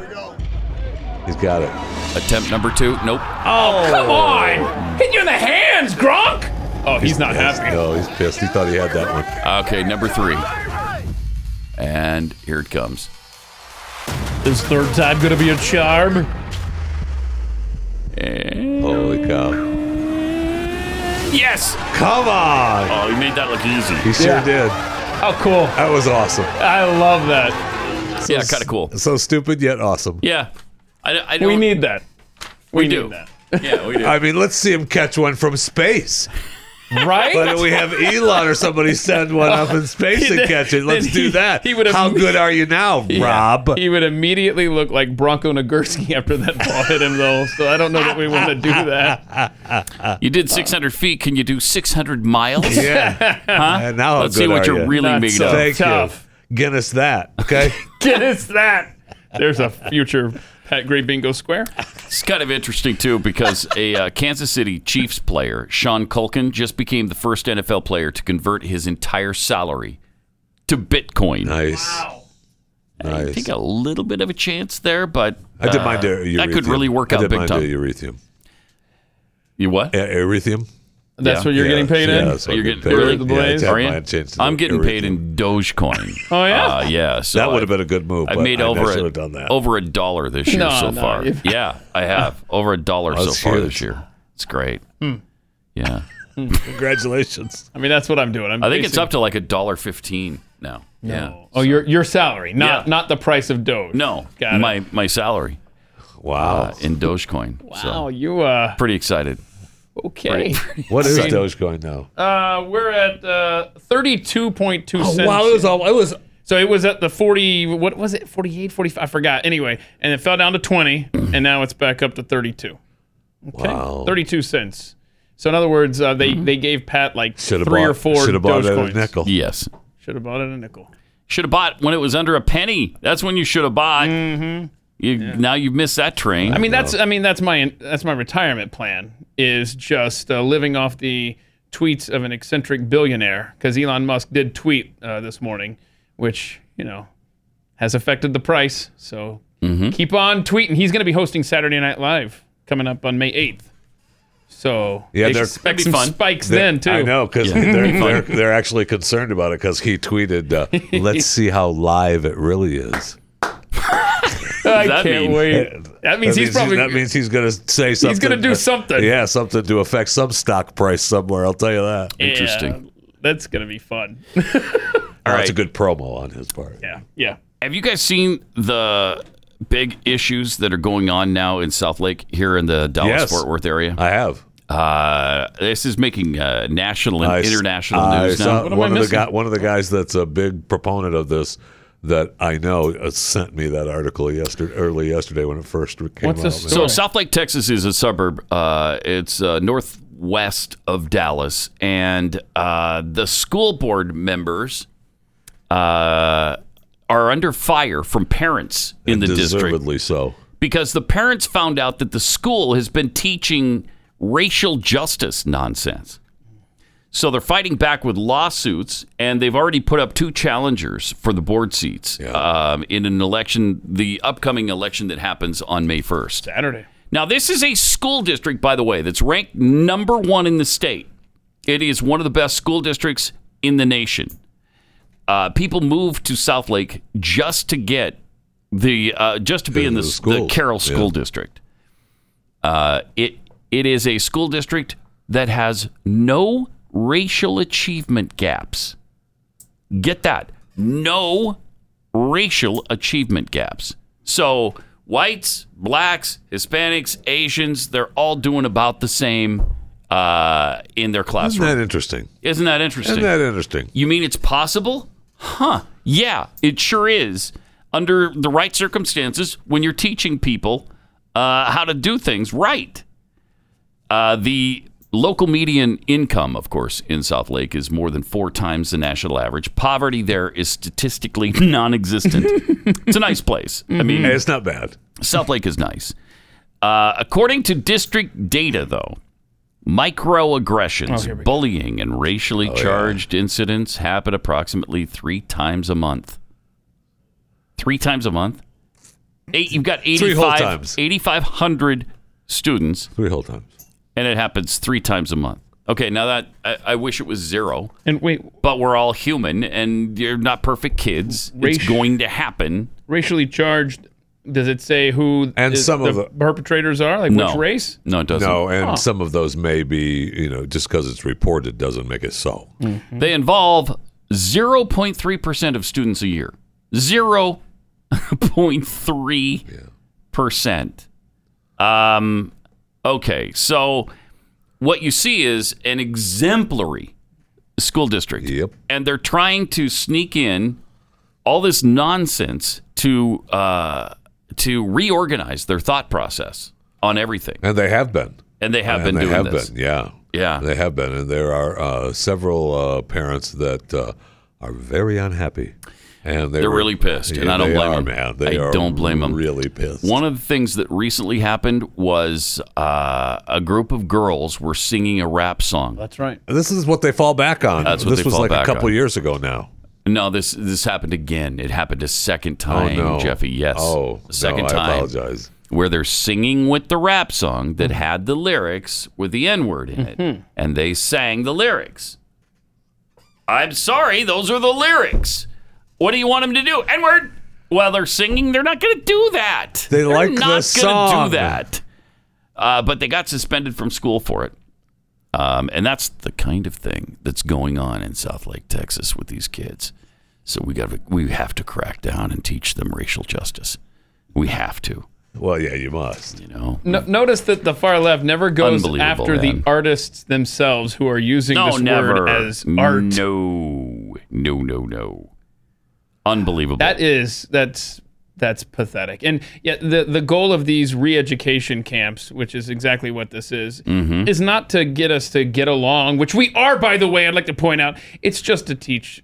Speaker 13: He's got it.
Speaker 2: Attempt number two. Nope.
Speaker 3: Oh, come on! Hit you in the hands, Gronk! Oh, he's not
Speaker 13: pissed.
Speaker 3: happy.
Speaker 13: No, he's pissed. He thought he had that one.
Speaker 2: Okay, number three. And here it comes.
Speaker 3: Is third time gonna be a charm?
Speaker 13: Holy cow.
Speaker 2: Yes!
Speaker 13: Come on.
Speaker 2: Oh, he made that look easy.
Speaker 13: He sure did.
Speaker 3: How Oh, cool.
Speaker 13: That was awesome.
Speaker 3: I love that.
Speaker 2: yeah, kind of cool.
Speaker 13: So stupid yet awesome.
Speaker 2: Yeah. I, I
Speaker 3: We
Speaker 2: don't-
Speaker 3: need that.
Speaker 2: We,
Speaker 3: need
Speaker 2: do.
Speaker 3: that.
Speaker 2: Yeah, we do.
Speaker 13: I mean, let's see him catch one from space.
Speaker 3: Right?
Speaker 13: Why don't we have Elon or somebody send one up in space and
Speaker 3: Then-
Speaker 13: catch it? Let's
Speaker 3: then
Speaker 13: do
Speaker 3: he-
Speaker 13: that.
Speaker 3: he would have-
Speaker 13: How good are you now,
Speaker 3: Yeah.
Speaker 13: Rob?
Speaker 3: He would immediately look like Bronco Nagurski after that ball hit him, though. So I don't know that we want to do that.
Speaker 2: You did 600 feet. Can you do 600 miles?
Speaker 13: Yeah.
Speaker 2: Huh?
Speaker 13: And now how
Speaker 2: Let's see
Speaker 13: good
Speaker 2: what
Speaker 13: are
Speaker 2: you're
Speaker 13: you?
Speaker 2: really
Speaker 3: Not
Speaker 2: made
Speaker 3: so
Speaker 2: of.
Speaker 13: Thank
Speaker 3: Tough.
Speaker 13: you. Guinness that. Okay.
Speaker 2: [LAUGHS]
Speaker 3: Get us that. There's a future Pat Gray Bingo Square.
Speaker 2: It's kind of interesting, too, because a uh, Kansas City Chiefs player, Sean Culkin, just became the first NFL player to convert his entire salary to Bitcoin.
Speaker 13: Nice.
Speaker 2: I think a little bit of a chance there, but
Speaker 13: I did
Speaker 2: uh,
Speaker 13: mine to Eurythium.
Speaker 2: that could really work
Speaker 13: I
Speaker 2: out
Speaker 13: did
Speaker 2: big
Speaker 13: mine
Speaker 2: time.
Speaker 13: To Eurythium.
Speaker 2: You what?
Speaker 13: Uh, Eurythium.
Speaker 2: Yeah.
Speaker 3: That's what you're
Speaker 13: Yeah,
Speaker 3: getting paid
Speaker 13: yeah,
Speaker 3: in?
Speaker 13: that's what
Speaker 2: You're
Speaker 13: I'm
Speaker 2: getting
Speaker 13: paid.
Speaker 2: really
Speaker 13: Yeah, I had
Speaker 2: are you?
Speaker 13: mine changed to
Speaker 2: I'm getting paid
Speaker 13: Eurythium.
Speaker 2: in Dogecoin.
Speaker 3: Oh, yeah?
Speaker 2: uh, yeah. So
Speaker 13: That would have
Speaker 2: I-
Speaker 13: been a good move.
Speaker 2: I've
Speaker 13: but
Speaker 2: made
Speaker 13: I
Speaker 2: over
Speaker 13: should
Speaker 2: a,
Speaker 13: have done that.
Speaker 2: over a dollar this year
Speaker 3: No,
Speaker 2: so
Speaker 3: no,
Speaker 2: far.
Speaker 3: you've-
Speaker 2: Yeah, I
Speaker 3: [LAUGHS]
Speaker 2: have over a dollar so
Speaker 13: That's
Speaker 2: far this
Speaker 13: huge.
Speaker 2: year. It's great.
Speaker 3: Hmm.
Speaker 2: Yeah,
Speaker 13: Congratulations.
Speaker 3: I mean, that's what I'm doing. I'm
Speaker 2: I think it's
Speaker 3: basing-
Speaker 2: up to like a dollar fifteen now. Yeah,
Speaker 3: Oh, your your salary, not
Speaker 2: Yeah.
Speaker 3: not the price of Doge.
Speaker 2: no,
Speaker 3: Got it.
Speaker 2: my my salary.
Speaker 13: Wow.
Speaker 2: uh, in Dogecoin. Wow,
Speaker 3: Oh, you uh
Speaker 2: pretty excited.
Speaker 3: okay.
Speaker 13: What is
Speaker 3: I mean,
Speaker 13: Dogecoin now?
Speaker 3: Uh, we're at uh, 32.2 cents.
Speaker 13: Oh, wow, it was
Speaker 3: all, it was so it was at the 40 what was it? 48, 45, I forgot. Anyway, and it fell down to 20 and now it's back up to 32. Okay.
Speaker 13: Wow. Mm-hmm.
Speaker 3: 32 cents. So in other words, uh, they they gave Pat like
Speaker 13: Should have
Speaker 3: three
Speaker 13: bought,
Speaker 3: or four
Speaker 13: Should have bought it at a
Speaker 3: Dogecoins.
Speaker 13: nickel.
Speaker 2: Yes,
Speaker 3: Should have bought it a nickel.
Speaker 2: should have bought when it was under a penny. That's when you should have bought. Mm-hmm. You now you've missed that train.
Speaker 3: I mean that's I mean that's my that's my retirement plan is just uh, living off the tweets of an eccentric billionaire because Elon Musk did tweet uh, this morning, which you know has affected the price. So
Speaker 13: Mm-hmm.
Speaker 3: keep on tweeting. He's going to be hosting Saturday Night Live coming up on May eighth. So
Speaker 13: Yeah, they're-
Speaker 3: expect
Speaker 2: That'd be
Speaker 3: some
Speaker 2: fun.
Speaker 3: spikes
Speaker 13: They-
Speaker 3: then too.
Speaker 13: I know because
Speaker 2: [LAUGHS]
Speaker 13: they're, they're they're actually concerned about it because he
Speaker 2: [LAUGHS]
Speaker 13: tweeted, uh, "Let's see how live it really is."
Speaker 3: I
Speaker 2: that
Speaker 3: can't
Speaker 2: mean?
Speaker 13: [LAUGHS]
Speaker 3: wait. That means he's probably
Speaker 13: that means he's going to say something. uh,
Speaker 3: gonna do something.
Speaker 13: yeah, something to affect some stock price somewhere. I'll tell you that.
Speaker 3: Yeah,
Speaker 2: interesting.
Speaker 3: that's going to be fun.
Speaker 13: All
Speaker 2: right.
Speaker 13: That's a good promo on his part.
Speaker 3: yeah, yeah.
Speaker 2: Have you guys seen the big issues that are going on now in South Lake here in the Dallas
Speaker 13: Yes.
Speaker 2: Fort Worth area?
Speaker 13: I have.
Speaker 2: Uh, this is making uh, national and
Speaker 13: I s-
Speaker 2: international
Speaker 13: I
Speaker 2: news
Speaker 13: saw
Speaker 2: now.
Speaker 3: am I
Speaker 13: One of the
Speaker 3: missing?
Speaker 13: guy, one of the guys that's a big proponent of this that I know uh, sent me that article yesterday, early yesterday when it first came
Speaker 3: What's
Speaker 13: out.
Speaker 3: the
Speaker 13: man.
Speaker 3: story?
Speaker 2: So South Lake, Texas, is a suburb. Uh, it's uh, northwest of Dallas, and uh, the school board members uh, are under fire from parents in the district
Speaker 13: Deservedly so.
Speaker 2: because the parents found out that the school has been teaching racial justice nonsense. So they're fighting back with lawsuits, and they've already put up two challengers for the board seats um, in an election, the upcoming election that happens on May 1st.
Speaker 3: Saturday.
Speaker 2: Now, this is a school district, by the way, that's ranked number one in the state. It is one of the best school districts in the nation. Uh, people move to South Lake just to get the uh, just to be
Speaker 13: Yeah,
Speaker 2: in the,
Speaker 13: the
Speaker 2: s- the
Speaker 13: schools.
Speaker 2: Carroll
Speaker 13: Yeah.
Speaker 2: School District. Uh, it it is a school district that has no racial achievement gaps. Get that? No racial achievement gaps. So whites, blacks, Hispanics, Asians—they're all doing about the same uh, in their
Speaker 13: Isn't
Speaker 2: classroom.
Speaker 13: that interesting?
Speaker 2: Isn't that interesting?
Speaker 13: Isn't that interesting?
Speaker 2: You mean it's possible? Huh. Yeah, it sure is. Under the right circumstances, when you're teaching people uh, how to do things right. Uh, the Local median income, of course, in South Lake is more than four times the national average. Poverty there is statistically [LAUGHS] non existent. it's a nice place. I mean,
Speaker 13: Hey, it's not bad.
Speaker 2: South Lake is nice. Uh, according to district data, though,
Speaker 13: Oh,
Speaker 2: microaggressions,
Speaker 13: here we go.
Speaker 2: bullying, and racially
Speaker 13: Oh,
Speaker 2: charged incidents happen approximately three times a month. Three times a month? Eight, you've got
Speaker 13: Three whole
Speaker 2: 85
Speaker 13: times.
Speaker 2: 8,500 students.
Speaker 13: Three whole times.
Speaker 2: And it happens three times a month. Okay, now that I, I wish it was zero.
Speaker 3: And wait,
Speaker 2: But we're all human and you're not perfect kids.
Speaker 3: Raci-
Speaker 2: it's going to happen.
Speaker 3: racially charged. Does it say who
Speaker 13: And
Speaker 3: is-
Speaker 13: some of the-
Speaker 3: perpetrators are? Like which race?
Speaker 13: No, and
Speaker 3: Huh.
Speaker 13: some of those may be, you know, just because it's reported doesn't make it so.
Speaker 2: They involve 0.3% of students a year. 0.3%. Um, okay, so what you see is an exemplary school district. Yep. And they're trying to sneak in all this nonsense to uh, to reorganize their thought process on everything.
Speaker 13: And they have been.
Speaker 2: And they have been
Speaker 13: they
Speaker 2: doing
Speaker 13: have
Speaker 2: this.
Speaker 13: been, yeah.
Speaker 2: Yeah.
Speaker 13: They have been. And there are uh, several uh, parents that uh, are very unhappy. And they
Speaker 2: They're
Speaker 13: were-
Speaker 2: really pissed, and I don't
Speaker 13: they
Speaker 2: blame
Speaker 13: are,
Speaker 2: them.
Speaker 13: Man. They
Speaker 2: I
Speaker 13: are
Speaker 2: don't blame them.
Speaker 13: Really pissed.
Speaker 2: One of the things that recently happened was uh, a group of girls were singing a rap song.
Speaker 3: That's right.
Speaker 13: This is what they fall back on.
Speaker 2: That's what
Speaker 13: this
Speaker 2: they
Speaker 13: was
Speaker 2: fall
Speaker 13: like
Speaker 2: back
Speaker 13: a couple
Speaker 2: on.
Speaker 13: years ago now.
Speaker 2: No, this this happened again. It happened a second time,
Speaker 13: Oh, no.
Speaker 2: Jeffy. Yes.
Speaker 13: Oh,
Speaker 2: A second
Speaker 13: no, I
Speaker 2: time.
Speaker 13: apologize.
Speaker 2: Where they're singing with the rap song
Speaker 13: Mm-hmm.
Speaker 2: that had the lyrics with the N word in it,
Speaker 12: Mhm.
Speaker 2: and they sang the lyrics. I'm sorry, those are the lyrics. What do you want them to do? N word. Well, they're singing. They're not going to do that.
Speaker 13: They
Speaker 2: They're
Speaker 13: like
Speaker 2: not
Speaker 13: the
Speaker 2: gonna
Speaker 13: song.
Speaker 2: do that. Uh, but they got suspended from school for it. Um, and that's the kind of thing that's going on in South Lake, Texas, with these kids. So we got to we have to crack down and teach them racial justice. We have to.
Speaker 13: Well, yeah, you must.
Speaker 2: You know.
Speaker 3: No, notice that the far left never goes
Speaker 2: Unbelievable,
Speaker 3: after
Speaker 2: man.
Speaker 3: the artists themselves who are using
Speaker 2: No,
Speaker 3: this
Speaker 2: never.
Speaker 3: word as art.
Speaker 2: No, no, no, no. Unbelievable.
Speaker 3: That is that's that's pathetic. And yet the the goal of these re-education camps, which is exactly what this is,
Speaker 2: Mhm.
Speaker 3: is not to get us to get along, which we are by the way, I'd like to point out, it's just to teach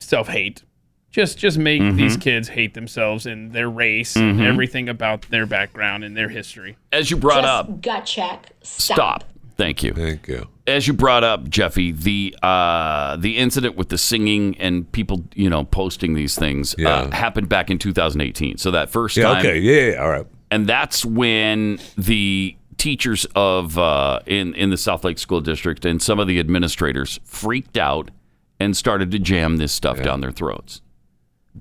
Speaker 3: self-hate. Just just make
Speaker 2: Mhm.
Speaker 3: these kids hate themselves and their race and
Speaker 2: Mhm.
Speaker 3: everything about their background and their history.
Speaker 2: As you brought up,
Speaker 7: Gut check. Stop.
Speaker 2: Stop. Thank you.
Speaker 13: Thank you.
Speaker 2: As you brought up, Jeffy, the uh, the incident with the singing and people, you know, posting these things uh, happened back in 2018. So that first
Speaker 13: Yeah,
Speaker 2: time.
Speaker 13: okay. Yeah, yeah, all right.
Speaker 2: And that's when the teachers of uh, in in the South Lake School District and some of the administrators freaked out and started to jam this stuff down their throats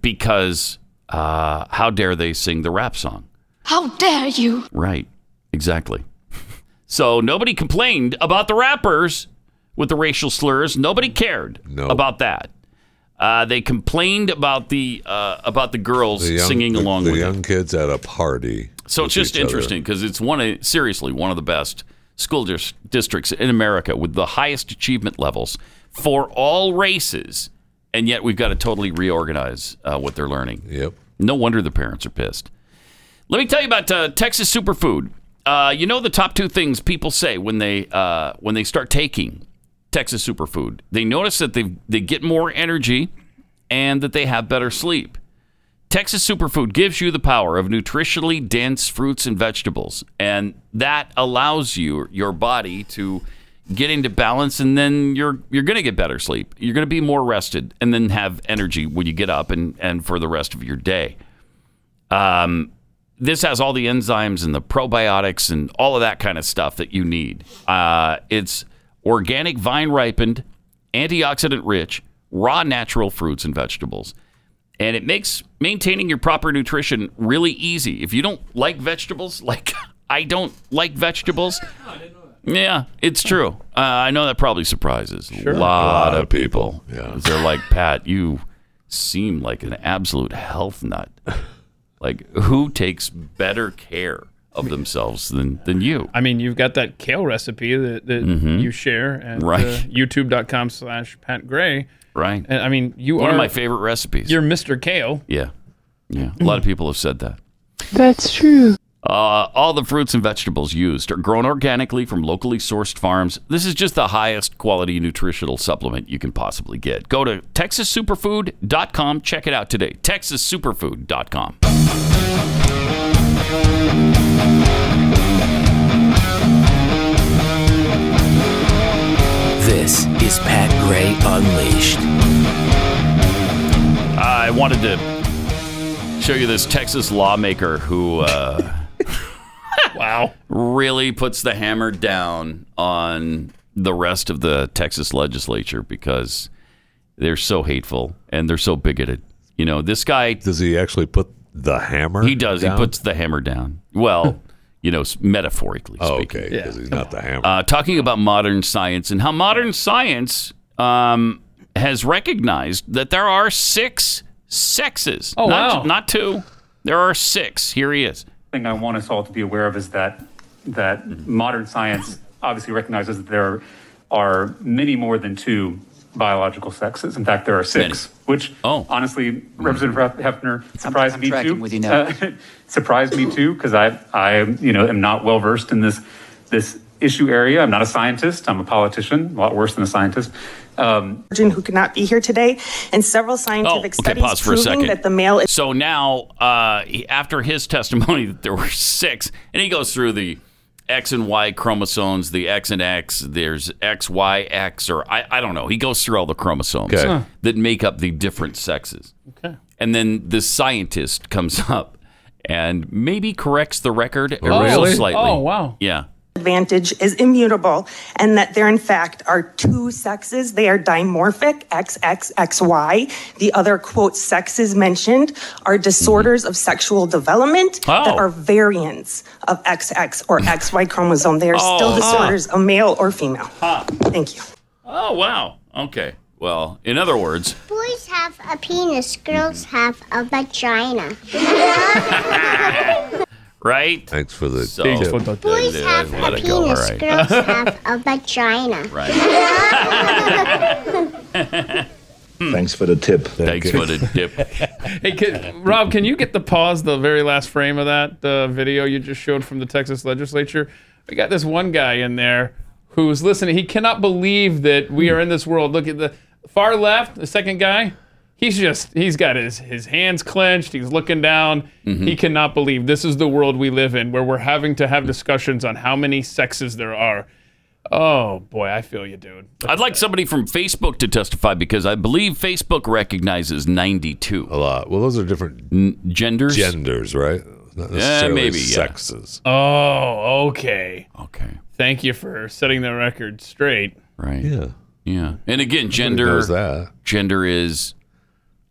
Speaker 2: because uh, how dare they sing the rap song?
Speaker 7: How dare you?
Speaker 2: Right. Exactly. [LAUGHS] so nobody complained about the rappers with the racial slurs. Nobody cared about that. Uh, they complained about the uh, about the girls
Speaker 13: The young-
Speaker 2: singing
Speaker 13: the-
Speaker 2: along
Speaker 13: the
Speaker 2: with
Speaker 13: young
Speaker 2: it.
Speaker 13: kids at a party.
Speaker 2: So
Speaker 13: with
Speaker 2: it's just
Speaker 13: each other.
Speaker 2: interesting because it's one of, seriously one of the best school dis- districts in America with the highest achievement levels for all races, and yet we've got to totally reorganize uh, what they're learning.
Speaker 13: Yep.
Speaker 2: No wonder the parents are pissed. Let me tell you about uh, Texas Superfood. Uh, you know the top two things people say when they uh, when they start taking Texas Superfood. They notice that they they get more energy and that they have better sleep. Texas Superfood gives you the power of nutritionally dense fruits and vegetables, and that allows you your body to get into balance, and then you're you're going to get better sleep. You're going to be more rested, and then have energy when you get up and and for the rest of your day. Um, this has all the enzymes and the probiotics and all of that kind of stuff that you need. Uh, it's organic, vine ripened, antioxidant rich, raw natural fruits and vegetables. And it makes maintaining your proper nutrition really easy. If you don't like vegetables, [LAUGHS] like I don't like vegetables. Yeah, it's true. Uh, I know that probably surprises
Speaker 13: Sure.
Speaker 2: a lot of people. They're like, Pat, you seem like an absolute health nut. Like, who takes better care of themselves than, than you?
Speaker 3: I mean, you've got that kale recipe that, that
Speaker 2: Mhm.
Speaker 3: you share at
Speaker 2: Right.
Speaker 3: uh, youtube.com slash Pat Gray.
Speaker 2: Right.
Speaker 3: And, I mean, you
Speaker 2: One
Speaker 3: are
Speaker 2: of my favorite recipes.
Speaker 3: You're Mr. Kale.
Speaker 2: Yeah. Yeah. A lot of people have said that.
Speaker 3: That's true.
Speaker 2: Uh, all the fruits and vegetables used are grown organically from locally sourced farms. This is just the highest quality nutritional supplement you can possibly get. Go to texassuperfood.com. Check it out today. texassuperfood.com.
Speaker 21: This is Pat Gray Unleashed.
Speaker 2: I wanted to show you this Texas lawmaker who, uh, wow, really puts the hammer down on the rest of the Texas legislature because they're so hateful and they're so bigoted. You know, this guy
Speaker 13: does he actually put the hammer?
Speaker 2: He does.
Speaker 13: down?
Speaker 2: He puts the hammer down.
Speaker 13: [LAUGHS]
Speaker 2: Well, you know, s- metaphorically
Speaker 13: Oh,
Speaker 2: speaking.
Speaker 13: okay, because he's not the hammer.
Speaker 2: Uh, talking about modern science and how modern science um, has recognized that there are six sexes.
Speaker 17: Oh,
Speaker 2: not,
Speaker 17: wow.
Speaker 2: Not two. There are six. Here he is.
Speaker 17: thing I want us all to be aware of is that that modern science obviously recognizes that there are many more than two biological sexes. In fact, there are six, which honestly, Representative Hefner surprised me too.
Speaker 22: tracking with you now.
Speaker 17: Uh, [LAUGHS] surprised me too because I I you know am not well versed in this this issue area. I'm not a scientist. I'm a politician. A lot worse than a scientist. Um,
Speaker 23: children who could not be here today, and several scientific
Speaker 2: Okay,
Speaker 23: studies
Speaker 2: pause for a
Speaker 23: proving
Speaker 2: second.
Speaker 23: that the male is
Speaker 2: so now, uh, he- after his testimony, [LAUGHS] that there were six, and he goes through the X and Y chromosomes, the X and X. There's X, Y, X, or I, I don't know. He goes through all the chromosomes
Speaker 13: Okay. Huh.
Speaker 2: that make up the different sexes.
Speaker 3: Okay.
Speaker 2: And then the scientist comes [LAUGHS] up and maybe corrects the record ever
Speaker 23: Oh,
Speaker 2: so
Speaker 23: really?
Speaker 2: slightly.
Speaker 23: Oh, wow.
Speaker 2: Yeah.
Speaker 23: advantage is immutable, and that there in fact are two sexes. They are dimorphic, XXXY. The other quote sexes mentioned are disorders of sexual development that
Speaker 24: Oh.
Speaker 23: are variants of XX or XY chromosome. They are
Speaker 2: Oh,
Speaker 23: still
Speaker 2: huh.
Speaker 23: disorders of male or female. Thank you.
Speaker 2: Oh wow. Okay. Well, in other words,
Speaker 25: Boys have a penis, girls have a
Speaker 2: [LAUGHS]
Speaker 25: vagina.
Speaker 2: right?
Speaker 13: Thanks for the so,
Speaker 2: Thanks
Speaker 13: tip.
Speaker 2: for the tip.
Speaker 25: Boys
Speaker 2: Yeah,
Speaker 25: have
Speaker 2: let
Speaker 25: a
Speaker 2: it go. All
Speaker 25: penis,
Speaker 2: right. [LAUGHS]
Speaker 25: girls have a vagina. [LAUGHS]
Speaker 26: Thanks for the tip. Thanks
Speaker 2: for [LAUGHS] the tip. [LAUGHS]
Speaker 3: Hey, can, Rob, can you get the pause, the very last frame of that uh, video you just showed from the Texas legislature? We got this one guy in there who's listening. He cannot believe that we are in this world. Look at the far left, the second guy. He's just, he's got his, his hands clenched. He's looking down.
Speaker 2: Mm-hmm.
Speaker 3: He cannot believe this is the world we live in where we're having to have discussions on how many sexes there are. Oh, boy, I feel you, dude.
Speaker 2: I'd like somebody from Facebook to testify because I believe Facebook recognizes 92. A
Speaker 13: lot. Well, those are different
Speaker 2: genders.
Speaker 13: Genders, right? Not
Speaker 2: Yeah,
Speaker 13: necessarily
Speaker 2: maybe, yeah.
Speaker 13: sexes.
Speaker 3: Oh, okay.
Speaker 2: Okay.
Speaker 3: Thank you for setting the record straight.
Speaker 2: Right. Yeah. Yeah. And again,
Speaker 13: Nobody
Speaker 2: gender
Speaker 13: knows that.
Speaker 2: gender is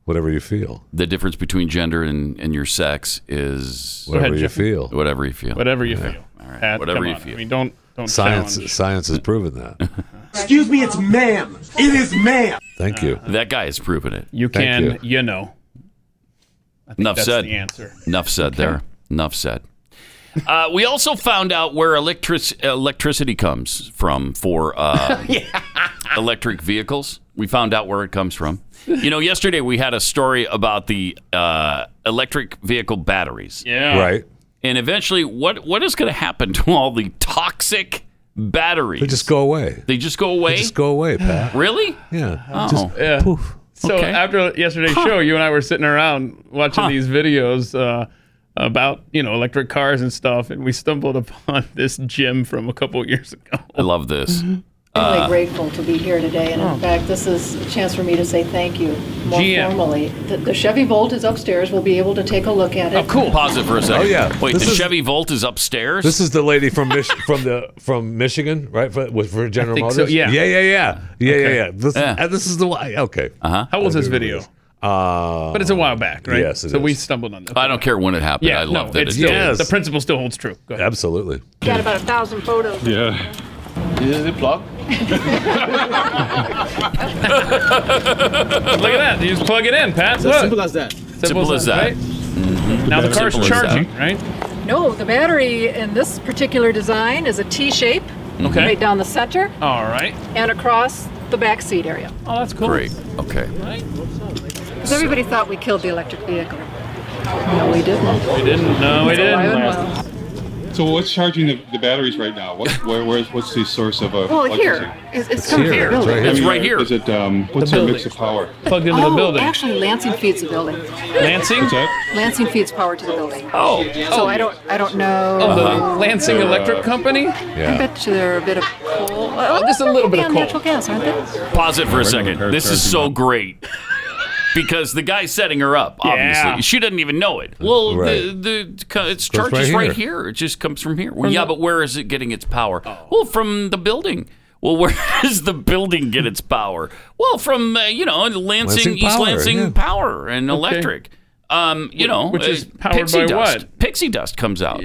Speaker 13: whatever you feel.
Speaker 2: The difference between gender and, and your sex is
Speaker 13: Go ahead, Whatever you Jeff. feel.
Speaker 2: Whatever you feel.
Speaker 3: Whatever you
Speaker 2: Yeah.
Speaker 3: feel.
Speaker 2: All right.
Speaker 3: Pat,
Speaker 2: Whatever
Speaker 3: come
Speaker 2: you
Speaker 3: on.
Speaker 2: feel.
Speaker 3: I mean, don't don't
Speaker 13: Science,
Speaker 3: challenge.
Speaker 13: science has proven that.
Speaker 5: Excuse me, it's ma'am. It is ma'am.
Speaker 13: Thank you.
Speaker 2: That guy has proven it.
Speaker 3: You
Speaker 13: Thank
Speaker 3: can,
Speaker 13: you.
Speaker 3: you. know. I think
Speaker 2: Enough
Speaker 3: that's
Speaker 2: said.
Speaker 3: The answer.
Speaker 2: Enough said there. Enough said. Uh, we also found out where electric, electricity comes from for
Speaker 3: [LAUGHS]
Speaker 2: uh, electric vehicles. We found out where it comes from. You know, yesterday we had a story about the uh, electric vehicle batteries.
Speaker 3: Yeah.
Speaker 13: Right.
Speaker 2: And eventually, what what is going to happen to all the toxic batteries?
Speaker 13: They just go away.
Speaker 2: They just go away.
Speaker 13: Just go away,
Speaker 2: [SIGHS]
Speaker 13: Pat.
Speaker 2: Really?
Speaker 13: Yeah.
Speaker 2: Oh.
Speaker 13: Just
Speaker 3: Yeah.
Speaker 13: poof.
Speaker 3: So
Speaker 13: Okay.
Speaker 3: after yesterday's show, you and I were sitting around watching these videos uh, about you know electric cars and stuff, and we stumbled [LAUGHS] upon this gym from a couple years ago.
Speaker 2: I love this.
Speaker 13: Mm-hmm.
Speaker 8: really
Speaker 2: Uh, oh.
Speaker 8: grateful to be here today, and in fact, this is a chance for me to say thank you more
Speaker 2: GM.
Speaker 8: formally. The, the Chevy Volt is upstairs. We'll be able to take a look at it.
Speaker 2: Pause it for a second.
Speaker 13: Oh, yeah.
Speaker 2: Wait,
Speaker 13: This
Speaker 2: the
Speaker 13: is-
Speaker 2: Chevy Volt is upstairs.
Speaker 13: This is the lady from Mich- from the from Michigan, right? For, with for General
Speaker 2: think
Speaker 13: Motors.
Speaker 2: so, yeah.
Speaker 13: Yeah. Yeah. Yeah. Yeah.
Speaker 2: Okay.
Speaker 13: Yeah. yeah. This,
Speaker 2: Yeah.
Speaker 13: uh, this is the why. Okay.
Speaker 2: Uh-huh.
Speaker 3: How old's
Speaker 13: I
Speaker 3: this
Speaker 13: do remember
Speaker 3: video?
Speaker 13: this. Uh,
Speaker 3: But it's a while back, right?
Speaker 13: Yes. it
Speaker 3: so we
Speaker 13: is.
Speaker 3: stumbled on this.
Speaker 2: I don't care when it happened.
Speaker 3: Yeah,
Speaker 2: I love
Speaker 3: no,
Speaker 2: that
Speaker 3: it's
Speaker 2: it did.
Speaker 3: still, the principle still holds true. Go ahead.
Speaker 13: Absolutely.
Speaker 8: Got about a thousand photos.
Speaker 13: Yeah.
Speaker 27: Is it plug?
Speaker 3: Look at that. You just plug it in, Pat.
Speaker 27: It's as
Speaker 3: Look.
Speaker 27: simple as that.
Speaker 2: Simple as that.
Speaker 3: right? Now the car's
Speaker 2: Simple as that. Mm-hmm.
Speaker 3: charging, right?
Speaker 8: No, the battery in this particular design is a T shape,
Speaker 3: Okay.
Speaker 8: right down the center
Speaker 3: All right.
Speaker 8: and across the back seat area.
Speaker 3: Oh, that's cool.
Speaker 2: Great. Okay.
Speaker 8: Because everybody thought we killed the electric vehicle. No, we didn't.
Speaker 3: We didn't. No, we
Speaker 8: It's alive
Speaker 3: didn't.
Speaker 8: and well.
Speaker 1: So what's charging the, the batteries right now? What, where, where's, what's the source of a?
Speaker 28: Well,
Speaker 1: electricity?
Speaker 28: here. It's, it's coming from the building.
Speaker 1: I
Speaker 3: uh,
Speaker 1: mean, Is it um, what's the, mix of power?
Speaker 3: Plugged
Speaker 28: oh, actually, Lansing feeds the building.
Speaker 3: Lansing?
Speaker 1: What's that?
Speaker 28: Lansing feeds power to the building.
Speaker 3: Oh.
Speaker 28: So I don't, I don't know.
Speaker 3: Oh, the
Speaker 2: Uh-huh.
Speaker 3: Lansing
Speaker 1: Uh,
Speaker 3: Electric Company?
Speaker 28: I
Speaker 8: [LAUGHS]
Speaker 28: bet you they're a bit of coal. Well,
Speaker 3: Oh, just a little bit
Speaker 28: they're
Speaker 3: of
Speaker 28: on
Speaker 3: coal.
Speaker 28: Natural gas, aren't they?
Speaker 2: Pause it for
Speaker 1: Regular
Speaker 2: a second.
Speaker 1: hair
Speaker 2: This is
Speaker 1: charging
Speaker 2: so great because the guy's setting her up. Obviously,
Speaker 3: Yeah.
Speaker 2: she doesn't even know it. Well,
Speaker 3: Right.
Speaker 2: the, the it's
Speaker 3: That's
Speaker 2: charges right
Speaker 3: right
Speaker 2: here.
Speaker 3: here.
Speaker 2: It just comes from here. Well,
Speaker 3: From
Speaker 2: yeah,
Speaker 3: the- Oh.
Speaker 2: but where is it getting its power? Well, from the building. Well, where [LAUGHS] does the building get its power? Well, from uh, you know Lansing,
Speaker 3: Lansing
Speaker 2: East
Speaker 3: Power,
Speaker 2: Lansing
Speaker 3: yeah.
Speaker 2: Power and
Speaker 3: Okay.
Speaker 2: electric. Um, you know,
Speaker 3: Which
Speaker 2: uh,
Speaker 3: is powered
Speaker 2: pixie
Speaker 3: by
Speaker 2: dust.
Speaker 3: what?
Speaker 2: Pixie dust comes out.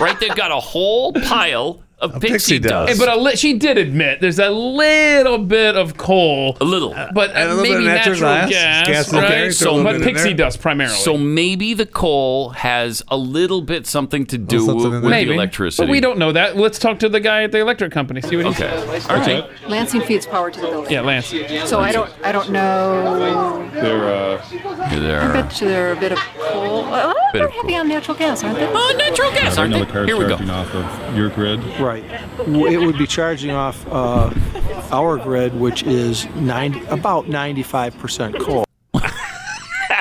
Speaker 2: right, they've got a whole pile of pixie, dust.
Speaker 3: Hey, but a li- she did admit there's a little bit of coal. A
Speaker 2: little.
Speaker 3: But
Speaker 2: And a
Speaker 3: uh,
Speaker 2: little bit
Speaker 3: maybe
Speaker 2: of natural gas.
Speaker 3: natural gas.
Speaker 2: Gas in
Speaker 3: right?
Speaker 2: there, throw a
Speaker 3: so,
Speaker 2: little
Speaker 3: but
Speaker 2: bit in
Speaker 3: pixie
Speaker 2: there.
Speaker 3: dust primarily.
Speaker 2: So maybe the coal has a little bit something to do with the electricity.
Speaker 3: But we don't know that. Let's talk to the guy at the electric company, see what he
Speaker 2: Okay.
Speaker 3: says.
Speaker 2: All right.
Speaker 28: Lansing feeds power to the building.
Speaker 3: Yeah, Lance.
Speaker 28: So I don't, I don't know.
Speaker 1: They're uh,
Speaker 28: I bet you they're a bit of coal. Well,
Speaker 1: Bit
Speaker 28: they're
Speaker 1: of
Speaker 28: heavy on natural gas, aren't they? Oh,
Speaker 2: natural
Speaker 1: uh, right now the car's charging off of your grid.
Speaker 6: Right. W- It would be charging off uh, our grid, which is 90, about 95% coal.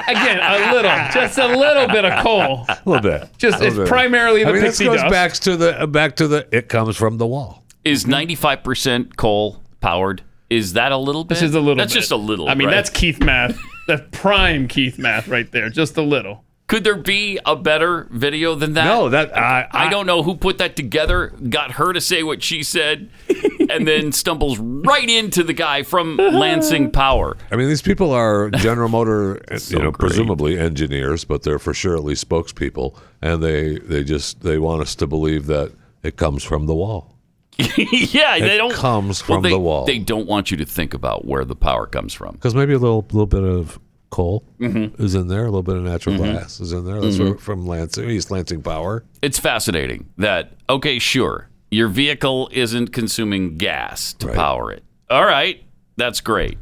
Speaker 3: Again, a little, just a little bit of coal.
Speaker 13: A little bit.
Speaker 3: Just-
Speaker 13: A little
Speaker 3: it's
Speaker 13: bit.
Speaker 3: primarily
Speaker 13: I
Speaker 3: the
Speaker 13: mean,
Speaker 3: pixie
Speaker 13: this goes
Speaker 3: dust.
Speaker 13: back to the back to the. It comes from the wall.
Speaker 2: Is
Speaker 3: Mm-hmm.
Speaker 2: 95% coal powered? Is that a little bit?
Speaker 3: This is a little.
Speaker 2: That's
Speaker 3: bit.
Speaker 2: just a little.
Speaker 3: I mean,
Speaker 2: right?
Speaker 3: that's Keith math. That's prime Keith math right there. Just a little.
Speaker 2: Could there be a better video than that?
Speaker 13: No, that I,
Speaker 2: I don't know who put that together. Got her to say what she said, and
Speaker 3: [LAUGHS]
Speaker 2: then stumbles right into the guy from Lansing
Speaker 3: [LAUGHS]
Speaker 2: Power.
Speaker 13: I mean, these people are
Speaker 2: [LAUGHS]
Speaker 13: General Motor, you know, presumably engineers, but they're for sure at least spokespeople, and they they just they want us to believe that it comes from the wall.
Speaker 2: yeah,
Speaker 13: It
Speaker 2: they don't
Speaker 13: comes
Speaker 2: well,
Speaker 13: from
Speaker 2: they-
Speaker 13: the wall.
Speaker 2: They don't want you to think about where the power comes from.
Speaker 13: Because maybe a little little bit of coal
Speaker 2: Mhm.
Speaker 13: is in there, a little bit of natural
Speaker 2: Mhm.
Speaker 13: gas is in there. That's
Speaker 2: Mhm.
Speaker 13: where, from Lansing, East Lansing Power.
Speaker 2: It's fascinating that okay, sure, your vehicle isn't consuming gas to power it. All right, that's great.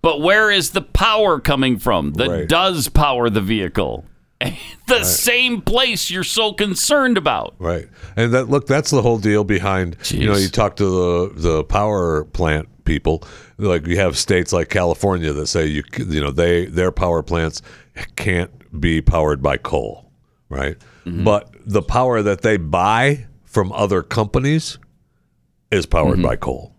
Speaker 2: But where is the power coming from that does power the vehicle? [LAUGHS] the same place you're so concerned about.
Speaker 13: Right. And that look, that's the whole deal behind you know,
Speaker 2: Jeez.
Speaker 13: you talk to the the power plant people, like you have states like California that say you c- you know, they their power plants can't be powered by coal, right?
Speaker 3: Mm-hmm.
Speaker 13: But the power that they buy from other companies is powered by coal.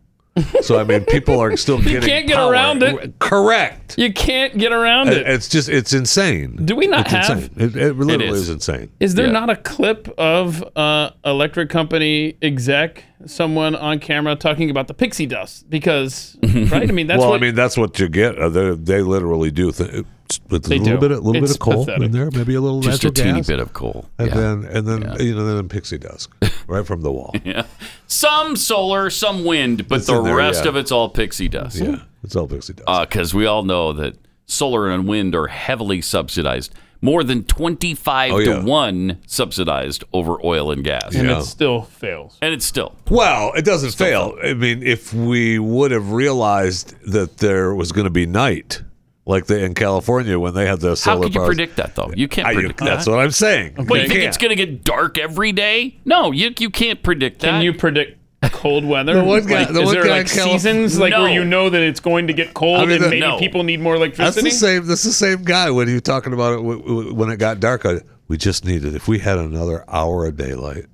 Speaker 13: So I mean, people
Speaker 3: [LAUGHS]
Speaker 13: are still getting
Speaker 3: You Mm-hmm. can't get
Speaker 13: power.
Speaker 3: around it.
Speaker 13: Correct.
Speaker 3: You can't get around
Speaker 13: It-
Speaker 3: it.
Speaker 13: It's just it's insane.
Speaker 3: Do we not
Speaker 13: it's
Speaker 3: have-
Speaker 13: insane. It, it literally
Speaker 3: is.
Speaker 13: is. insane.
Speaker 3: Is there
Speaker 13: Yeah.
Speaker 3: not a clip of uh, electric company exec, someone on camera talking about the pixie dust?
Speaker 2: [LAUGHS]
Speaker 3: Because right, I mean that's
Speaker 13: well,
Speaker 3: what
Speaker 13: I mean, that's what you get. Uh, they, they literally do. Th- it's with a
Speaker 3: They
Speaker 13: little
Speaker 3: do.
Speaker 13: bit, a little bit
Speaker 3: It's
Speaker 13: of coal
Speaker 3: pathetic.
Speaker 13: in there, maybe a little
Speaker 2: Just a
Speaker 13: natural
Speaker 2: teeny
Speaker 13: gas,
Speaker 2: bit of coal,
Speaker 13: and
Speaker 2: yeah.
Speaker 13: then and then you know then
Speaker 2: [LAUGHS]
Speaker 13: pixie dust right from the wall.
Speaker 2: Yeah. Some solar, some wind, but
Speaker 13: It's
Speaker 2: the
Speaker 13: in there,
Speaker 2: rest
Speaker 13: yeah.
Speaker 2: of it's all pixie dust.
Speaker 13: Yeah, it's all pixie dust.
Speaker 2: Because Uh, we all know that solar and wind are heavily subsidized, more than 25
Speaker 13: Oh, yeah.
Speaker 2: to 1 subsidized over oil and gas.
Speaker 13: And Yeah. it
Speaker 3: still fails.
Speaker 2: And it's still.
Speaker 13: Well, it doesn't fail. I mean, if we would have realized that there was going to be night, like the, in California when they had the solar.
Speaker 2: How could you
Speaker 13: powers-
Speaker 2: predict that, though? You can't
Speaker 13: I-
Speaker 2: predict that.
Speaker 13: That's what I'm saying.
Speaker 2: What, you think
Speaker 13: can't.
Speaker 2: it's going to get dark every day? No, you, you can't predict that. Can you
Speaker 3: predict cold weather?
Speaker 13: The one guy-
Speaker 3: Like,
Speaker 13: the
Speaker 3: is
Speaker 13: one
Speaker 3: there
Speaker 13: guy
Speaker 3: like
Speaker 13: in Calif-
Speaker 3: seasons like where
Speaker 13: No.
Speaker 3: you know that it's going to get cold
Speaker 13: I mean,
Speaker 3: and
Speaker 13: the-
Speaker 3: maybe
Speaker 13: no.
Speaker 3: people need more
Speaker 13: That's
Speaker 3: electricity?
Speaker 13: the same. That's the same guy when you talking about it w- w- when it got dark. I, we just needed if we had another hour of daylight.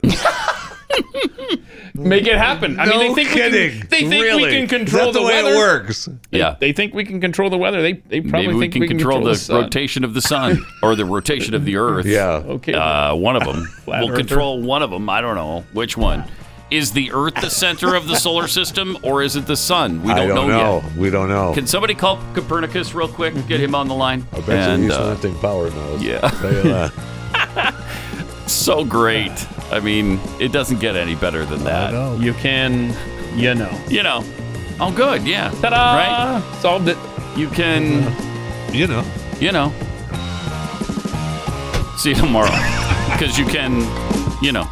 Speaker 3: Make it happen. I mean,
Speaker 13: No
Speaker 3: they think we
Speaker 13: kidding.
Speaker 3: can, they think
Speaker 13: Really.
Speaker 3: we can control
Speaker 13: That's the way it
Speaker 3: weather.
Speaker 13: works.
Speaker 2: Yeah.
Speaker 3: They think we can control the weather. They they probably
Speaker 2: Maybe we
Speaker 3: think
Speaker 2: can control,
Speaker 3: the,
Speaker 2: the,
Speaker 3: sun.
Speaker 2: rotation of the sun or the rotation of the earth.
Speaker 13: [LAUGHS] Yeah.
Speaker 3: Okay.
Speaker 2: Uh, one of them.
Speaker 3: Flat
Speaker 2: we'll
Speaker 3: earther.
Speaker 2: control one of them. I don't know which one. Is the Earth the center of the solar system or is it the sun? We don't,
Speaker 13: I
Speaker 2: know,
Speaker 13: don't know. We don't know.
Speaker 2: yet. Can somebody call Copernicus real quick? Get him on the line.
Speaker 13: I bet
Speaker 2: And,
Speaker 13: you East
Speaker 2: uh,
Speaker 13: Lansing Power uh, knows.
Speaker 2: yeah.
Speaker 13: Tell you
Speaker 3: [LAUGHS]
Speaker 13: that.
Speaker 2: so great. I mean, it doesn't get any better than that.
Speaker 3: You can, you know.
Speaker 2: You know. Oh, good. Yeah.
Speaker 3: Ta-da!
Speaker 2: Right?
Speaker 3: Solved it.
Speaker 2: You can.
Speaker 13: You know.
Speaker 2: You know. See you tomorrow. Because you can, you know.